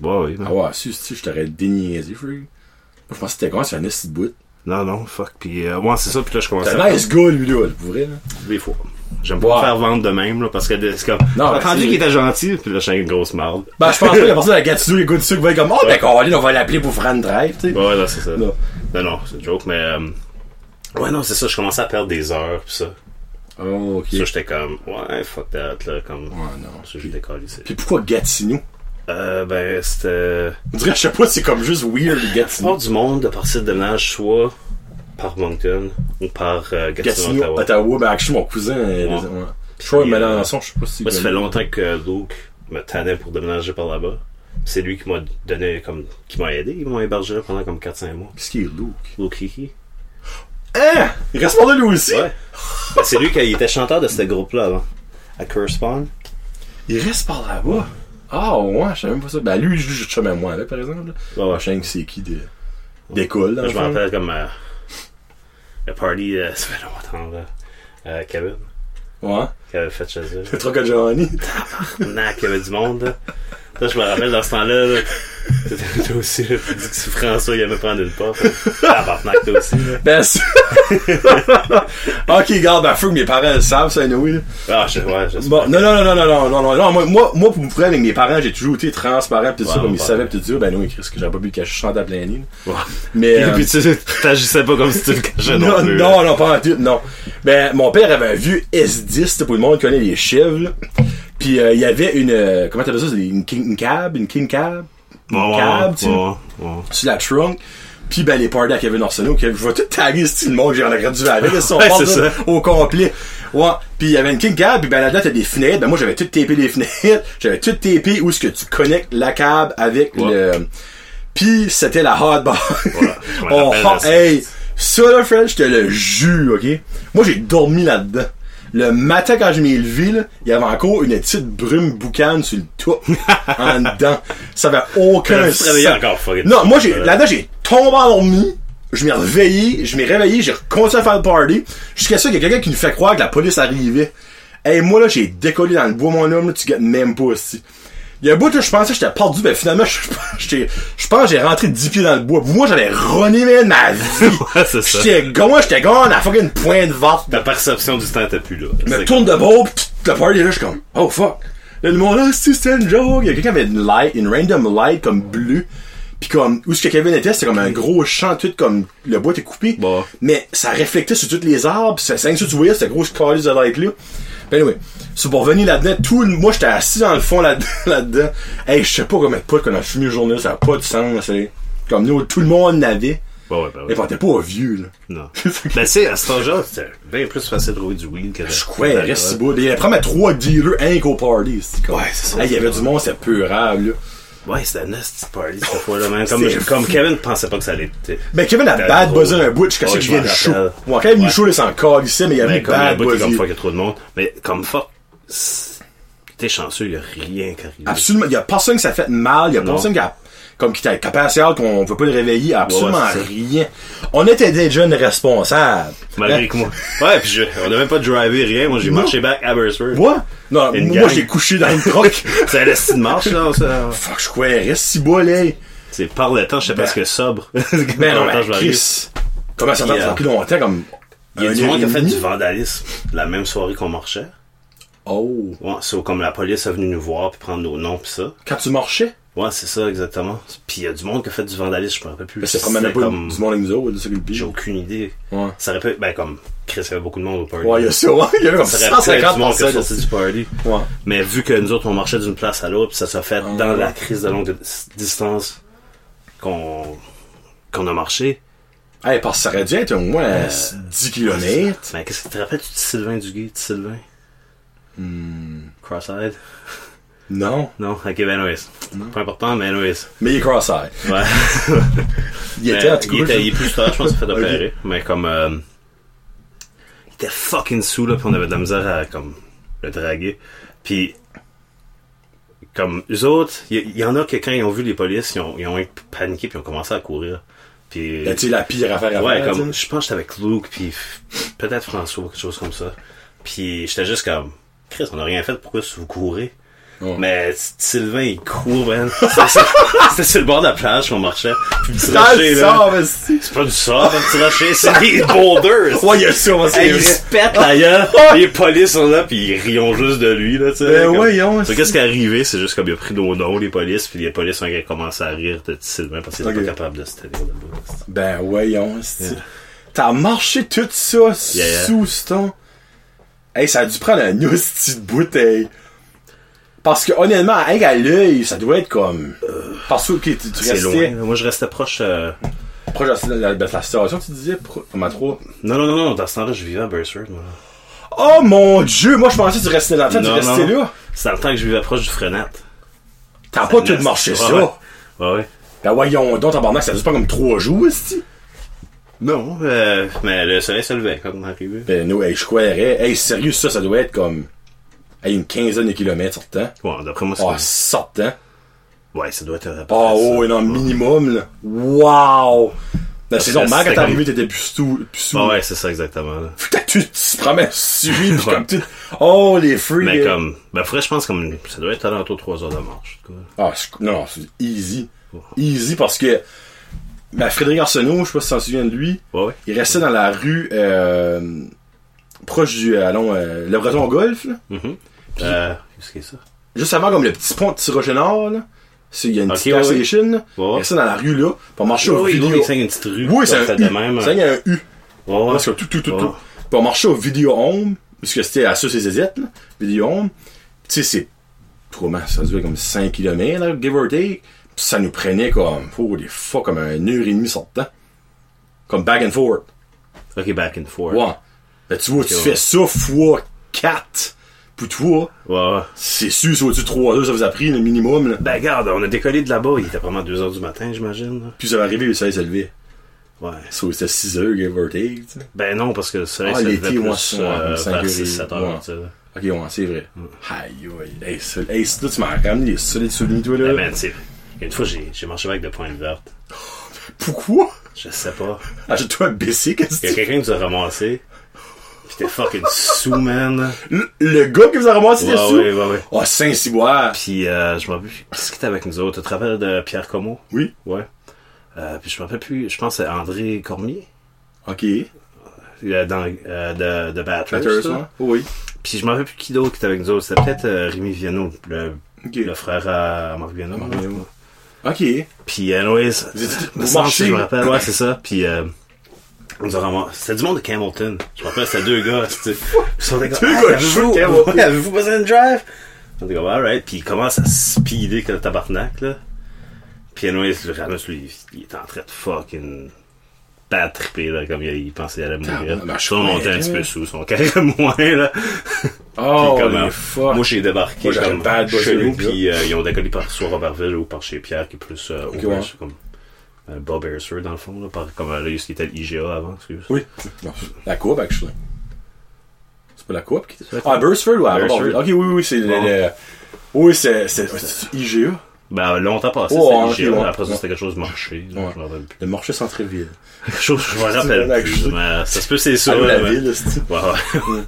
Speaker 2: Bah oui.
Speaker 1: Ah, ouais, si, si, je t'aurais déniaisé, Frank. Moi, je pensais que t'étais grand, c'est un esti de bout.
Speaker 2: Non, non, fuck. Puis, euh, ouais, c'est ça. Puis là, je commençais
Speaker 1: T'es
Speaker 2: à
Speaker 1: un nice gars, lui, là, pour vrai, là.
Speaker 2: des fois. J'aime pas
Speaker 1: Ouais.
Speaker 2: faire vendre de même, là, parce que de- c'est comme.
Speaker 1: Non,
Speaker 2: J'ai
Speaker 1: mais
Speaker 2: entendu
Speaker 1: c'est-
Speaker 2: qu'il était gentil, puis là, j'ai une grosse marde.
Speaker 1: Ben, je pense pas que la personne à Gatineau, les gars de sucre, va être comme, oh, ben, Colin, on va l'appeler pour Fran Drive, tu sais.
Speaker 2: Ouais, là, c'est ça.
Speaker 1: Non.
Speaker 2: Non, non, c'est une joke, mais. euh, Ouais, non, c'est ça. Je commençais à perdre des heures, puis ça.
Speaker 1: Oh, ok.
Speaker 2: Ça, j'étais comme, ouais, fuck that, là, comme.
Speaker 1: Ouais, non.
Speaker 2: Ça, j'ai décollé ici.
Speaker 1: Puis pourquoi Gatineau?
Speaker 2: Euh, ben, c'était.
Speaker 1: On dirait, je sais pas, c'est comme juste weird Gatineau.
Speaker 2: Part du monde, à partir de ménage, soit par Moncton ou par euh, Gatineau,
Speaker 1: Gatineau,
Speaker 2: Ottawa.
Speaker 1: Ottawa, ben, actually, mon cousin, euh,
Speaker 2: Ouais.
Speaker 1: les- ouais. Troy
Speaker 2: Puis,
Speaker 1: Melançon, je sais pas si tu
Speaker 2: Moi, ça fait
Speaker 1: connais.
Speaker 2: longtemps que Luke me tannait pour déménager par là-bas. C'est lui qui m'a donné, comme, qui m'a aidé. Ils m'ont hébergé là pendant comme 4-5 mois.
Speaker 1: Qu'est-ce qui est Luke?
Speaker 2: Luke Hickey.
Speaker 1: Hein? Il reste pas là, lui aussi?
Speaker 2: Ouais. Ben, c'est lui qui il était chanteur de ce groupe-là avant. À Correspond.
Speaker 1: Il reste par là-bas. Ah, ouais, je savais même pas ça. Ben, lui, je je sais même moi avec, par exemple. Ah,
Speaker 2: Ouais, ouais.
Speaker 1: Je sais que c'est qui de- d'école, là.
Speaker 2: Moi, je me rappelle comme euh, le party, euh, ça fait longtemps, là. Euh, Kevin,
Speaker 1: Ouais.
Speaker 2: qui avait fait chez eux.
Speaker 1: Le truc à Johnny.
Speaker 2: Nac, il y avait du monde, là. Là, je me rappelle dans ce temps-là, là, t'étais- toi aussi, là, tu dis que si François, il aimait prendre une porte. hein. Tabarnak, toi aussi, là.
Speaker 1: Ben, c'est- Ok, garde, ben, feu, mes parents le savent, ça, anyway, là.
Speaker 2: Ah, je, ouais, je sais
Speaker 1: Bon, non, non, non, non, non, non, non, non, non, moi, moi, moi, pour me prouver avec mes parents, j'ai toujours été transparent, pis tout ça,
Speaker 2: Ouais,
Speaker 1: comme ils
Speaker 2: ouais.
Speaker 1: savaient, pis tout ça, ben non, Chris, que j'avais pas bu le cachet, je chantais à plein nez, là.
Speaker 2: Ouais.
Speaker 1: Mais,
Speaker 2: Et
Speaker 1: euh,
Speaker 2: puis tu t'agissais pas comme si tu le cachais non,
Speaker 1: non,
Speaker 2: plus. hein.
Speaker 1: non, non, pas en tout, non. Ben, mon père avait un vieux S10, là, pour le monde qui connaît les chèvres, là, Puis euh, il y avait une. euh, comment t'appelles ça c'est une, king, une cab Une king cab Une
Speaker 2: Ouais, ouais,
Speaker 1: cab,
Speaker 2: ouais,
Speaker 1: tu sais,
Speaker 2: ouais, ouais.
Speaker 1: sur la trunk. Puis ben les parties à Kevin Arsenault, que je vais tout taguer ce le monde, j'en aurais dû avec, ils sont
Speaker 2: Ouais,
Speaker 1: forts,
Speaker 2: c'est
Speaker 1: là,
Speaker 2: ça.
Speaker 1: au complet. Ouais. Puis il y avait une King Cab, puis ben là-dedans t'as des fenêtres, ben moi j'avais tout tapé les fenêtres, j'avais tout tapé où est-ce que tu connectes la cab avec
Speaker 2: Ouais.
Speaker 1: le... Puis c'était la hot bar.
Speaker 2: je me
Speaker 1: On
Speaker 2: rappelle
Speaker 1: hot-
Speaker 2: de ça.
Speaker 1: hey, ça là Fred, je te le jure, ok? Moi j'ai dormi là-dedans. Le matin quand je m'ai levé, là, il y avait encore une petite brume boucane sur le toit en dedans. Ça avait aucun
Speaker 2: T'aurais dû travailler
Speaker 1: sens.
Speaker 2: encore, fuck it.
Speaker 1: Non, moi, j'ai, là-dedans, j'ai tombé endormi. Je m'ai réveillé, je m'ai réveillé, j'ai continué à faire le party. Jusqu'à ça, qu'il y a quelqu'un qui nous fait croire que la police arrivait. Et moi, là, j'ai décollé dans le bois, mon homme, là, tu gagnes même pas aussi. Il y a un bout, là, je pensais que j'étais perdu, mais finalement, je, j'étais- je pense que j'ai rentré 10 pieds dans le bois. Moi, j'avais runné, man, ma vie.
Speaker 2: Ouais, c'est ça.
Speaker 1: j'étais gone, j'étais gone, à fucking pointe verte
Speaker 2: Ta perception du temps t'es plus là.
Speaker 1: me
Speaker 2: C'est-
Speaker 1: tourne de bord, pis toute la party, là, je suis comme, oh fuck. Là, le monde, ah, là, c'est c'était une joke. Il y a quelqu'un qui avait une light, une random light, comme bleue. Pis comme, où ce que Kevin était, c'était comme un gros champ, tout comme, le bois était coupé.
Speaker 2: Bah.
Speaker 1: Mais ça reflétait sur toutes les arbres, pis ça ça, tu voyais, cette grosse calice de light-là. Ben, anyway. C'est pour venir là-dedans, tout le, moi, j'étais assis dans le fond là-dedans, là-dedans. Hey, je sais pas comment de potes qu'on a fumé le journée, ça a pas de sens, c'est, comme nous, tout le monde l'avait.
Speaker 2: Ouais, ouais, bah ouais.
Speaker 1: Mais t'es pas vieux, là.
Speaker 2: Non. ben, tu sais, à cet âge-là, c'était bien plus facile de trouver du weed que de.
Speaker 1: Je crois, il reste si beau. Il y a probablement trois dealers un qu'au party. c'est comme-
Speaker 2: Ouais, c'est ça.
Speaker 1: Hey, il y avait du monde, c'était purable, là.
Speaker 2: Ouais, c'était un nasty party cette fois-là, man. Comme,
Speaker 1: C'est-
Speaker 2: comme Kevin pensait pas que ça allait. euh, t'sais.
Speaker 1: Ben, Kevin a
Speaker 2: T'as
Speaker 1: bad
Speaker 2: drôle.
Speaker 1: buzzé un bout, je sais
Speaker 2: Ouais,
Speaker 1: que
Speaker 2: je
Speaker 1: je viens de
Speaker 2: me
Speaker 1: chaud.
Speaker 2: rappelle.
Speaker 1: Moi, quand il est
Speaker 2: Ouais.
Speaker 1: chaud, il s'en calissait, mais il y avait
Speaker 2: Mais
Speaker 1: une
Speaker 2: ben, comme la
Speaker 1: bad
Speaker 2: bout, comme
Speaker 1: buzzé.
Speaker 2: fuck, il y a trop de monde. Mais comme fuck, c'est- t'es chanceux, y a rien qui arrive.
Speaker 1: Absolument. Il y a personne qui s'est fait mal, il y a
Speaker 2: Non.
Speaker 1: personne qui a, comme qui était capable qu'on veut pas le réveiller, absolument
Speaker 2: Ouais, ouais, c'est
Speaker 1: rien. On était des jeunes responsables. Ben,
Speaker 2: Malgré que moi. Ouais, pis je, on a même pas drivé rien. Moi, j'ai marché back à Abbotsford.
Speaker 1: Moi? Non,
Speaker 2: Une
Speaker 1: moi,
Speaker 2: gang.
Speaker 1: j'ai couché dans une croque.
Speaker 2: C'est un nasty de marche, là. ça.
Speaker 1: Fuck, je crois, reste si beau, là.
Speaker 2: C'est par le temps, je sais pas ce que sobre.
Speaker 1: Ben, non,
Speaker 2: Attends,
Speaker 1: mais
Speaker 2: je vais arriver.
Speaker 1: Chris. Comment ça m'a
Speaker 2: Puis, euh,
Speaker 1: pris longtemps, comme.
Speaker 2: Il y a
Speaker 1: un
Speaker 2: du
Speaker 1: heure
Speaker 2: monde qui
Speaker 1: et
Speaker 2: a fait
Speaker 1: demie?
Speaker 2: du vandalisme la même soirée qu'on marchait.
Speaker 1: Oh.
Speaker 2: Ouais, c'est comme la police est venue nous voir puis prendre nos noms pis ça.
Speaker 1: Quand tu marchais?
Speaker 2: Ouais, c'est ça, exactement. Puis il y a du monde qui a fait du vandalisme, je me rappelle plus.
Speaker 1: Ben, c'est
Speaker 2: C'était
Speaker 1: probablement pas
Speaker 2: comme-
Speaker 1: du monde avec nous autres, là, c'est le pire.
Speaker 2: J'ai aucune idée.
Speaker 1: Ouais.
Speaker 2: Ça aurait pu... Ben, comme Chris, il y avait beaucoup de monde au party.
Speaker 1: Ouais, il y a ça, ouais. Il y avait comme
Speaker 2: ça aurait pu être
Speaker 1: 150
Speaker 2: du monde qui est
Speaker 1: personnes.
Speaker 2: sorti du party.
Speaker 1: Ouais.
Speaker 2: Mais vu que nous autres, on marchait d'une place à l'autre, puis ça s'est fait
Speaker 1: Ah
Speaker 2: dans la crise de longue distance qu'on qu'on a marché.
Speaker 1: Hey, parce que ça aurait dû être au moins à 10 km.
Speaker 2: Ben, qu'est-ce que tu te rappelles tu Sylvain Duguay, petit Sylvain?
Speaker 1: Hmm.
Speaker 2: Cross-eyed?
Speaker 1: Non.
Speaker 2: Non? Ok, ben anyways. Pas important, mais anyways.
Speaker 1: Mais il est cross-eyed.
Speaker 2: Ouais.
Speaker 1: Il
Speaker 2: Mais
Speaker 1: était, en tout cas.
Speaker 2: il, était, il
Speaker 1: je-
Speaker 2: est plus tard, je pense, qu'il s'est fait opérer. Mais comme. euh, il était fucking sous, là, puis on avait de la misère à comme, le draguer. Puis. Comme eux autres, il y, il y en a que quand ils ont vu les polices, ils ont, ils ont paniqué, puis ils ont commencé à courir. Puis.
Speaker 1: Ben, tu sais, la pire affaire à
Speaker 2: Ouais,
Speaker 1: faire,
Speaker 2: comme,
Speaker 1: tu sais.
Speaker 2: je pense que j'étais avec Luke, puis f- peut-être François, quelque chose comme ça. Puis j'étais juste comme, Chris, on n'a rien fait, pourquoi vous courez?
Speaker 1: Ouais.
Speaker 2: Mais S- Sylvain, il court, man. C'était sur- C'était sur le bord de la plage qu'on marchait. Puis le petit
Speaker 1: Dans
Speaker 2: rocher,
Speaker 1: le
Speaker 2: là.
Speaker 1: sort, ben, si.
Speaker 2: C'est pas du sort, un petit rocher, c'est des boulders.
Speaker 1: Ouais, il y a ça, ouais, c'est
Speaker 2: Hey, il
Speaker 1: vrai.
Speaker 2: se pète la gueule. Les polices sont là, puis ils rions juste de lui, là, tu sais.
Speaker 1: Ben
Speaker 2: Comme-
Speaker 1: voyons,
Speaker 2: So, Qu'est-ce qui est arrivé, c'est juste comme il a pris nos noms, les polices, puis les polices ont commencé à rire de Sylvain parce qu'ils étaient
Speaker 1: Ok.
Speaker 2: pas capables de se tenir debout.
Speaker 1: Ben, voyons, c'est- T'as marché tout ça
Speaker 2: Yeah, yeah.
Speaker 1: sous ce ton. Hey, ça a dû prendre une hostie de bouteille. Parce que, honnêtement, rien qu'à l'œil, ça doit être comme. Parce que ok, tu, tu
Speaker 2: Euh, C'est
Speaker 1: restais.
Speaker 2: loin. Moi, je restais proche. euh,
Speaker 1: Proche de la, de la station, tu disais, pro- comme à trois.
Speaker 2: Non, non, non, non, dans ce temps-là, je vivais à Bursford, moi.
Speaker 1: Oh mon dieu, moi je pensais que tu restais dans le temps, tu
Speaker 2: Non,
Speaker 1: restais
Speaker 2: non.
Speaker 1: là.
Speaker 2: C'est dans le temps que je vivais proche du Frenat.
Speaker 1: T'as pas tout marché
Speaker 2: Ouais,
Speaker 1: ça.
Speaker 2: ouais. Ouais, ouais.
Speaker 1: Ben voyons donc, tabarnak, ça dure pas comme trois jours, esti.
Speaker 2: Non, euh, mais le soleil se levait quand on est arrivé.
Speaker 1: Ben nous, hey, je croirais. Hey, sérieux, ça, ça doit être comme. Hey, une quinzaine de kilomètres sortant.
Speaker 2: Ouais, d'après moi, c'est.
Speaker 1: Ah, sortant.
Speaker 2: Ouais, ça doit être à peu
Speaker 1: Ah,
Speaker 2: près ça.
Speaker 1: oh, et non, minimum, là. Wow! Ben, c'est
Speaker 2: que
Speaker 1: normal, quand
Speaker 2: c'était
Speaker 1: t'es arrivé,
Speaker 2: comme-
Speaker 1: t'étais plus sous. Plus sous.
Speaker 2: Ah ouais, c'est ça exactement. là.
Speaker 1: Putain, tu tu te promets suivi, pis comme tu. Oh, les fruits.
Speaker 2: Mais
Speaker 1: là.
Speaker 2: comme. Ben, après, je pense comme. Ça doit être à l'entour de 3 heures de marche, en tout cas.
Speaker 1: Ah, c'est- non, non, c'est easy. Easy parce que ben, Frédéric Arsenault, je sais pas si tu t'en souviens de lui,
Speaker 2: Ouais, ouais.
Speaker 1: il restait dans la rue euh, proche du euh, allons, euh, le Breton Golf, là.
Speaker 2: Mhm. Euh, qu'est-ce que c'est ça?
Speaker 1: juste avant comme le petit pont de Tirogénard, là. C'est- Il y a une
Speaker 2: Ok,
Speaker 1: petite
Speaker 2: ouais,
Speaker 1: gas
Speaker 2: ouais.
Speaker 1: station, là.
Speaker 2: Ouais, ouais.
Speaker 1: Il restait dans la rue là, pour marcher au
Speaker 2: oui,
Speaker 1: vidéo.
Speaker 2: oui, c'est une petite rue.
Speaker 1: Oui, c'est
Speaker 2: comme
Speaker 1: un
Speaker 2: ça
Speaker 1: U.
Speaker 2: de même.
Speaker 1: C'est un U.
Speaker 2: Ouais, ouais.
Speaker 1: Parce que tout, tout, tout,
Speaker 2: Ouais.
Speaker 1: tout. Puis on marchait au Video Home, puisque c'était à ça, c'est Zézette, là, Video Home. tu sais, c'est. Comment ça se fait comme 5 km, là, give or take. Puis ça nous prenait comme. Oh, des fois, comme une heure et demie sur le temps. Comme back and forth.
Speaker 2: Ok, back and forth.
Speaker 1: Ouais. Ben, tu vois, tu
Speaker 2: Ok,
Speaker 1: fais
Speaker 2: ouais.
Speaker 1: ça fois 4. Puis tu vois,
Speaker 2: Ouais.
Speaker 1: c'est sûr, ça va-tu 3 heures, ça vous a pris le minimum, là.
Speaker 2: Ben, regarde, on a décollé de là-bas. Il était vraiment 2h du matin, j'imagine.
Speaker 1: Puis ça va arriver, le soleil s'est levé.
Speaker 2: là. Ouais.
Speaker 1: Ça, c'était 6 heures, give or take, tu sais.
Speaker 2: Ben non, parce que le soleil
Speaker 1: Ah,
Speaker 2: se
Speaker 1: l'été,
Speaker 2: levait plus
Speaker 1: ouais,
Speaker 2: ouais,
Speaker 1: ouais,
Speaker 2: euh,
Speaker 1: cinq
Speaker 2: vers
Speaker 1: heures et-
Speaker 2: 6-7
Speaker 1: ouais.
Speaker 2: heures. tu sais.
Speaker 1: Ok, ouais, c'est vrai. Aïe, aïe. Hey, ça, hey, ça, là, tu m'as ramené les solides souliers, toi, là.
Speaker 2: Ben, man, tu sais, une fois, j'ai j'ai marché avec de pointe verte.
Speaker 1: Pourquoi?
Speaker 2: Je sais pas.
Speaker 1: Achète-toi un BC, qu'est-ce que
Speaker 2: Il y a
Speaker 1: tu...
Speaker 2: quelqu'un qui nous a ramassé. Pis t'es fucking sous, man.
Speaker 1: Le, le gars qui vous a ramassé
Speaker 2: Ouais,
Speaker 1: des sous?
Speaker 2: ouais, ouais, ouais.
Speaker 1: Oh, Saint-Cyboire.
Speaker 2: Puis euh, je m'en rappelle plus. Qu'est-ce qui était avec nous autres? Tu te rappelles de Pierre Como?
Speaker 1: Oui.
Speaker 2: Ouais. Euh, puis je me rappelle plus. Je pense que c'est André Cormier.
Speaker 1: Ok.
Speaker 2: euh, dans, euh, de, de Batters.
Speaker 1: Flatters,
Speaker 2: là.
Speaker 1: hein? Oui.
Speaker 2: Puis je m'en rappelle plus qui d'autre qui était avec nous autres. C'était peut-être euh, Rémi Viano, le,
Speaker 1: Ok.
Speaker 2: le frère à Marc Viano.
Speaker 1: Marc
Speaker 2: là.
Speaker 1: Viano. Ok.
Speaker 2: Puis, anyways,
Speaker 1: êtes-
Speaker 2: me
Speaker 1: vous
Speaker 2: semble que
Speaker 1: marchez.
Speaker 2: je me rappelle, ouais, c'est ça. Puis, euh, on nous a ramassé. C'était du monde de Camelton. Je me rappelle, c'était deux gars, tu sais. Ils sont des gars,
Speaker 1: Deux
Speaker 2: Ah,
Speaker 1: gars de
Speaker 2: avez-vous,
Speaker 1: shoot, Camelton.
Speaker 2: ouais, avez-vous besoin de drive? On est comme, alright. Puis, il commence à speeder que le tabarnak, là. Puis, anyways, le Ramus, lui, il était en train de fucking pas triper, là, comme il, il pensait qu'il allait mourir.
Speaker 1: Tabarnak,
Speaker 2: Tout le monde était un
Speaker 1: ouais,
Speaker 2: petit
Speaker 1: hein.
Speaker 2: peu sous son carré moins, là.
Speaker 1: Oh,
Speaker 2: Puis comme, euh,
Speaker 1: les fuck.
Speaker 2: Moi, j'ai débarqué
Speaker 1: Moi, j'aurais
Speaker 2: comme
Speaker 1: pas adoré
Speaker 2: chez nous,
Speaker 1: les gars.
Speaker 2: puis euh, ils ont décollé par soit Robertville ou par chez Pierre, qui est plus euh,
Speaker 1: Ok,
Speaker 2: ouvert,
Speaker 1: ouais.
Speaker 2: c'est comme euh, Bob Airser, dans le fond, là, par, comme euh, là, ce qui était l'IGA avant, excuse.
Speaker 1: Oui. Non, La coupe, actually. C'est pas la coupe qui était.
Speaker 2: C'est la
Speaker 1: Ah, Burstford ou avant?
Speaker 2: Beresford.
Speaker 1: Ok, oui, oui, c'est le.
Speaker 2: Bon.
Speaker 1: le- Oui, c'est. c'est- c'est IGA.
Speaker 2: Ben, longtemps passé,
Speaker 1: Oh,
Speaker 2: c'était
Speaker 1: ok,
Speaker 2: l'IGA,
Speaker 1: ouais.
Speaker 2: après ça, c'était quelque chose de marché, là,
Speaker 1: Ouais.
Speaker 2: je m'en rappelle plus.
Speaker 1: Le marché centre-ville.
Speaker 2: Quelque chose, je m'en rappelle plus, mais ça se peut, c'est ça.
Speaker 1: Allô, Ah, la
Speaker 2: là, mais-
Speaker 1: ville, c'est.
Speaker 2: Ouais, ouais. Bob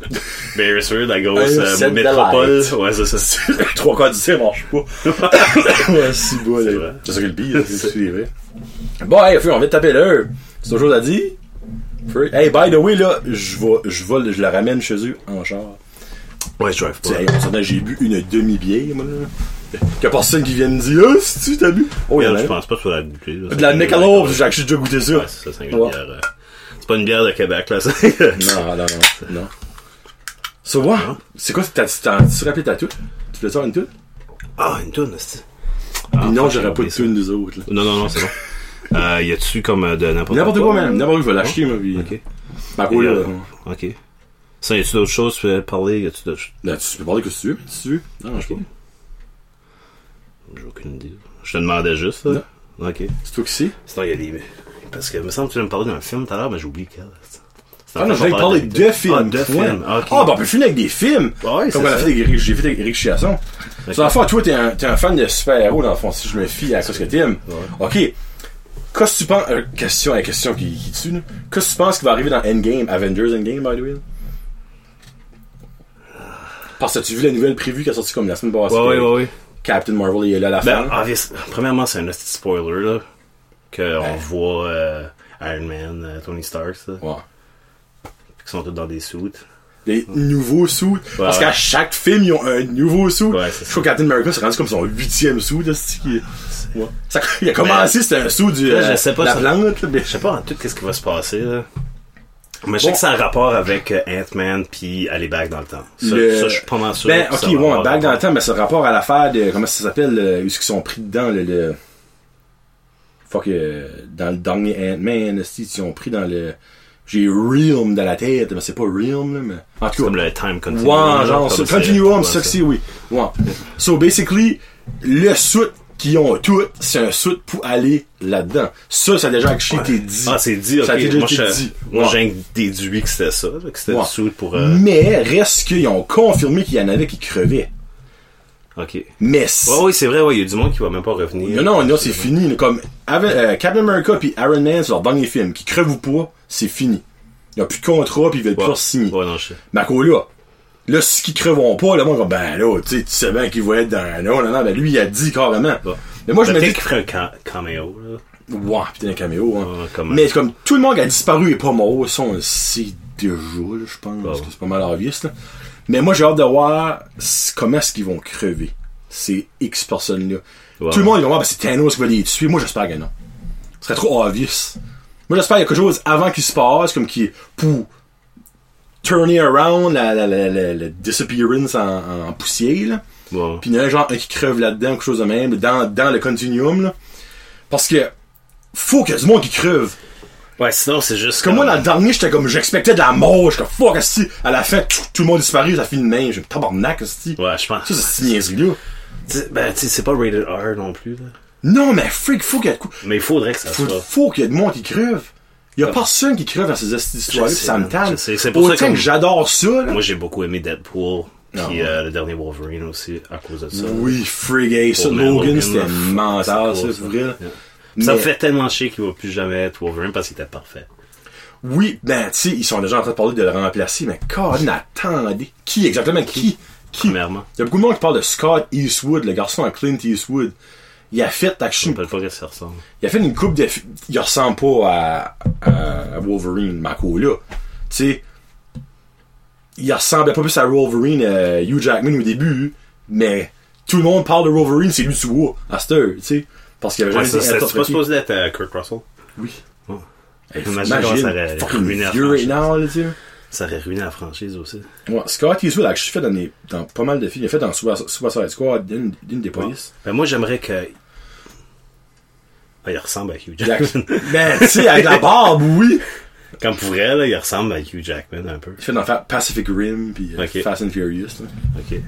Speaker 2: Airser, la grosse
Speaker 1: Allô,
Speaker 2: euh,
Speaker 1: Sept
Speaker 2: métropole.
Speaker 1: Delight.
Speaker 2: Ouais, c'est ça.
Speaker 1: Trois quarts du ça marche pas. ouais, si beau,
Speaker 2: C'est
Speaker 1: là.
Speaker 2: vrai.
Speaker 1: C'est ça que le bille, c'est c'est vrai. Bon, hey, Feu, on va te taper l'heure. C'est toujours à dire. Feu, Hey, by the way, là, je vais- je vole, je la ramène chez eux en char.
Speaker 2: Ouais, je drive
Speaker 1: Tu sais,
Speaker 2: pas.
Speaker 1: hey, on s'entend, j'ai bu une demi-bière, moi, là. Qu'il y a personne qui vient me dire, ah, si tu t'as bu. Oh, il y en a
Speaker 2: Je
Speaker 1: un.
Speaker 2: pense pas que tu vas la goûter. là.
Speaker 1: De la
Speaker 2: C'est-
Speaker 1: Michelob, j'ai j'ai déjà goûté ça.
Speaker 2: Ouais, c'est ça, c'est une
Speaker 1: Ouais.
Speaker 2: bière. euh, C'est pas une bière de Québec, là, c'est.
Speaker 1: Non, non, non, non. So what? C'est quoi, t'as, t'as, tu te rappelles ta toute? Tu voulais ça une toute?
Speaker 2: Ah, une toune, c'est. Ah,
Speaker 1: Puis non, j'aurais pas de
Speaker 2: toune.
Speaker 1: tune des autres, là.
Speaker 2: Non, non, non, c'est bon. Euh, y a-tu comme euh, de n'importe quoi?
Speaker 1: N'importe quoi, man. N'importe quoi, je vais l'acheter, moi, puis.
Speaker 2: Ok.
Speaker 1: Ma
Speaker 2: Et,
Speaker 1: cool, là.
Speaker 2: euh, ok. Ça, y a-tu d'autres choses que tu veux parler? Y a-tu d'autres choses?
Speaker 1: Là, Ben, tu peux parler que tu veux, si tu veux. Non, je sais pas.
Speaker 2: J'ai aucune idée. Je te demandais juste, là. Ok.
Speaker 1: C'est toi qui sais.
Speaker 2: Sinon, y a des. Parce que, il me semble que tu veux me parler d'un film tout à l'heure, mais j'ai oublié quel.
Speaker 1: Ah non, je vais parler de films.
Speaker 2: Ah, de
Speaker 1: Ouais.
Speaker 2: films.
Speaker 1: Ah,
Speaker 2: ok. Ah
Speaker 1: bah, on peut finir avec des films. Comme
Speaker 2: Ouais, c'est
Speaker 1: on a
Speaker 2: ça.
Speaker 1: fait avec Eric, j'ai fait avec Eric Chiasson.
Speaker 2: Ok.
Speaker 1: Dans le fond, toi, t'es un, t'es un fan de super-héros, dans le fond, si je me fie à ce que t'aimes. Ok. Qu'est-ce que tu penses, euh, question à question qui, qui tue, là. Qu'est-ce que tu penses qui va arriver dans Endgame, Avengers Endgame, by the way? là? Parce que tu as vu la nouvelle prévue qui a sorti comme la semaine passée.
Speaker 2: Ouais, ouais,
Speaker 1: que
Speaker 2: ouais, ouais.
Speaker 1: Captain Marvel il est là à la
Speaker 2: Ben,
Speaker 1: fin.
Speaker 2: obvious- premièrement, c'est un petit spoiler, là. Qu'on voit euh, Iron Man, euh, Tony Stark, ça.
Speaker 1: Ben. Ouais.
Speaker 2: Qui sont tous dans des suits.
Speaker 1: Des nouveaux suits. Parce
Speaker 2: ouais.
Speaker 1: qu'à chaque film, ils ont un nouveau suit.
Speaker 2: Ouais, c'est
Speaker 1: je crois que Captain America s'est rendu comme son huitième suit. Là, c'est qui- ouais. Ça- il a commencé, c'était un suit du.
Speaker 2: Là, je
Speaker 1: euh,
Speaker 2: sais pas
Speaker 1: la
Speaker 2: ça-
Speaker 1: plante. là, mais-
Speaker 2: Je sais pas en tout qu'est-ce qui va se passer là. Mais je sais
Speaker 1: Bon.
Speaker 2: que c'est en rapport avec euh, Ant-Man puis aller back dans le temps. Ça,
Speaker 1: Le-
Speaker 2: ça, je suis pas mal sûr.
Speaker 1: Ben,
Speaker 2: que
Speaker 1: ok,
Speaker 2: ça
Speaker 1: ouais,
Speaker 2: va avoir
Speaker 1: back dans le
Speaker 2: rapport.
Speaker 1: temps, mais c'est le rapport à l'affaire de. Comment ça s'appelle euh, Où ils sont pris dedans, le. le- Fuck, euh, dans le dernier Ant-Man, si, ils sont pris dans le. J'ai Realm dans la tête, mais c'est pas Realm, là, mais. En
Speaker 2: C'est
Speaker 1: tout cas,
Speaker 2: comme le time continuum.
Speaker 1: Ouais,
Speaker 2: là,
Speaker 1: genre,
Speaker 2: comme
Speaker 1: c'est
Speaker 2: c'est-
Speaker 1: Continuum,
Speaker 2: ouais,
Speaker 1: c'est ça que c'est, oui. Ouais. So, basically, le suit qu'ils ont tout, c'est un suit pour aller là-dedans. Ça, ça a déjà actually été dit.
Speaker 2: Ah, c'est dit, ok.
Speaker 1: Ça a déjà
Speaker 2: moi,
Speaker 1: été
Speaker 2: je-
Speaker 1: dit.
Speaker 2: Moi,
Speaker 1: Ouais.
Speaker 2: j'ai déduit que c'était ça, là, que c'était
Speaker 1: Ouais. Mm.
Speaker 2: du suit pour. euh,
Speaker 1: Mais, reste qu'ils ont confirmé qu'il y en avait qui crevaient.
Speaker 2: Ok.
Speaker 1: Mais,
Speaker 2: Ouais, oui, c'est vrai, ouais, il y a du monde qui va même pas
Speaker 1: non,
Speaker 2: revenir.
Speaker 1: non, non, c'est fini. là, Comme avec, euh, Captain America puis Iron Man, c'est leur dernier film. Qui crevent ou pas, c'est fini. Il n'y a plus de contrat puis ils veulent
Speaker 2: Ouais.
Speaker 1: pas signer.
Speaker 2: Ouais, non, je sais.
Speaker 1: Mais qu'au là, là, ceux qui creveront pas, là, moi, je vais, ben là, tu sais, tu sais bien qu'il va être dans. Non, non, non, ben lui, il a dit carrément.
Speaker 2: Ouais.
Speaker 1: Mais moi, je me
Speaker 2: Ben, Peut-être
Speaker 1: dis.
Speaker 2: qu'il ferait un ca- cameo, là.
Speaker 1: Wow, putain, un caméo, hein.
Speaker 2: Ouais, comme-
Speaker 1: Mais comme tout le monde qui a disparu et pas mort, ça, on le sait déjà, là, je pense.
Speaker 2: ouais.
Speaker 1: parce que c'est pas mal obvious, là. Mais moi, j'ai hâte de voir c- comment est-ce qu'ils vont crever. Ces X personnes-là.
Speaker 2: Ouais.
Speaker 1: Tout le monde, ils vont voir, ben, c'est Thanos qui va les tuer. Moi, j'espère que non. Ce serait trop obvious. Moi, j'espère qu'il y a quelque chose avant qu'il se passe, comme qui pour turning around, la, la, la, la- la disappearance en, en poussière, là.
Speaker 2: Bon.
Speaker 1: Puis il y en a genre un qui creve là-dedans, quelque chose de même, dans, dans le continuum, là. Parce que, faut qu'il y ait du monde qui creve.
Speaker 2: Ouais, sinon, c'est juste.
Speaker 1: Parce que moi, dans le dernier, j'étais comme, j'expectais de la mort, j'étais comme, fuck, si, à la fin, tout, tout le monde disparaît, ça finit de même, j'ai tabarnak, si.
Speaker 2: Ouais, je pense.
Speaker 1: Ça, c'est cette niaiserie-là.
Speaker 2: T'sais, Ben, tu sais, c'est pas rated R non plus, là.
Speaker 1: Non, mais freak, faut qu'il y ait de quoi.
Speaker 2: Mais il faudrait que ça
Speaker 1: Faut,
Speaker 2: soit.
Speaker 1: faut qu'il y ait de monde qui creve. Il y a personne qui creve dans ces hosties histoires-là,
Speaker 2: Je
Speaker 1: pis
Speaker 2: sais,
Speaker 1: ça me
Speaker 2: man,
Speaker 1: tente.
Speaker 2: je sais, c'est pour ça
Speaker 1: Autant
Speaker 2: que-
Speaker 1: que j'adore ça, là.
Speaker 2: Moi, j'ai beaucoup aimé Deadpool. Puis
Speaker 1: Ah,
Speaker 2: euh, le dernier Wolverine aussi, à cause de ça.
Speaker 1: Oui, frig, hey, ça,
Speaker 2: Oh, man,
Speaker 1: Logan,
Speaker 2: Logan,
Speaker 1: c'était
Speaker 2: là,
Speaker 1: mental, ça,
Speaker 2: c'est cool,
Speaker 1: pour vrai.
Speaker 2: Yeah. Ça me
Speaker 1: Mais-
Speaker 2: fait tellement chier qu'il va plus jamais être Wolverine parce qu'il était parfait.
Speaker 1: Oui, ben, tu sais, ils sont déjà en train de parler de le remplacer, mais Colin, attendez. Qui exactement Qui Qui Il
Speaker 2: Premièrement,
Speaker 1: y a beaucoup de monde qui parle de Scott Eastwood, le garçon à Clint Eastwood. Il a fait
Speaker 2: je
Speaker 1: action.
Speaker 2: ne peux pas que ça ressemble.
Speaker 1: Il a fait une coupe de. fi- Il ressemble pas à, à Wolverine, Mako, là. Tu sais, il ressemblait pas plus à Wolverine, euh, Hugh Jackman au début, mais tout le monde parle de Wolverine, c'est lui que tu vois, à cette heure, tu sais. Parce qu'il avait
Speaker 2: Ouais,
Speaker 1: jamais
Speaker 2: ça,
Speaker 1: été
Speaker 2: c'était- c'est pas
Speaker 1: interprété.
Speaker 2: supposé être euh, Kurt Russell.
Speaker 1: Oui.
Speaker 2: Oh.
Speaker 1: Hey,
Speaker 2: Imagine comment ça aurait
Speaker 1: fucking
Speaker 2: ruiné la
Speaker 1: vieux right
Speaker 2: franchise.
Speaker 1: now, là, tu sais.
Speaker 2: Ça aurait ruiné la franchise aussi.
Speaker 1: Ouais, Scott Eastwood, là, que je fais dans, des- dans pas mal de films. Il a fait dans Suicide Suicide Squad, une, une des polices.
Speaker 2: Ben, moi, j'aimerais que. Ah, il ressemble à Hugh
Speaker 1: Jack-
Speaker 2: Jackman.
Speaker 1: Ben, tu sais, avec la barbe, oui!
Speaker 2: Comme pour vrai, là, il ressemble à Hugh Jackman un peu.
Speaker 1: Il fait dans Fa- Pacific Rim, puis euh,
Speaker 2: Ok.
Speaker 1: Fast and Furious. là.
Speaker 2: Ok.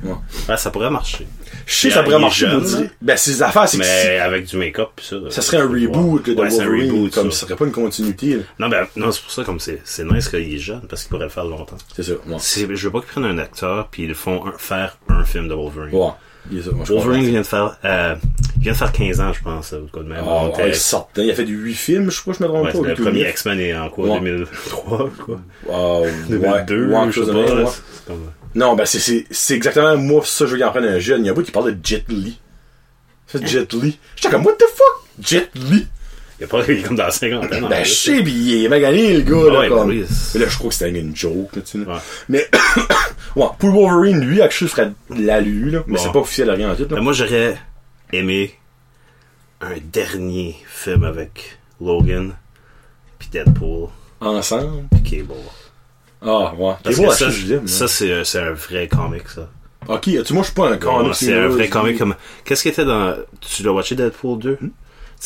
Speaker 2: Ben, ça pourrait marcher.
Speaker 1: Je sais que
Speaker 2: Il-
Speaker 1: ça pourrait
Speaker 2: il est
Speaker 1: marcher,
Speaker 2: jeune,
Speaker 1: pour
Speaker 2: là.
Speaker 1: dire. Ben, ces affaires, c'est que si-
Speaker 2: Mais avec du make-up, pis ça. là,
Speaker 1: ça serait un
Speaker 2: faut le
Speaker 1: reboot là,
Speaker 2: voir.
Speaker 1: de
Speaker 2: Ouais, c'est un
Speaker 1: Wolverine,
Speaker 2: reboot,
Speaker 1: comme ça
Speaker 2: ça.
Speaker 1: serait pas une continuité. là.
Speaker 2: Non, ben, non, c'est pour ça, comme c'est, c'est nice qu'il est jeune, parce qu'il pourrait le faire longtemps.
Speaker 1: C'est ça, ouais.
Speaker 2: C'est- je veux pas qu'ils prennent un acteur, puis ils le font un- faire un film de Wolverine.
Speaker 1: Ouais. Il est ça, moi, je
Speaker 2: Wolverine
Speaker 1: comprends.
Speaker 2: vient de faire, euh, il vient de faire 15 ans, je pense, ou quoi de même.
Speaker 1: Ah,
Speaker 2: On
Speaker 1: ouais,
Speaker 2: était-
Speaker 1: il sort. Il a fait 8 films, je crois, je me trompe
Speaker 2: ouais,
Speaker 1: pas.
Speaker 2: le
Speaker 1: huit ou
Speaker 2: premier
Speaker 1: neuf.
Speaker 2: X-Men est en quoi,
Speaker 1: Ouais.
Speaker 2: 2003, quoi?
Speaker 1: Ah, ouais,
Speaker 2: 2002,
Speaker 1: ouais, quelque
Speaker 2: je
Speaker 1: chose
Speaker 2: sais
Speaker 1: de
Speaker 2: pas.
Speaker 1: même,
Speaker 2: là,
Speaker 1: ouais.
Speaker 2: c'est comme-
Speaker 1: Non, ben c'est- c'est c'est exactement moi, ça, je veux qu'il en prenne un jeune. Il y a un bout qui parle de Jet Li.
Speaker 2: Hein?
Speaker 1: C'est Jet Li. J'étais comme, what the fuck? Jet Li?
Speaker 2: Il est pas, il est comme dans la cinquantaine. en
Speaker 1: Ben,
Speaker 2: plus.
Speaker 1: je sais, pis il est magané, le gars, là,
Speaker 2: Ouais, ben
Speaker 1: comme.
Speaker 2: oui, c'est-
Speaker 1: Mais là, je crois que c'était une joke, là, tu sais. là.
Speaker 2: Ouais.
Speaker 1: Mais, ouais, pour Wolverine, lui, actually, je ferais la lui, là. Mais
Speaker 2: Bon.
Speaker 1: c'est pas officiel à rien, en tout,
Speaker 2: Ben,
Speaker 1: là.
Speaker 2: moi, j'aurais aimé un dernier film avec Logan, puis Deadpool,
Speaker 1: Ensemble.
Speaker 2: puis Cable.
Speaker 1: Ah, ouais. T'es
Speaker 2: Parce
Speaker 1: beau,
Speaker 2: que
Speaker 1: à
Speaker 2: ça,
Speaker 1: ça, je l'aime,
Speaker 2: ça
Speaker 1: là.
Speaker 2: c'est un- c'est un vrai comic, ça.
Speaker 1: Ok, tu vois, moi, je suis pas un
Speaker 2: Ouais,
Speaker 1: comic.
Speaker 2: c'est un vrai
Speaker 1: heureuse,
Speaker 2: comic
Speaker 1: oui.
Speaker 2: comme. Qu'est-ce qui était dans. Tu l'as watché Deadpool 2 Tu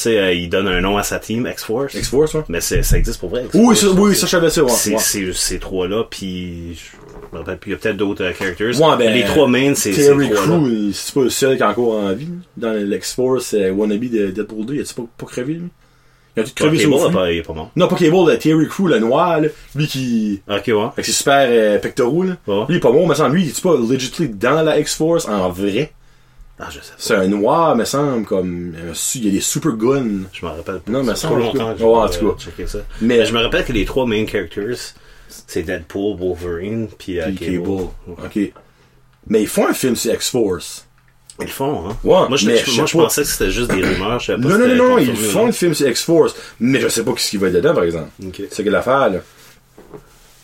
Speaker 2: sais, euh, il donne un nom à sa team, X-Force.
Speaker 1: Hmm? X-Force, ouais.
Speaker 2: Mais c'est- ça existe pour vrai. X-Force.
Speaker 1: Oui, ça, oui, ça, je savais ça, ouais.
Speaker 2: C'est
Speaker 1: ouais.
Speaker 2: c'est- ces trois-là, puis. Je me rappelle plus, il y a peut-être d'autres euh, characters.
Speaker 1: Ouais, ben,
Speaker 2: Les trois mains, c'est. ces
Speaker 1: Terry
Speaker 2: trois-là.
Speaker 1: Crew, il- c'est pas le seul qui est encore en vie. Dans l'X-Force, euh, Wannabe de Deadpool 2, il a-tu pas, pas crevé, lui? Il a tout
Speaker 2: Ouais,
Speaker 1: crevé
Speaker 2: Cable,
Speaker 1: sur
Speaker 2: là,
Speaker 1: le
Speaker 2: pas- il est pas mort.
Speaker 1: Non, pas Cable, le Terry Crew, le noir, là, lui qui...
Speaker 2: Ok, ouais.
Speaker 1: Avec ses super euh, pectoraux, là.
Speaker 2: Ouais.
Speaker 1: Lui, il est pas bon, mais semble. Lui, il est pas legitly dans la X-Force, en vrai.
Speaker 2: Ah, je sais pas.
Speaker 1: C'est un noir, me semble, comme... un su- Il y a des super guns.
Speaker 2: Je m'en rappelle pas.
Speaker 1: Non, mais
Speaker 2: C'est
Speaker 1: ça,
Speaker 2: trop
Speaker 1: en tout cas.
Speaker 2: longtemps que j'ai
Speaker 1: Ouais,
Speaker 2: pas,
Speaker 1: en tout
Speaker 2: euh,
Speaker 1: cas.
Speaker 2: checké ça.
Speaker 1: Mais-
Speaker 2: Mais je me rappelle que les trois main characters, c'est Deadpool, Wolverine, puis euh,
Speaker 1: Puis
Speaker 2: Cable. Ouais.
Speaker 1: OK. Mais ils font un film sur X-Force.
Speaker 2: Ils le font, hein?
Speaker 1: Ouais,
Speaker 2: moi, je,
Speaker 1: mais
Speaker 2: je-
Speaker 1: je sais
Speaker 2: moi, je
Speaker 1: pas.
Speaker 2: pensais que c'était juste des rumeurs. Je savais pas
Speaker 1: Non, non,
Speaker 2: si
Speaker 1: non,
Speaker 2: c'était
Speaker 1: non, ils
Speaker 2: confirmé ou
Speaker 1: font
Speaker 2: non.
Speaker 1: le film sur X-Force. Mais je sais pas ce qu'il va être dedans, par exemple.
Speaker 2: Ok.
Speaker 1: C'est que l'affaire, là.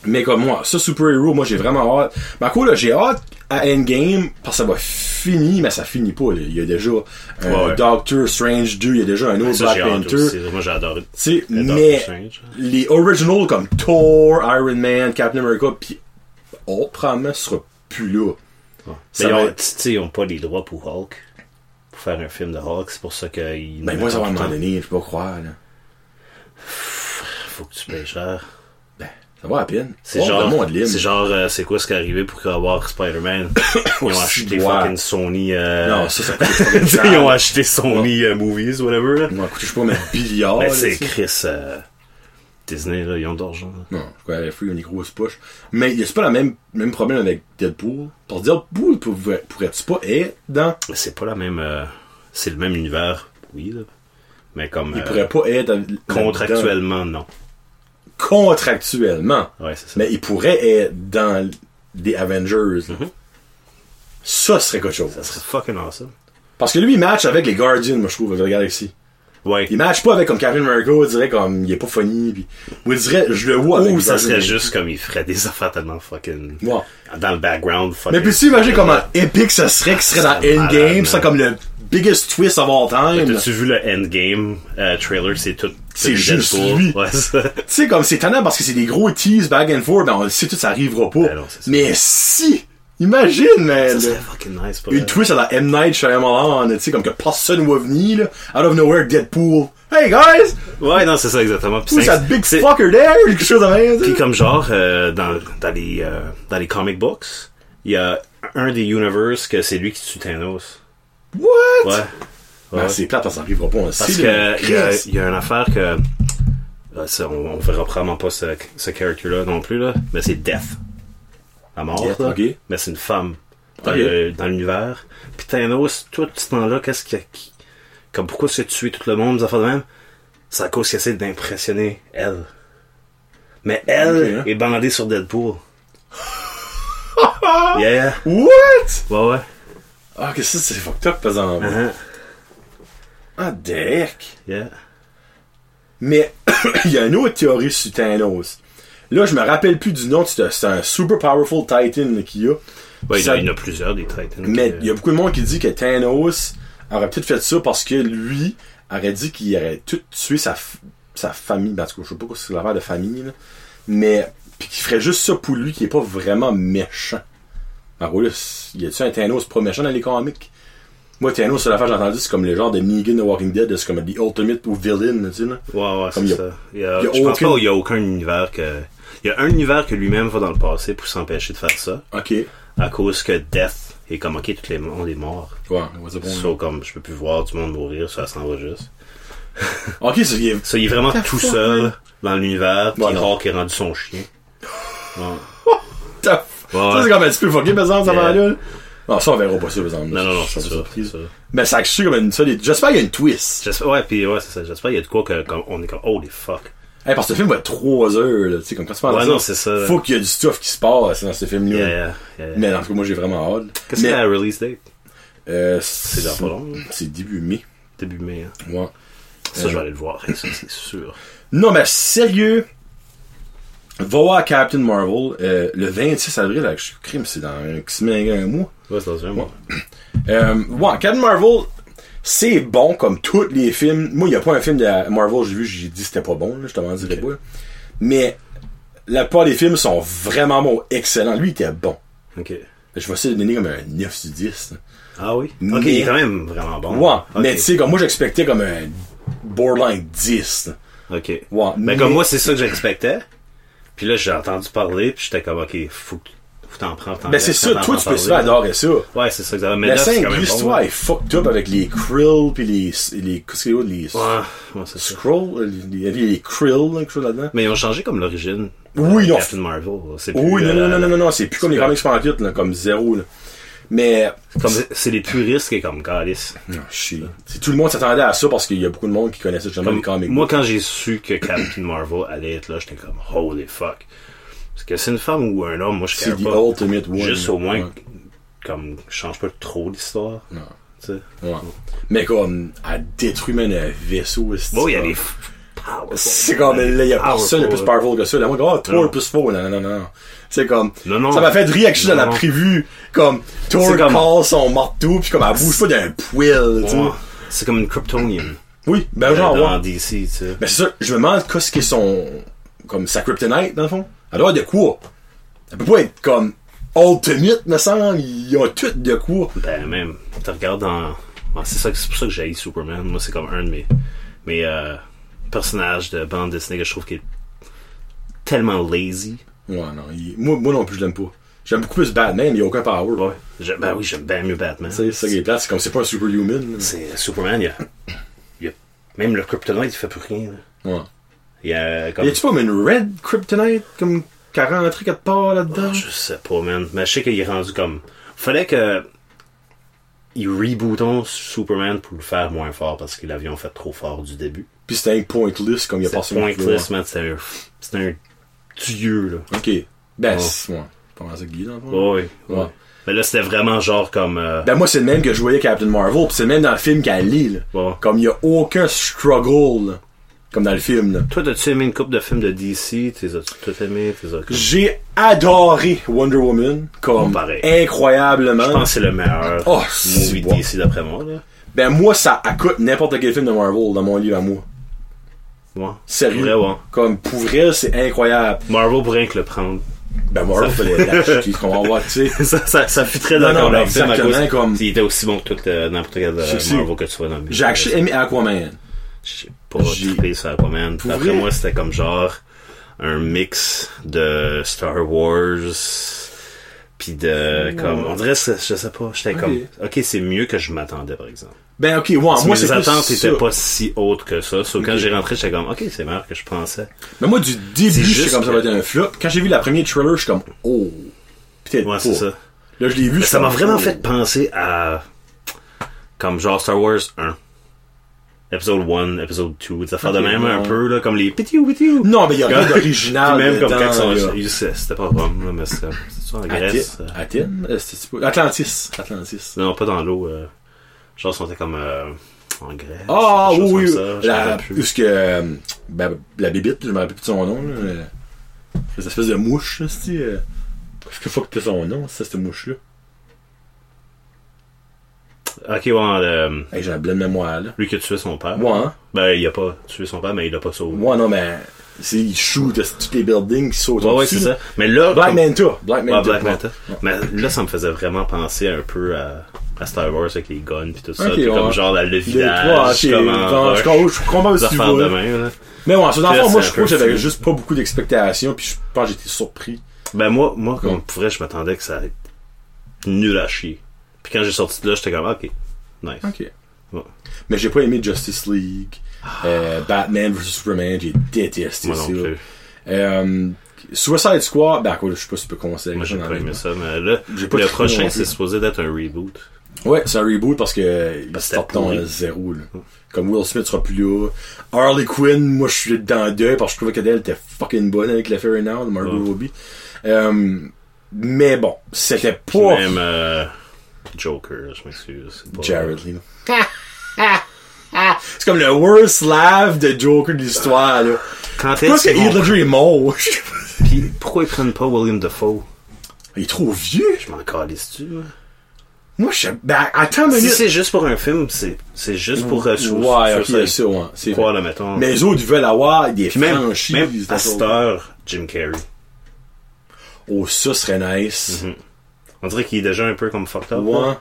Speaker 1: Mais comme moi, ça, Super Hero, moi, j'ai vraiment hâte. Ma quoi, là, j'ai hâte à Endgame, parce que ça va finir, mais ça finit pas, là. Il y a déjà un
Speaker 2: Ouais, ouais.
Speaker 1: Doctor Strange 2, il y a déjà un autre
Speaker 2: Ça,
Speaker 1: Black
Speaker 2: j'ai hâte
Speaker 1: Panther.
Speaker 2: aussi. Moi, j'ai adoré.
Speaker 1: Tu sais,
Speaker 2: Le Doctor
Speaker 1: mais
Speaker 2: Strange.
Speaker 1: les originals comme Thor, Iron Man, Captain America, puis oh, probablement ce sera plus là. Ça
Speaker 2: Mais ils
Speaker 1: va
Speaker 2: ont-
Speaker 1: être-
Speaker 2: tu sais, ils n'ont pas les droits pour Hulk. Pour faire un film de Hulk, c'est pour ça qu'ils.
Speaker 1: Ben, moi, ça va à un moment donné, je peux pas croire, là.
Speaker 2: Faut que tu payes cher.
Speaker 1: Ben, ça va à peine.
Speaker 2: C'est
Speaker 1: Oh, le
Speaker 2: genre.
Speaker 1: monde libre.
Speaker 2: C'est genre, euh, c'est quoi ce qui est arrivé pour avoir Spider-Man Ils ont acheté
Speaker 1: Ouais.
Speaker 2: fucking Sony. euh,
Speaker 1: Non, ça, ça coûte
Speaker 2: Tu sais, ils ont
Speaker 1: fucking
Speaker 2: acheté Sony euh, Movies, whatever. là.
Speaker 1: Moi, écoute, je sais pas, mais billard.
Speaker 2: Mais
Speaker 1: là,
Speaker 2: c'est
Speaker 1: tu sais.
Speaker 2: Chris euh, Disney, là, ils ont d'argent. là.
Speaker 1: Non, je crois Free a une grosse poche. Mais y a c'est pas le même, même problème avec Deadpool. Pour dire, Deadpool pourrait- pourrait-tu pas être dans.
Speaker 2: Mais c'est pas la même. euh, c'est le même univers, oui, là. Mais comme.
Speaker 1: Il
Speaker 2: euh,
Speaker 1: pourrait pas être. dans-
Speaker 2: Contractuellement, non.
Speaker 1: Contractuellement.
Speaker 2: Ouais, c'est ça.
Speaker 1: Mais il pourrait être dans des Avengers. là.
Speaker 2: Mhm.
Speaker 1: Ça serait quelque chose.
Speaker 2: Ça serait fucking awesome.
Speaker 1: Parce que lui, il match avec les Guardians, moi, je trouve, avec la galaxie.
Speaker 2: Ouais.
Speaker 1: Il match pas avec comme Captain America, on dirait comme il est pas funny. Puis, on dirait, je le vois avec
Speaker 2: Ou
Speaker 1: les
Speaker 2: ça
Speaker 1: Guardians.
Speaker 2: serait juste comme il ferait des affaires tellement fucking.
Speaker 1: Ouais.
Speaker 2: Dans le background, fucking.
Speaker 1: Mais puis tu imagines comment épique ça serait qu'il serait dans
Speaker 2: Ça serait malade,
Speaker 1: Endgame, ça
Speaker 2: man.
Speaker 1: comme le biggest twist of all time.
Speaker 2: T'as-tu vu le Endgame euh, trailer? C'est tout.
Speaker 1: C'est
Speaker 2: tout
Speaker 1: juste
Speaker 2: Deadpool.
Speaker 1: lui.
Speaker 2: Ouais, ça.
Speaker 1: Tu sais, comme c'est étonnant parce que c'est des gros teas back and forth, ben on le sait tout, ça arrivera pas.
Speaker 2: Ben non, c'est ça.
Speaker 1: mais si! Imagine, man!
Speaker 2: Ça serait fucking nice pour
Speaker 1: Une twist à la M. Night Shyamalan, tu sais, comme que personne va venir, là. Out of nowhere, Deadpool. Hey, guys!
Speaker 2: Ouais, non, c'est ça, exactement. Puis
Speaker 1: Who's
Speaker 2: c'est-
Speaker 1: that big
Speaker 2: c'est-
Speaker 1: fucker there? Quelque chose de même, tu sais.
Speaker 2: Puis comme genre, euh, dans, dans, les, euh, dans les comic books, il y a un des universes que c'est lui qui tue Thanos.
Speaker 1: What?
Speaker 2: Ouais.
Speaker 1: Ben,
Speaker 2: Ouais.
Speaker 1: c'est plate parce que ça arrivera pas, on le
Speaker 2: Parce
Speaker 1: sait, là.
Speaker 2: que il y a,
Speaker 1: Christ.
Speaker 2: il y a une affaire que... euh, ça, on, on verra probablement pas ce, ce character-là non plus, là. Mais c'est Death. La mort,
Speaker 1: Death,
Speaker 2: là.
Speaker 1: ok.
Speaker 2: Mais c'est une femme. Dans
Speaker 1: Ok.
Speaker 2: le- dans l'univers. Puis Thanos, tout ce temps-là, qu'est-ce qu'il y a... qui- Comme pourquoi se tuer tout le monde, des affaires de même? C'est à cause qu'il essaie d'impressionner elle. Mais elle
Speaker 1: Ok.
Speaker 2: est bandée sur Deadpool. yeah.
Speaker 1: What?
Speaker 2: Ouais, ouais.
Speaker 1: Ah, que ça, c'est fucked up, par exemple.
Speaker 2: Uh-huh.
Speaker 1: Ah, Derek.
Speaker 2: Yeah.
Speaker 1: Mais il y a une autre théorie sur Thanos. Là, je me rappelle plus du nom, c'est un- c'est un super powerful Titan là, qu'il y a.
Speaker 2: Ouais, il, y en
Speaker 1: Ça-
Speaker 2: a- il y en a plusieurs des Titans.
Speaker 1: Mais
Speaker 2: que-
Speaker 1: il y a beaucoup de monde qui dit que Thanos aurait peut-être fait ça parce que lui aurait dit qu'il aurait tout tué sa, f- sa famille. Ben, en tout cas, je sais pas quoi c'est l'affaire de famille, là. Mais, puis qu'il ferait juste ça pour lui, qui est pas vraiment méchant. En gros, là, c- y a-tu un Thanos pas méchant dans les comics? Moi, Thanos, c'est l'affaire que j'ai entendu, c'est comme le genre de Negan de Walking Dead, c'est comme The Ultimate ou Villain, là, tu sais, là.
Speaker 2: Ouais, ouais,
Speaker 1: Comme il y
Speaker 2: c'est
Speaker 1: a-
Speaker 2: ça. Il y a,
Speaker 1: il y a
Speaker 2: je pense
Speaker 1: aucune-
Speaker 2: pas qu'il y a aucun univers que. Il y a un univers que lui-même va dans le passé pour s'empêcher de faire ça.
Speaker 1: Ok.
Speaker 2: À cause que Death est comme, ok, tous les monde est mort.
Speaker 1: Ouais, on va dire bon.
Speaker 2: So, comme, je peux plus voir du monde mourir, ça s'en va juste.
Speaker 1: Ok, c'est il est-
Speaker 2: Ça, il est vraiment
Speaker 1: T'as
Speaker 2: tout
Speaker 1: foi,
Speaker 2: seul
Speaker 1: hein?
Speaker 2: dans l'univers, puis
Speaker 1: Ouais, non.
Speaker 2: Rock est rendu son chien. Ouais.
Speaker 1: Ça,
Speaker 2: Ouais.
Speaker 1: c'est comme un petit peu fucké, par exemple, ça
Speaker 2: Yeah.
Speaker 1: va là. Non, ça, on verra pas ça, par exemple.
Speaker 2: Non, non, non,
Speaker 1: Je
Speaker 2: c'est
Speaker 1: suis
Speaker 2: ça.
Speaker 1: surpris.
Speaker 2: c'est ça.
Speaker 1: Mais ça, je suis comme une solide. J'espère qu'il y a une twist.
Speaker 2: J'espère, ouais, puis ouais, c'est ça. J'espère qu'il y a de quoi que, comme, on est comme, holy fuck.
Speaker 1: Hey, parce que le film va être 3 heures, là, tu sais, comme quand tu penses
Speaker 2: Ouais,
Speaker 1: à
Speaker 2: non, c'est ça.
Speaker 1: Faut qu'il y ait du stuff qui se passe dans ce film-là.
Speaker 2: Yeah, yeah, yeah.
Speaker 1: Mm. Mais en tout cas, moi, j'ai vraiment hâte.
Speaker 2: Qu'est-ce qu'il y a à release date?
Speaker 1: c'est
Speaker 2: C'est dans pas long, hein. là.
Speaker 1: C'est début mai.
Speaker 2: Début mai, hein.
Speaker 1: Ouais.
Speaker 2: Ça,
Speaker 1: Euh.
Speaker 2: je vais aller le voir, hein, ça, c'est sûr.
Speaker 1: Non, mais sérieux, va voir Captain Marvel euh, le 26 avril. là, Je suis crime, c'est dans un, semaine, un mois.
Speaker 2: Ouais, c'est dans un mois.
Speaker 1: Euh, ouais, Captain Marvel, c'est bon comme tous les films. Moi, il n'y a pas un film de Marvel que j'ai vu, j'ai dit que c'était pas bon, là, je te m'en dirais
Speaker 2: Ok.
Speaker 1: pas. Mais la plupart des films sont vraiment bons, excellents. Lui, il était bon.
Speaker 2: Ok.
Speaker 1: Je vais essayer de donner comme un 9 sur 10. là.
Speaker 2: Ah oui?
Speaker 1: Mais-
Speaker 2: Ok, il est quand même vraiment bon.
Speaker 1: Ouais,
Speaker 2: Ok.
Speaker 1: mais tu sais, comme moi, j'expectais comme un borderline 10. là.
Speaker 2: Ok.
Speaker 1: Ouais,
Speaker 2: Mais
Speaker 1: mais-
Speaker 2: comme moi, c'est ça que j'expectais. Puis là, j'ai entendu parler, puis j'étais comme, ok, faut que faut que t'en prendre. t'en
Speaker 1: Ben, c'est
Speaker 2: laisses,
Speaker 1: ça,
Speaker 2: t'en
Speaker 1: toi,
Speaker 2: prends
Speaker 1: tu peux se
Speaker 2: parler.
Speaker 1: faire adorer ça.
Speaker 2: Ouais, c'est ça, exactement. Mais
Speaker 1: La
Speaker 2: là, c'est
Speaker 1: scène,
Speaker 2: quand même bon.
Speaker 1: l'histoire est fucked up avec les krill pis les, les, qu'est-ce qu'il y a, les
Speaker 2: Ouais, ouais, c'est ça.
Speaker 1: scrolls, les, les, les krill, là, quelque chose là-dedans.
Speaker 2: Mais ils ont changé comme l'origine.
Speaker 1: Oui,
Speaker 2: de
Speaker 1: non.
Speaker 2: Captain Marvel. C'est plus,
Speaker 1: Oh Oui, non,
Speaker 2: euh,
Speaker 1: non,
Speaker 2: la-
Speaker 1: non, non, non, non, c'est plus comme les
Speaker 2: c'est-
Speaker 1: comics pantoute, là, comme zéro, là. Mais,
Speaker 2: Comme c'est- c'est les puristes qui est comme Calice.
Speaker 1: non, chier. C'est- Tout le monde s'attendait à ça parce qu'il y a beaucoup de monde qui connaissait justement les comics.
Speaker 2: Moi, quand j'ai su que Captain Marvel allait être là, j'étais comme, holy fuck. Parce que c'est une femme ou un homme, moi, je
Speaker 1: c'est
Speaker 2: care
Speaker 1: The
Speaker 2: pas.
Speaker 1: Ultimate One.
Speaker 2: Juste au moins,
Speaker 1: Ouais.
Speaker 2: comme, change pas trop l'histoire.
Speaker 1: Non.
Speaker 2: tu sais.
Speaker 1: Ouais. Mais comme, elle détruit même un vaisseau. c'est-
Speaker 2: Bon, il y a des. Ah,
Speaker 1: C'est comme, là, il y a personne de plus powerful que ça. Là, moi, oh, Thor
Speaker 2: Non.
Speaker 1: plus faux. Non, non, non, non. C'est comme,
Speaker 2: Non, non.
Speaker 1: ça m'a fait rire avec ça dans la
Speaker 2: Non.
Speaker 1: prévue. Comme, Thor
Speaker 2: C'est comme-
Speaker 1: casse son marteau pis comme, elle bouge pas d'un poil, tu sais.
Speaker 2: Ouais. C'est comme une Kryptonian.
Speaker 1: Oui, ben, genre,
Speaker 2: Genre,
Speaker 1: ouais.
Speaker 2: dans DC, tu sais.
Speaker 1: Ben c'est ça, je me demande qu'est-ce qu'ils sont. Comme sa kryptonite, dans le fond. Elle doit avoir de quoi Elle peut pas être comme Ultimate, me semble. Ils ont tout de quoi.
Speaker 2: Ben, même, tu regardes dans. Ouais, c'est ça que- c'est pour ça que j'ai Superman. Moi, c'est comme un de mes, mes euh, personnages de bande dessinée que je trouve qui est tellement lazy.
Speaker 1: Ouais, non. il- Moi, moi non plus, je l'aime pas. J'aime beaucoup plus Batman, il n'y a aucun power.
Speaker 2: Ouais. Je- ben oui, j'aime bien mieux Batman.
Speaker 1: C'est ça qui est plate, c'est comme c'est pas un superhuman. là.
Speaker 2: C'est Superman, il y a, il y a- Même le Kryptonite, il fait plus rien. là.
Speaker 1: Ouais.
Speaker 2: Il y a comme.
Speaker 1: Y a-tu pas comme une red kryptonite, comme 40 trucs quelque part là-dedans?
Speaker 2: Ah, Je sais pas, man. Mais je sais qu'il est rendu comme. Fallait que. Ils rebootent Superman pour le faire moins fort parce qu'ils l'avions fait trop fort du début.
Speaker 1: Pis c'était un pointless, comme il y a
Speaker 2: C'est
Speaker 1: pas sur
Speaker 2: pointless, man. C'est un. C'est un dieu, là.
Speaker 1: Ok. Ben,
Speaker 2: Ah.
Speaker 1: c'est. Ouais. Pas mal ça que Guy, dans le fond.
Speaker 2: Ouais, ouais.
Speaker 1: Ouais.
Speaker 2: Mais là, c'était vraiment genre comme. euh,
Speaker 1: Ben moi c'est le même que je voyais Captain Marvel, pis c'est le même dans le film qu'elle est, là.
Speaker 2: Ouais.
Speaker 1: Comme il y a aucun struggle, là, comme dans le film, là.
Speaker 2: Toi, t'as-tu aimé une couple de films de DC T'es as tout aimé T'es comme... Je
Speaker 1: J'ai adoré Wonder Woman, comme
Speaker 2: Pareil.
Speaker 1: incroyablement.
Speaker 2: pense que c'est le meilleur
Speaker 1: Oh,
Speaker 2: movie
Speaker 1: c'est bon.
Speaker 2: DC d'après moi, là.
Speaker 1: Ben, moi, ça accoute n'importe quel film de Marvel dans mon livre à moi.
Speaker 2: Ouais.
Speaker 1: Sérieux.
Speaker 2: Vrai, ouais.
Speaker 1: Comme, pour vrai, c'est incroyable.
Speaker 2: Marvel pourrait rien que le prendre.
Speaker 1: Ben, Marvel,
Speaker 2: Ça-
Speaker 1: fallait l'acheter, qu'on va voir, tu sais.
Speaker 2: ça, ça, ça fit très
Speaker 1: Non,
Speaker 2: dans
Speaker 1: non,
Speaker 2: leur
Speaker 1: mais
Speaker 2: film à
Speaker 1: exactement,
Speaker 2: cause-
Speaker 1: comme-
Speaker 2: Il était aussi bon que tout euh, n'importe quel euh,
Speaker 1: Je sais.
Speaker 2: Marvel que tu sois nommé.
Speaker 1: J'ai acheté- aimé Aquaman.
Speaker 2: J'ai pas
Speaker 1: J'ai-
Speaker 2: trippé sur Aquaman.
Speaker 1: Pour
Speaker 2: Après
Speaker 1: vrai?
Speaker 2: moi, c'était comme genre un mix de Star Wars puis de comme on dirait que je sais pas j'étais comme ok c'est mieux que je m'attendais par exemple
Speaker 1: Ben, ok, ouais, moi, c'est
Speaker 2: mes
Speaker 1: plus
Speaker 2: attentes
Speaker 1: ça.
Speaker 2: étaient pas si hautes que ça sauf quand j'ai rentré j'étais comme ok c'est meilleur que je pensais
Speaker 1: Mais moi, du
Speaker 2: C'est
Speaker 1: début, je sais
Speaker 2: juste
Speaker 1: comme ça va
Speaker 2: que-
Speaker 1: être un flop. Quand j'ai vu la première trailer, je suis comme, oh. Peut-être
Speaker 2: ouais
Speaker 1: pas.
Speaker 2: c'est ça
Speaker 1: Là, je l'ai vu. je suis
Speaker 2: ça m'a
Speaker 1: comme,
Speaker 2: vraiment
Speaker 1: oh.
Speaker 2: fait penser à comme genre Star Wars 1 épisode 1 épisode 2 des affaires de
Speaker 1: Ok,
Speaker 2: même un
Speaker 1: ouais.
Speaker 2: peu là comme les pitiou pitiou
Speaker 1: Non, mais il y a rien
Speaker 2: Quand-
Speaker 1: d'original.
Speaker 2: Puis même comme
Speaker 1: dedans,
Speaker 2: quand ils sont-
Speaker 1: là.
Speaker 2: ils- c'est- C'était pas Rome, là, mais c'était c'était en Grèce.
Speaker 1: Athènes,
Speaker 2: euh,
Speaker 1: Athènes? Euh, c'est- c'est- Atlantis. Atlantis.
Speaker 2: Non, pas dans l'eau. euh, Genre, ils sont comme euh, en Grèce.
Speaker 1: Ah
Speaker 2: des choses
Speaker 1: oui, oui.
Speaker 2: comme ça, je me
Speaker 1: La,
Speaker 2: rappelle plus.
Speaker 1: plus que, euh, ben, la bébite, je me rappelle plus de son nom. Là. euh, Les espèces de mouches, c'est. Euh, je sais pas que son nom, c'est cette mouche-là.
Speaker 2: Ok, ouais, euh,
Speaker 1: Hey, J'ai un blanc de mémoire, là.
Speaker 2: lui qui a tué son père.
Speaker 1: Moi, hein?
Speaker 2: Ben, il a pas tué son père, mais il l'a pas sauvé.
Speaker 1: Moi, non, mais. C'est, il shoot de tous les buildings qui sautent.
Speaker 2: Ouais, ouais,
Speaker 1: au-dessus,
Speaker 2: c'est
Speaker 1: là.
Speaker 2: ça. Mais là.
Speaker 1: Black
Speaker 2: comme-
Speaker 1: Manta. Black
Speaker 2: Ouais,
Speaker 1: Manta.
Speaker 2: Black Manta.
Speaker 1: Ouais.
Speaker 2: Mais là, ça me faisait vraiment penser un peu à, à Star Wars avec les guns puis tout ça.
Speaker 1: Ok,
Speaker 2: puis comme
Speaker 1: ouais.
Speaker 2: genre la, le
Speaker 1: Des trois,
Speaker 2: village,
Speaker 1: ok,
Speaker 2: comme
Speaker 1: dans-
Speaker 2: en
Speaker 1: je
Speaker 2: rush,
Speaker 1: comprends- je comprends
Speaker 2: des
Speaker 1: aussi.
Speaker 2: affaires de même, là.
Speaker 1: Mais ouais, ça, dans le
Speaker 2: Là,
Speaker 1: fond, moi,
Speaker 2: c'est
Speaker 1: je
Speaker 2: un
Speaker 1: crois que
Speaker 2: peu
Speaker 1: j'avais
Speaker 2: flou.
Speaker 1: juste pas beaucoup d'expectations, puis je pense que j'étais surpris.
Speaker 2: Ben moi, moi comme
Speaker 1: Mm.
Speaker 2: pour vrai, je m'attendais que ça allait être nul à chier. Puis quand j'ai sorti de là, j'étais comme ah, ok, nice.
Speaker 1: Ok.
Speaker 2: Ouais.
Speaker 1: Mais j'ai pas aimé Justice League, euh, Batman vs Superman, j'ai détesté
Speaker 2: Moi
Speaker 1: ça.
Speaker 2: non plus.
Speaker 1: Euh, Suicide Squad, ben, quoi, je sais pas si tu peux commencer avec
Speaker 2: Moi j'ai
Speaker 1: ça dans
Speaker 2: pas
Speaker 1: le-
Speaker 2: aimé ça, mais là,
Speaker 1: J'ai pas trippé
Speaker 2: le
Speaker 1: non
Speaker 2: prochain
Speaker 1: plus.
Speaker 2: c'est supposé d'être un reboot.
Speaker 1: Ouais, c'est un reboot parce que il
Speaker 2: c'était
Speaker 1: start ton
Speaker 2: pourri.
Speaker 1: à zéro, là. Comme Will Smith sera plus là. Harley Quinn, moi, je suis dans deux parce que je trouvais qu'elle était fucking bonne avec la Fairy Now de Margot
Speaker 2: Ouais.
Speaker 1: Robbie. Euh, mais bon, c'était
Speaker 2: Puis
Speaker 1: pas
Speaker 2: Même euh, Joker, je m'excuse. c'est pas-
Speaker 1: Jared Leto. c'est comme le worst laugh de Joker de l'histoire, là.
Speaker 2: Quand
Speaker 1: Parce
Speaker 2: est-ce
Speaker 1: que
Speaker 2: qu'ils
Speaker 1: Heath
Speaker 2: vont...
Speaker 1: Ledger est mort. Je sais pas.
Speaker 2: Puis pourquoi ils prennent pas William Dafoe
Speaker 1: Il est trop vieux.
Speaker 2: Je m'en calisse-tu moi?
Speaker 1: Moi, je sais. Ben, attends une
Speaker 2: Si
Speaker 1: minute.
Speaker 2: c'est juste pour un film, c'est c'est juste pour euh, sous-
Speaker 1: ouais,
Speaker 2: sur
Speaker 1: ok,
Speaker 2: ça,
Speaker 1: ça, ouais. c'est
Speaker 2: Quoi
Speaker 1: vrai.
Speaker 2: là mettons.
Speaker 1: Mais les autres, ils veulent avoir des
Speaker 2: Puis même,
Speaker 1: franchises.
Speaker 2: même à
Speaker 1: des
Speaker 2: cette
Speaker 1: autres.
Speaker 2: heure, Jim Carrey.
Speaker 1: Oh, ça serait nice.
Speaker 2: Mhm. On dirait qu'il est déjà un peu comme fucked up.
Speaker 1: Ouais.
Speaker 2: là.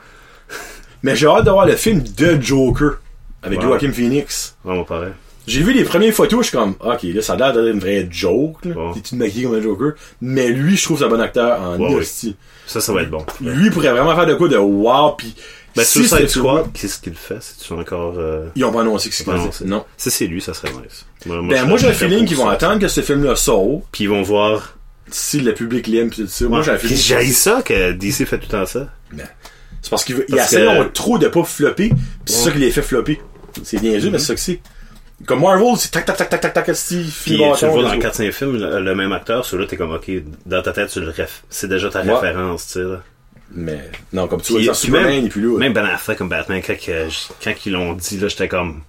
Speaker 1: Mais j'ai hâte d'avoir le film de Joker avec
Speaker 2: Ouais.
Speaker 1: Joaquin Phoenix.
Speaker 2: Ouais, moi pareil.
Speaker 1: J'ai vu les premières photos, je suis comme, ok, là, ça a l'air d'être une vraie joke, là.
Speaker 2: Ouais.
Speaker 1: Il est tout maquillé comme un Joker. Mais lui, je trouve que c'est un bon acteur en
Speaker 2: Ouais, ouais.
Speaker 1: hostie.
Speaker 2: Ça, ça va être bon.
Speaker 1: Lui pourrait vraiment faire de quoi de wow, pis.
Speaker 2: Ben,
Speaker 1: si
Speaker 2: Suicide
Speaker 1: c'était-
Speaker 2: Squad, qu'est-ce qu'il fait C'est-tu encore. euh,
Speaker 1: Ils ont pas annoncé que c'est
Speaker 2: pas
Speaker 1: pas
Speaker 2: annoncé.
Speaker 1: Non.
Speaker 2: Si c'est lui, ça serait nice. Moi,
Speaker 1: Ben, moi, j'ai
Speaker 2: je
Speaker 1: le feeling qu'ils vont
Speaker 2: ça.
Speaker 1: attendre que ce film-là sort.
Speaker 2: Puis ils vont voir.
Speaker 1: Si le public l'aime pis tout ça. Moi, j'ai le
Speaker 2: Puis
Speaker 1: feeling.
Speaker 2: j'haïs ça que DC fait tout le temps ça.
Speaker 1: C'est parce qu'il veut- il
Speaker 2: Parce
Speaker 1: essaie
Speaker 2: que-
Speaker 1: d'avoir trop de pas flopper, pis c'est
Speaker 2: Ouais. Mm-hmm.
Speaker 1: ça qui les fait flopper. C'est bien sûr, mais c'est ça que c'est. Comme Marvel, c'est tac tac tac tac tac tac, si,
Speaker 2: Puis tu le vois dans 4-5 films, le, le même acteur, celui-là, t'es comme, ok, dans ta tête, tu le ref... c'est déjà ta
Speaker 1: Ouais.
Speaker 2: référence, tu sais. là.
Speaker 1: Mais, non, comme tu vois,
Speaker 2: Puis-
Speaker 1: dans
Speaker 2: puis
Speaker 1: Superman,
Speaker 2: même-
Speaker 1: il est plus là.
Speaker 2: Même Ben Affleck comme Batman, quand, que- quand ils l'ont dit, là, j'étais comme.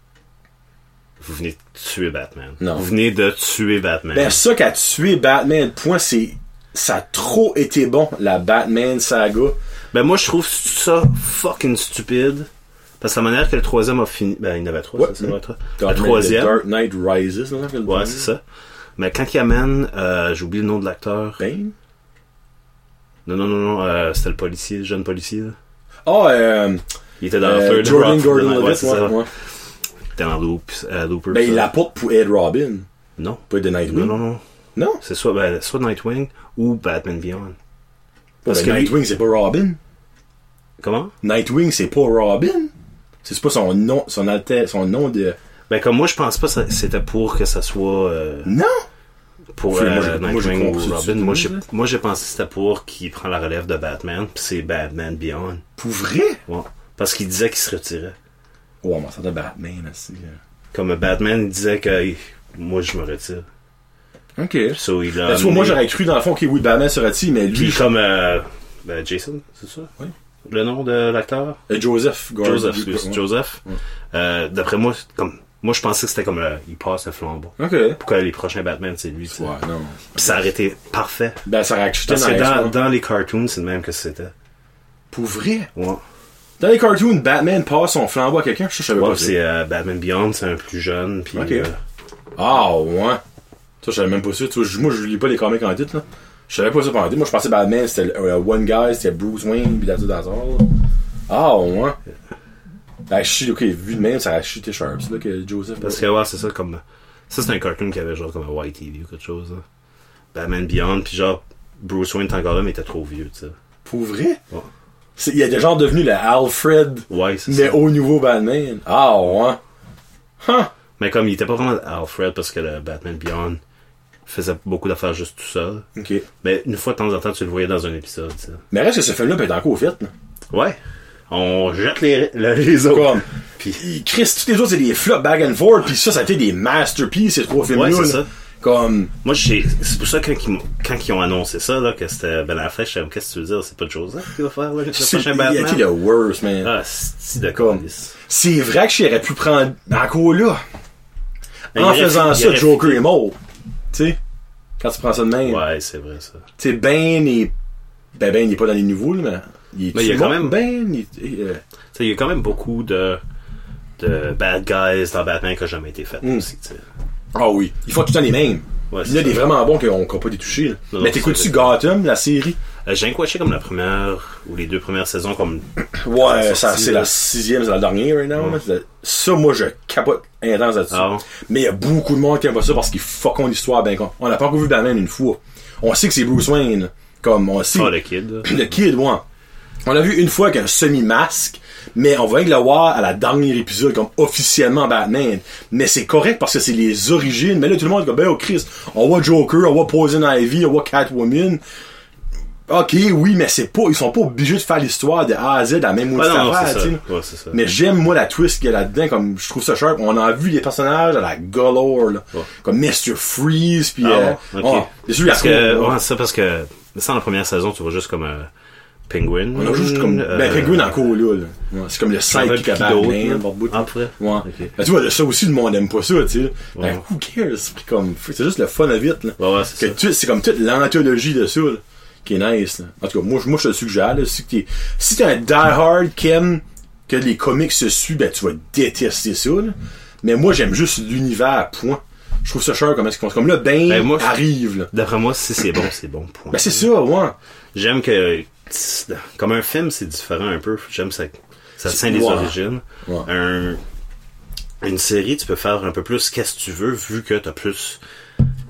Speaker 2: Vous venez de tuer Batman.
Speaker 1: Non.
Speaker 2: Vous venez de tuer Batman.
Speaker 1: Ben, ça qu'a tué Batman, le point, c'est, ça a trop été bon, la Batman saga.
Speaker 2: Ben moi je trouve ça fucking stupide. Parce que la manière que le troisième a fini. Ben il y en avait trois,
Speaker 1: Ouais. Mm-hmm.
Speaker 2: ça, c'est vrai, trois.
Speaker 1: Dark
Speaker 2: Le
Speaker 1: Knight-
Speaker 2: troisième.
Speaker 1: Dark Knight Rises, non,
Speaker 2: Ouais, c'est ça. Mais quand il amène, euh, j'ai oublié le nom de l'acteur.
Speaker 1: Bane?
Speaker 2: Non, non, non, non, euh, c'était le policier, le jeune policier. Là.
Speaker 1: Ah, euh,
Speaker 2: Il était dans
Speaker 1: euh,
Speaker 2: Third
Speaker 1: Jordan
Speaker 2: Rock,
Speaker 1: Gordon
Speaker 2: dans- ouais,
Speaker 1: Levitt,
Speaker 2: c'est
Speaker 1: ouais,
Speaker 2: ça.
Speaker 1: ouais.
Speaker 2: Il était dans Loop, euh, Looper.
Speaker 1: Ben,
Speaker 2: ça.
Speaker 1: il Mm-hmm. l'apporte pour Ed Robin,
Speaker 2: Non.
Speaker 1: pas Ed
Speaker 2: Non,
Speaker 1: Nightwing.
Speaker 2: non, non.
Speaker 1: Non?
Speaker 2: C'est soit, ben, soit Nightwing ou Batman Beyond.
Speaker 1: Parce
Speaker 2: Parce
Speaker 1: que
Speaker 2: que lui-
Speaker 1: Nightwing, c'est pas Robin.
Speaker 2: Comment?
Speaker 1: Nightwing, c'est pas Robin. C'est pas son nom, son alter, son nom de.
Speaker 2: Ben comme moi je pense pas que ça- c'était pour que ça soit euh,
Speaker 1: Non!
Speaker 2: pour
Speaker 1: Moi,
Speaker 2: euh,
Speaker 1: j'ai- moi, j'ai
Speaker 2: Nightwing
Speaker 1: compris
Speaker 2: ou
Speaker 1: ça
Speaker 2: Robin.
Speaker 1: du tout,
Speaker 2: Moi j'ai
Speaker 1: là.
Speaker 2: moi, j'ai pensé que c'était pour qu'il prend la relève de Batman, puis c'est Batman Beyond.
Speaker 1: Pour vrai? Oh,
Speaker 2: Ouais. Parce qu'il disait qu'il se retirait.
Speaker 1: Ouais, mais ça de Batman, aussi.
Speaker 2: Comme euh, Batman, il disait que hey, moi je me retire.
Speaker 1: Ok.
Speaker 2: So, il a
Speaker 1: Ben, tu vois,
Speaker 2: amené-
Speaker 1: moi, j'aurais cru, dans le fond, que oui, Batman serait il mais
Speaker 2: Puis
Speaker 1: lui,
Speaker 2: comme euh, ben, Jason, c'est ça?
Speaker 1: Oui.
Speaker 2: Le nom de l'acteur?
Speaker 1: euh, Joseph Gordon.
Speaker 2: Joseph, excuse,
Speaker 1: Ouais.
Speaker 2: Joseph. Euh, D'après moi, c'est comme moi je pensais que c'était comme euh, il passe le flambeau.
Speaker 1: Ok. Ouais,
Speaker 2: Pourquoi les prochains Batman, c'est lui. tu sais.
Speaker 1: non.
Speaker 2: Puis ça aurait été parfait.
Speaker 1: Ben, ça aurait acheté
Speaker 2: Parce
Speaker 1: dans
Speaker 2: que
Speaker 1: la
Speaker 2: dans,
Speaker 1: dans...
Speaker 2: dans les cartoons, c'est le même que c'était.
Speaker 1: Pour vrai?
Speaker 2: Ouais.
Speaker 1: Dans les cartoons, Batman passe son flambeau à quelqu'un. Ça, je savais
Speaker 2: Ouais,
Speaker 1: pas.
Speaker 2: c'est euh, Batman Beyond, c'est un plus jeune. Puis,
Speaker 1: Ok.
Speaker 2: euh,
Speaker 1: Ah, ouais. Ça, je savais même pas ça. Tu vois, je- moi, je lis pas les comics en titre, là. Je savais pas ça pendant titre. Moi, je pensais Batman, c'était le- euh, One Guy, c'était Bruce Wayne, pis that's it, that's all. Ah, ouais. Ah, shit, ok, vu de même, ça a chuté sharp, c'est là que Joseph.
Speaker 2: parce que ouais, c'est ça comme. Ça, c'est un cartoon qui avait genre comme un White TV ou quelque chose. là. Batman Beyond, puis genre Bruce Wayne était encore là, mais il était trop vieux, tu sais.
Speaker 1: Pour vrai?
Speaker 2: Ouais.
Speaker 1: C'est- Il a déjà genre devenu le Alfred,
Speaker 2: Ouais, c'est
Speaker 1: mais
Speaker 2: ça.
Speaker 1: au nouveau Batman. Ah, ouais. Huh.
Speaker 2: Mais comme il était pas vraiment Alfred parce que le Batman Beyond faisait beaucoup d'affaires juste tout seul.
Speaker 1: Ok.
Speaker 2: Mais une fois de temps en temps, tu le voyais dans un épisode, tu sais.
Speaker 1: Mais reste que ce film-là peut être encore fait, là.
Speaker 2: Ouais. On jette les, le- les autres.
Speaker 1: Comme.
Speaker 2: Puis-
Speaker 1: Puis, Chris, tous les autres, c'est des flops back and forth, puis ça, ça a été des masterpieces, ces trois films-là.
Speaker 2: Ouais, c'est
Speaker 1: là.
Speaker 2: ça.
Speaker 1: Comme.
Speaker 2: Moi, j'ai- c'est pour ça que quand ils, m'ont- quand ils ont annoncé ça, là, que c'était Ben Affleck, j'étais comme, qu'est-ce que tu veux dire? C'est pas Joseph qui va faire là, le
Speaker 1: C'est
Speaker 2: prochain
Speaker 1: il a été
Speaker 2: Batman?
Speaker 1: le worst, man.
Speaker 2: Ah, c'est de
Speaker 1: Comme.
Speaker 2: câlisse.
Speaker 1: C'est vrai que j'aurais pu prendre Encore là.
Speaker 2: Mais
Speaker 1: en
Speaker 2: Ben, il aurait
Speaker 1: faisant
Speaker 2: pu- il
Speaker 1: ça,
Speaker 2: aurait
Speaker 1: Joker est mort. Tu sais, quand tu prends ça de même.
Speaker 2: Ouais, c'est vrai, ça.
Speaker 1: Tu sais, Ben est. Ben, Ben, il est pas dans les nouveaux, là, mais. est
Speaker 2: Mais il y a
Speaker 1: mort,
Speaker 2: quand même-
Speaker 1: Ben, il est- euh,
Speaker 2: Tu sais, il y a quand même beaucoup de, de bad guys dans Batman qui a jamais été fait
Speaker 1: Mm.
Speaker 2: aussi, tu sais.
Speaker 1: Ah oui. Ils font tout le temps les mêmes.
Speaker 2: Ouais,
Speaker 1: il y en a
Speaker 2: c'est
Speaker 1: des
Speaker 2: ça.
Speaker 1: vraiment bons qu'on qu'on peut pas détoucher. là.
Speaker 2: Non,
Speaker 1: mais
Speaker 2: non,
Speaker 1: t'écoutes-tu
Speaker 2: c'est
Speaker 1: Gotham, la série
Speaker 2: Euh, J'ai encoché comme la première ou les deux premières saisons comme
Speaker 1: Ouais,
Speaker 2: C'est
Speaker 1: Euh, ça,
Speaker 2: sorti,
Speaker 1: c'est
Speaker 2: là.
Speaker 1: la sixième, c'est la dernière right now.
Speaker 2: Ouais.
Speaker 1: là. C'est- Ça, moi, je capote intense là-dessus.
Speaker 2: Ah ouais?
Speaker 1: Mais il y a beaucoup de monde qui aime pas ça parce qu'ils fuckont l'histoire ben con. On n'a pas encore vu Batman une fois. On sait que c'est Bruce Wayne. Comme, on sait.
Speaker 2: Oh, le kid. là.
Speaker 1: Le kid, ouais. On l'a vu une fois avec un semi-masque, mais on va rien que le voir à la dernière épisode comme officiellement Batman. Mais c'est correct parce que c'est les origines. Mais là, tout le monde est comme, ben, oh Chris, on voit Joker, on voit Poison Ivy, on voit Catwoman. Ok, oui, mais c'est pas, ils sont pas obligés de faire l'histoire de A à Z à la même
Speaker 2: Ouais,
Speaker 1: affaire,
Speaker 2: Ah non, non, c'est
Speaker 1: tu
Speaker 2: ça.
Speaker 1: sais.
Speaker 2: Ouais, c'est ça.
Speaker 1: Mais j'aime, moi, la twist qu'il y a là-dedans, comme, je trouve ça sharp. On a vu les personnages à la galore, là.
Speaker 2: Ouais.
Speaker 1: Comme Mr. Freeze, puis
Speaker 2: Ah,
Speaker 1: euh,
Speaker 2: ouais, ok.
Speaker 1: oh, c'est sûr, il y a
Speaker 2: Parce que, ouais, c'est ça, parce que, sans la première saison, tu vois juste comme euh, Penguin.
Speaker 1: On a juste comme. Ben,
Speaker 2: euh,
Speaker 1: Penguin en cours là. là. Ouais, c'est comme le
Speaker 2: J'en
Speaker 1: side
Speaker 2: veux
Speaker 1: qui
Speaker 2: plus
Speaker 1: cabane.
Speaker 2: d'autres, là.
Speaker 1: hein, bord bout.
Speaker 2: Ah, pour vrai?
Speaker 1: Ouais.
Speaker 2: Ok.
Speaker 1: Ben, tu vois, ça aussi, le monde aime pas ça, tu sais. Ben,
Speaker 2: Ouais.
Speaker 1: who cares? C'est comme- c'est juste le fun à vite, là.
Speaker 2: Ouais, ouais, c'est
Speaker 1: Que tu- c'est comme toute l'anthologie de ça, là, qui est nice, là. En tout cas, moi, je- moi je te le suggère, là. Si t'es si t'es un die-hard qui aime que les comics se suivent, ben, tu vas détester ça, là. Mais moi, j'aime juste l'univers, point. Je trouve ça cher comme est-ce qu'on- Comme là, Ben,
Speaker 2: Ben, moi, je-
Speaker 1: arrive, là.
Speaker 2: D'après moi, si c'est bon, c'est bon. Point.
Speaker 1: Ben, c'est ça, ouais.
Speaker 2: J'aime que. c'est- Comme un film, c'est différent un peu. J'aime ça. Ça tient les
Speaker 1: Ouais.
Speaker 2: origines.
Speaker 1: Ouais.
Speaker 2: Un- une série, tu peux faire un peu plus qu'est-ce que tu veux vu que t'as plus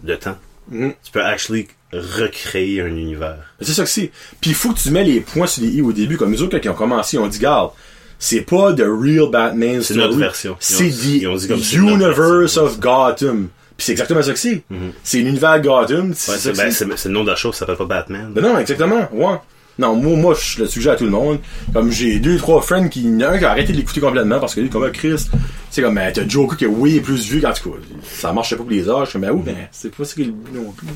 Speaker 2: de temps.
Speaker 1: Mhm.
Speaker 2: Tu peux actually recréer un univers.
Speaker 1: C'est ça que c'est. Puis il faut que tu mets les points sur les i au début, comme les autres, quand ils ont commencé, ils ont dit, garde, c'est pas The Real Batman
Speaker 2: C'est
Speaker 1: Story.
Speaker 2: notre version. Ils
Speaker 1: C'est
Speaker 2: ont- ils ont dit comme
Speaker 1: The
Speaker 2: c'est notre
Speaker 1: Universe
Speaker 2: version, Mhm.
Speaker 1: of Gotham. Puis c'est exactement ça que c'est. C'est l'univers de Gotham.
Speaker 2: Ouais,
Speaker 1: ça
Speaker 2: c'est
Speaker 1: que
Speaker 2: ben,
Speaker 1: c'est.
Speaker 2: c'est- c'est le nom de la chose, ça s'appelle pas Batman.
Speaker 1: Ben non, exactement, ouais. Non, moi, moi, je le suggère à tout le monde. Comme j'ai deux, trois friends qui, il y en a un qui a arrêté de l'écouter complètement parce que lui, comme, ah, Chris, c'est comme, ben, t'as Joker qui est way plus vieux quand tu quoi. Ça marche pas pour les âges. Je suis comme, ben, oui, ben, c'est pas ça qui est le but non plus.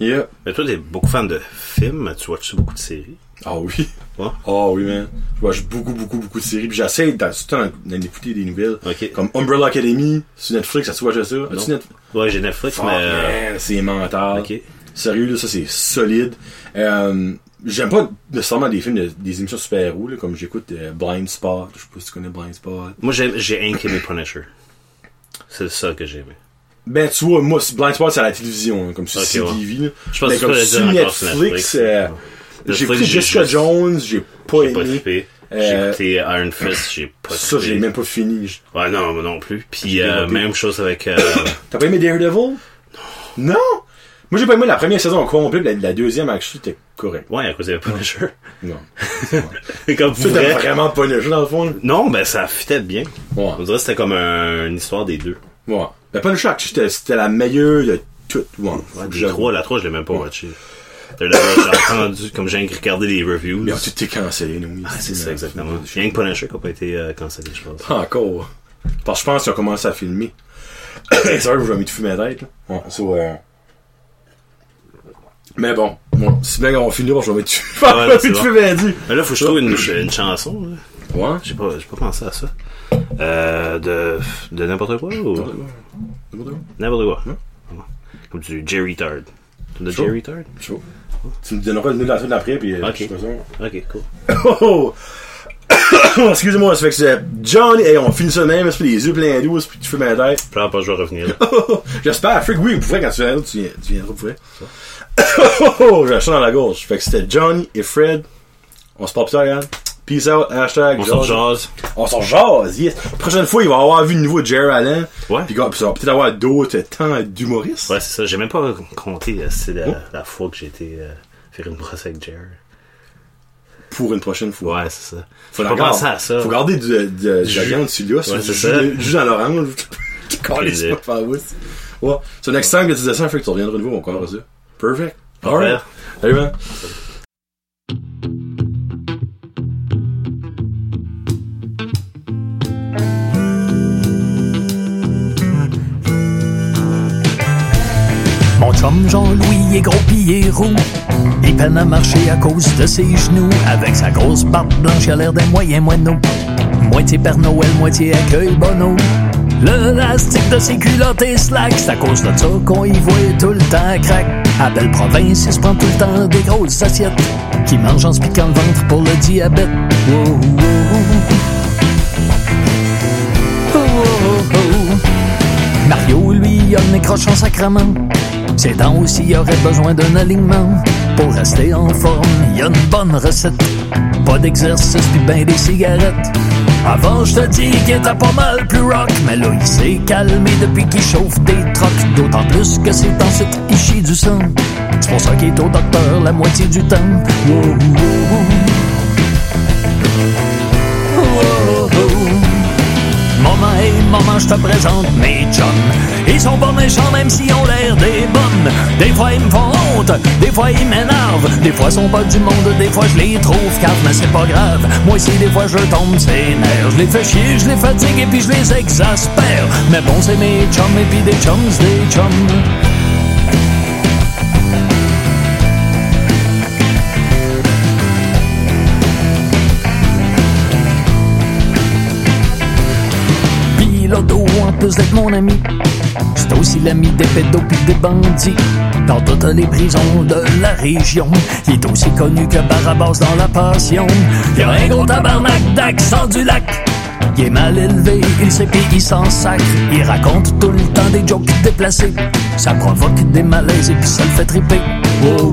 Speaker 1: Yeah.
Speaker 2: Mais toi, t'es beaucoup fan de films, tu watches beaucoup de séries.
Speaker 1: Ah oui.
Speaker 2: Ouais.
Speaker 1: Ah oui, man. Je watch beaucoup, beaucoup, beaucoup de séries. Puis j'essaie dans tout le temps d'en- d'en écouter des nouvelles.
Speaker 2: Ok.
Speaker 1: Comme Umbrella Academy, sur Netflix, ça se watch ça. As-tu Netflix?
Speaker 2: Ouais, j'ai Netflix,
Speaker 1: Fuck,
Speaker 2: mais. euh,
Speaker 1: man, c'est mental.
Speaker 2: ok.
Speaker 1: Sérieux, là, ça c'est solide. Euh, J'aime pas nécessairement des films, de- des émissions de super-héros, là, comme j'écoute euh, Blind Spot. Je sais pas si tu connais Blind Spot.
Speaker 2: Moi, j'ai j'ai Hank aimé Punisher. C'est ça que j'ai aimé.
Speaker 1: Ben, tu vois, moi, Blind Spot, c'est à la télévision, hein, comme sur
Speaker 2: Ok,
Speaker 1: CTV. là.
Speaker 2: Je pense
Speaker 1: Mais
Speaker 2: que tu
Speaker 1: comme
Speaker 2: peux le
Speaker 1: sur
Speaker 2: dire encore sur
Speaker 1: Netflix,
Speaker 2: Netflix,
Speaker 1: euh,
Speaker 2: ouais.
Speaker 1: j'ai
Speaker 2: Netflix,
Speaker 1: pris
Speaker 2: j'ai
Speaker 1: Jessica
Speaker 2: juste-
Speaker 1: Jones, j'ai pas
Speaker 2: J'ai pas
Speaker 1: aimé.
Speaker 2: trippé. J'ai
Speaker 1: Euh,
Speaker 2: écouté Iron Fist, j'ai pas
Speaker 1: Ça,
Speaker 2: trippé.
Speaker 1: j'ai même pas fini. Je-
Speaker 2: Ouais, non, moi non plus. Puis, euh,
Speaker 1: développé.
Speaker 2: même chose avec. euh,
Speaker 1: T'as pas aimé Daredevil? Non. Moi, j'ai pas aimé la première saison au complet, la, la deuxième, actually, était correct.
Speaker 2: ouais, à cause de Punisher.
Speaker 1: Non.
Speaker 2: comme
Speaker 1: Tu
Speaker 2: vrai.
Speaker 1: t'as vraiment pas le jeu, dans le fond, là.
Speaker 2: Non, ben ça fitait bien. On
Speaker 1: Ouais.
Speaker 2: dirait que c'était comme un- une histoire des deux.
Speaker 1: Ouais. Ben, pas le choc, c'était c'était la meilleure de toutes. Ouais. Faut que
Speaker 2: Des
Speaker 1: j'avoue.
Speaker 2: trois, la trois, je l'ai même pas watché. J'ai entendu, comme j'ai regardé les reviews.
Speaker 1: Mais tout est cancellé, nous.
Speaker 2: Ah, c'est ça, exactement. Rien que Punisher qui a pas été euh, cancellé, je pense.
Speaker 1: Pas encore. Parce que je pense qu'ils ont commencé à filmer. C'est vrai que je vais mettre fumer la tête, là. Ouais. So, euh, Mais bon, bon, si bien qu'on finit, bon, je vais mettre fumer
Speaker 2: Ah ouais,
Speaker 1: la
Speaker 2: c'est
Speaker 1: tête.
Speaker 2: bon. Mais là, faut que je trouve une, une chanson. là.
Speaker 1: Ouais.
Speaker 2: J'ai pas, j'ai pas pensé à ça. Euh, de de n'importe quoi Hmm? ou n'importe quoi. Comme du Jerry Tard. De
Speaker 1: Sure.
Speaker 2: Jerry Tard.
Speaker 1: Chaud. Tu me donneras le nez de la semaine après, puis euh,
Speaker 2: Ok.
Speaker 1: je te fais ça.
Speaker 2: Ok, cool.
Speaker 1: Oh! Excusez-moi, ça fait que c'est Johnny. Hey, on finit ça de même, c'est les yeux pleins d'eau, puis tu fais ma tête.
Speaker 2: Pleure pas, je vais revenir. là.
Speaker 1: J'espère, Frick, oui, pour vrai, quand tu viendras, tu, viens- tu viendras pour vrai. Oh, j'ai un chat dans la gorge. Fait que c'était Johnny et Fred. On se parle plus tard, Yann. Peace out, hashtag.
Speaker 2: On sort
Speaker 1: jase.
Speaker 2: jazz.
Speaker 1: On s'en jase, yes. Prochaine fois, il va avoir vu le nouveau Jerry Allen.
Speaker 2: Ouais.
Speaker 1: Puis, gars, puis ça va peut-être avoir d'autres temps d'humoristes.
Speaker 2: Ouais, c'est ça. J'ai même pas compté euh, c'est la, la fois que j'ai été euh, faire une brosse avec Jerry.
Speaker 1: Pour une prochaine fois.
Speaker 2: Ouais, c'est ça.
Speaker 1: Faut
Speaker 2: Faut pas
Speaker 1: la garder.
Speaker 2: penser à ça.
Speaker 1: Faut garder du, de- de, de
Speaker 2: jus.
Speaker 1: la viande dessus là.
Speaker 2: Ouais,
Speaker 1: du
Speaker 2: c'est
Speaker 1: jus
Speaker 2: ça.
Speaker 1: de- du jus dans l'orange. Tu colles
Speaker 2: Plaisir.
Speaker 1: ça par la bouche. Ouais. C'est un accent que tu disais ça, fait que tu reviendras de nouveau, on connaît ça. Perfect. Alright. Salut, man.
Speaker 3: Mon chum Jean-Louis est gros pis il est roux. Il peine à marcher à cause de ses genoux. Avec sa grosse barbe blanche, il a l'air d'un moyen moineau. Moitié Père Noël, moitié accueil bono. Le lastique de ses culottes est slack. C'est à cause de ça qu'on y voit tout le temps crack. À belle province, il se prend tout le temps des grosses assiettes. Qui mange en se piquant le ventre pour le diabète. oh, Wow, wow. Oh, oh, oh. Mario, lui, a le nez croche en sacrement. Ses dents aussi auraient besoin d'un alignement. Pour rester en forme, il y a une bonne recette. Pas d'exercice, puis ben des cigarettes. Avant, je te dis qu'il était pas mal plus rock, mais là, il s'est calmé depuis qu'il chauffe des trocs. D'autant plus que c'est ensuite, il chie du sang. C'est pour ça qu'il est au docteur la moitié du temps. Wow, wow, wow. Wow, wow. Maman et maman, je te présente mes chums. Ils sont pas méchants, même s'ils ont l'air des bonnes. Des fois, ils me font honte, des fois, ils m'énervent. Des fois, ils sont pas du monde, des fois, je les trouve caves, mais c'est pas grave. Moi aussi, des fois, je tombe ses nerfs. Je les fais chier, je les fatigue et puis je les exaspère. Mais bon, c'est mes chums et puis des chums, des chums. Piloto en plus d'être mon ami. C'est aussi l'ami des pédos pis des bandits. Dans toutes les prisons de la région, il est aussi connu que Barabas dans la passion. Il y a un gros tabarnak d'accent du lac. Il est mal élevé, il sait pis il s'en sacre. Il raconte tout le temps des jokes déplacés. Ça provoque des malaises et puis ça le fait triper. Wow, wow.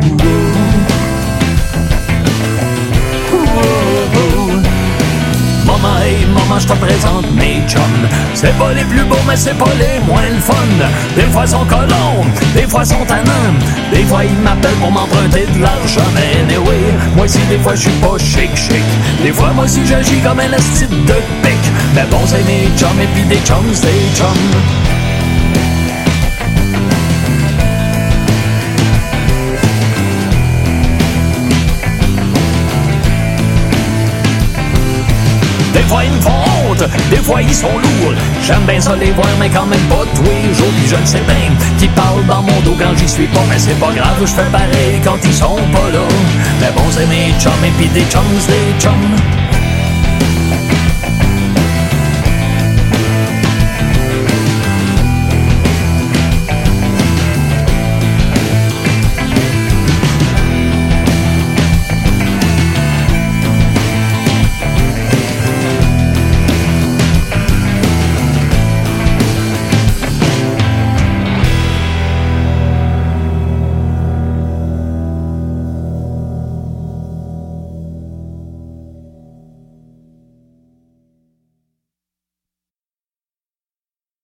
Speaker 3: Wow, wow. Maman et maman, e, je te présente mes chums. C'est pas les plus beaux, mais c'est pas les moins le fun. Des fois, ils sont colons, des fois, ils sont tannants. Des fois, ils m'appellent pour m'emprunter de l'argent. Mais anyway, moi aussi, des fois, je suis pas chic, chic. Des fois, moi aussi, j'agis comme un esti de pique. Mais bon, c'est mes chums, et puis des chums, c'est des chums. Des fois ils me font honte, des fois ils sont lourds. J'aime bien ça les voir, mais quand même pas tous les jours. Puis je le sais bien, qu'ils parlent dans mon dos quand j'y suis pas. Mais c'est pas grave, je fais pareil quand ils sont pas là. Mais bon, c'est mes chums et puis des chums, des chums.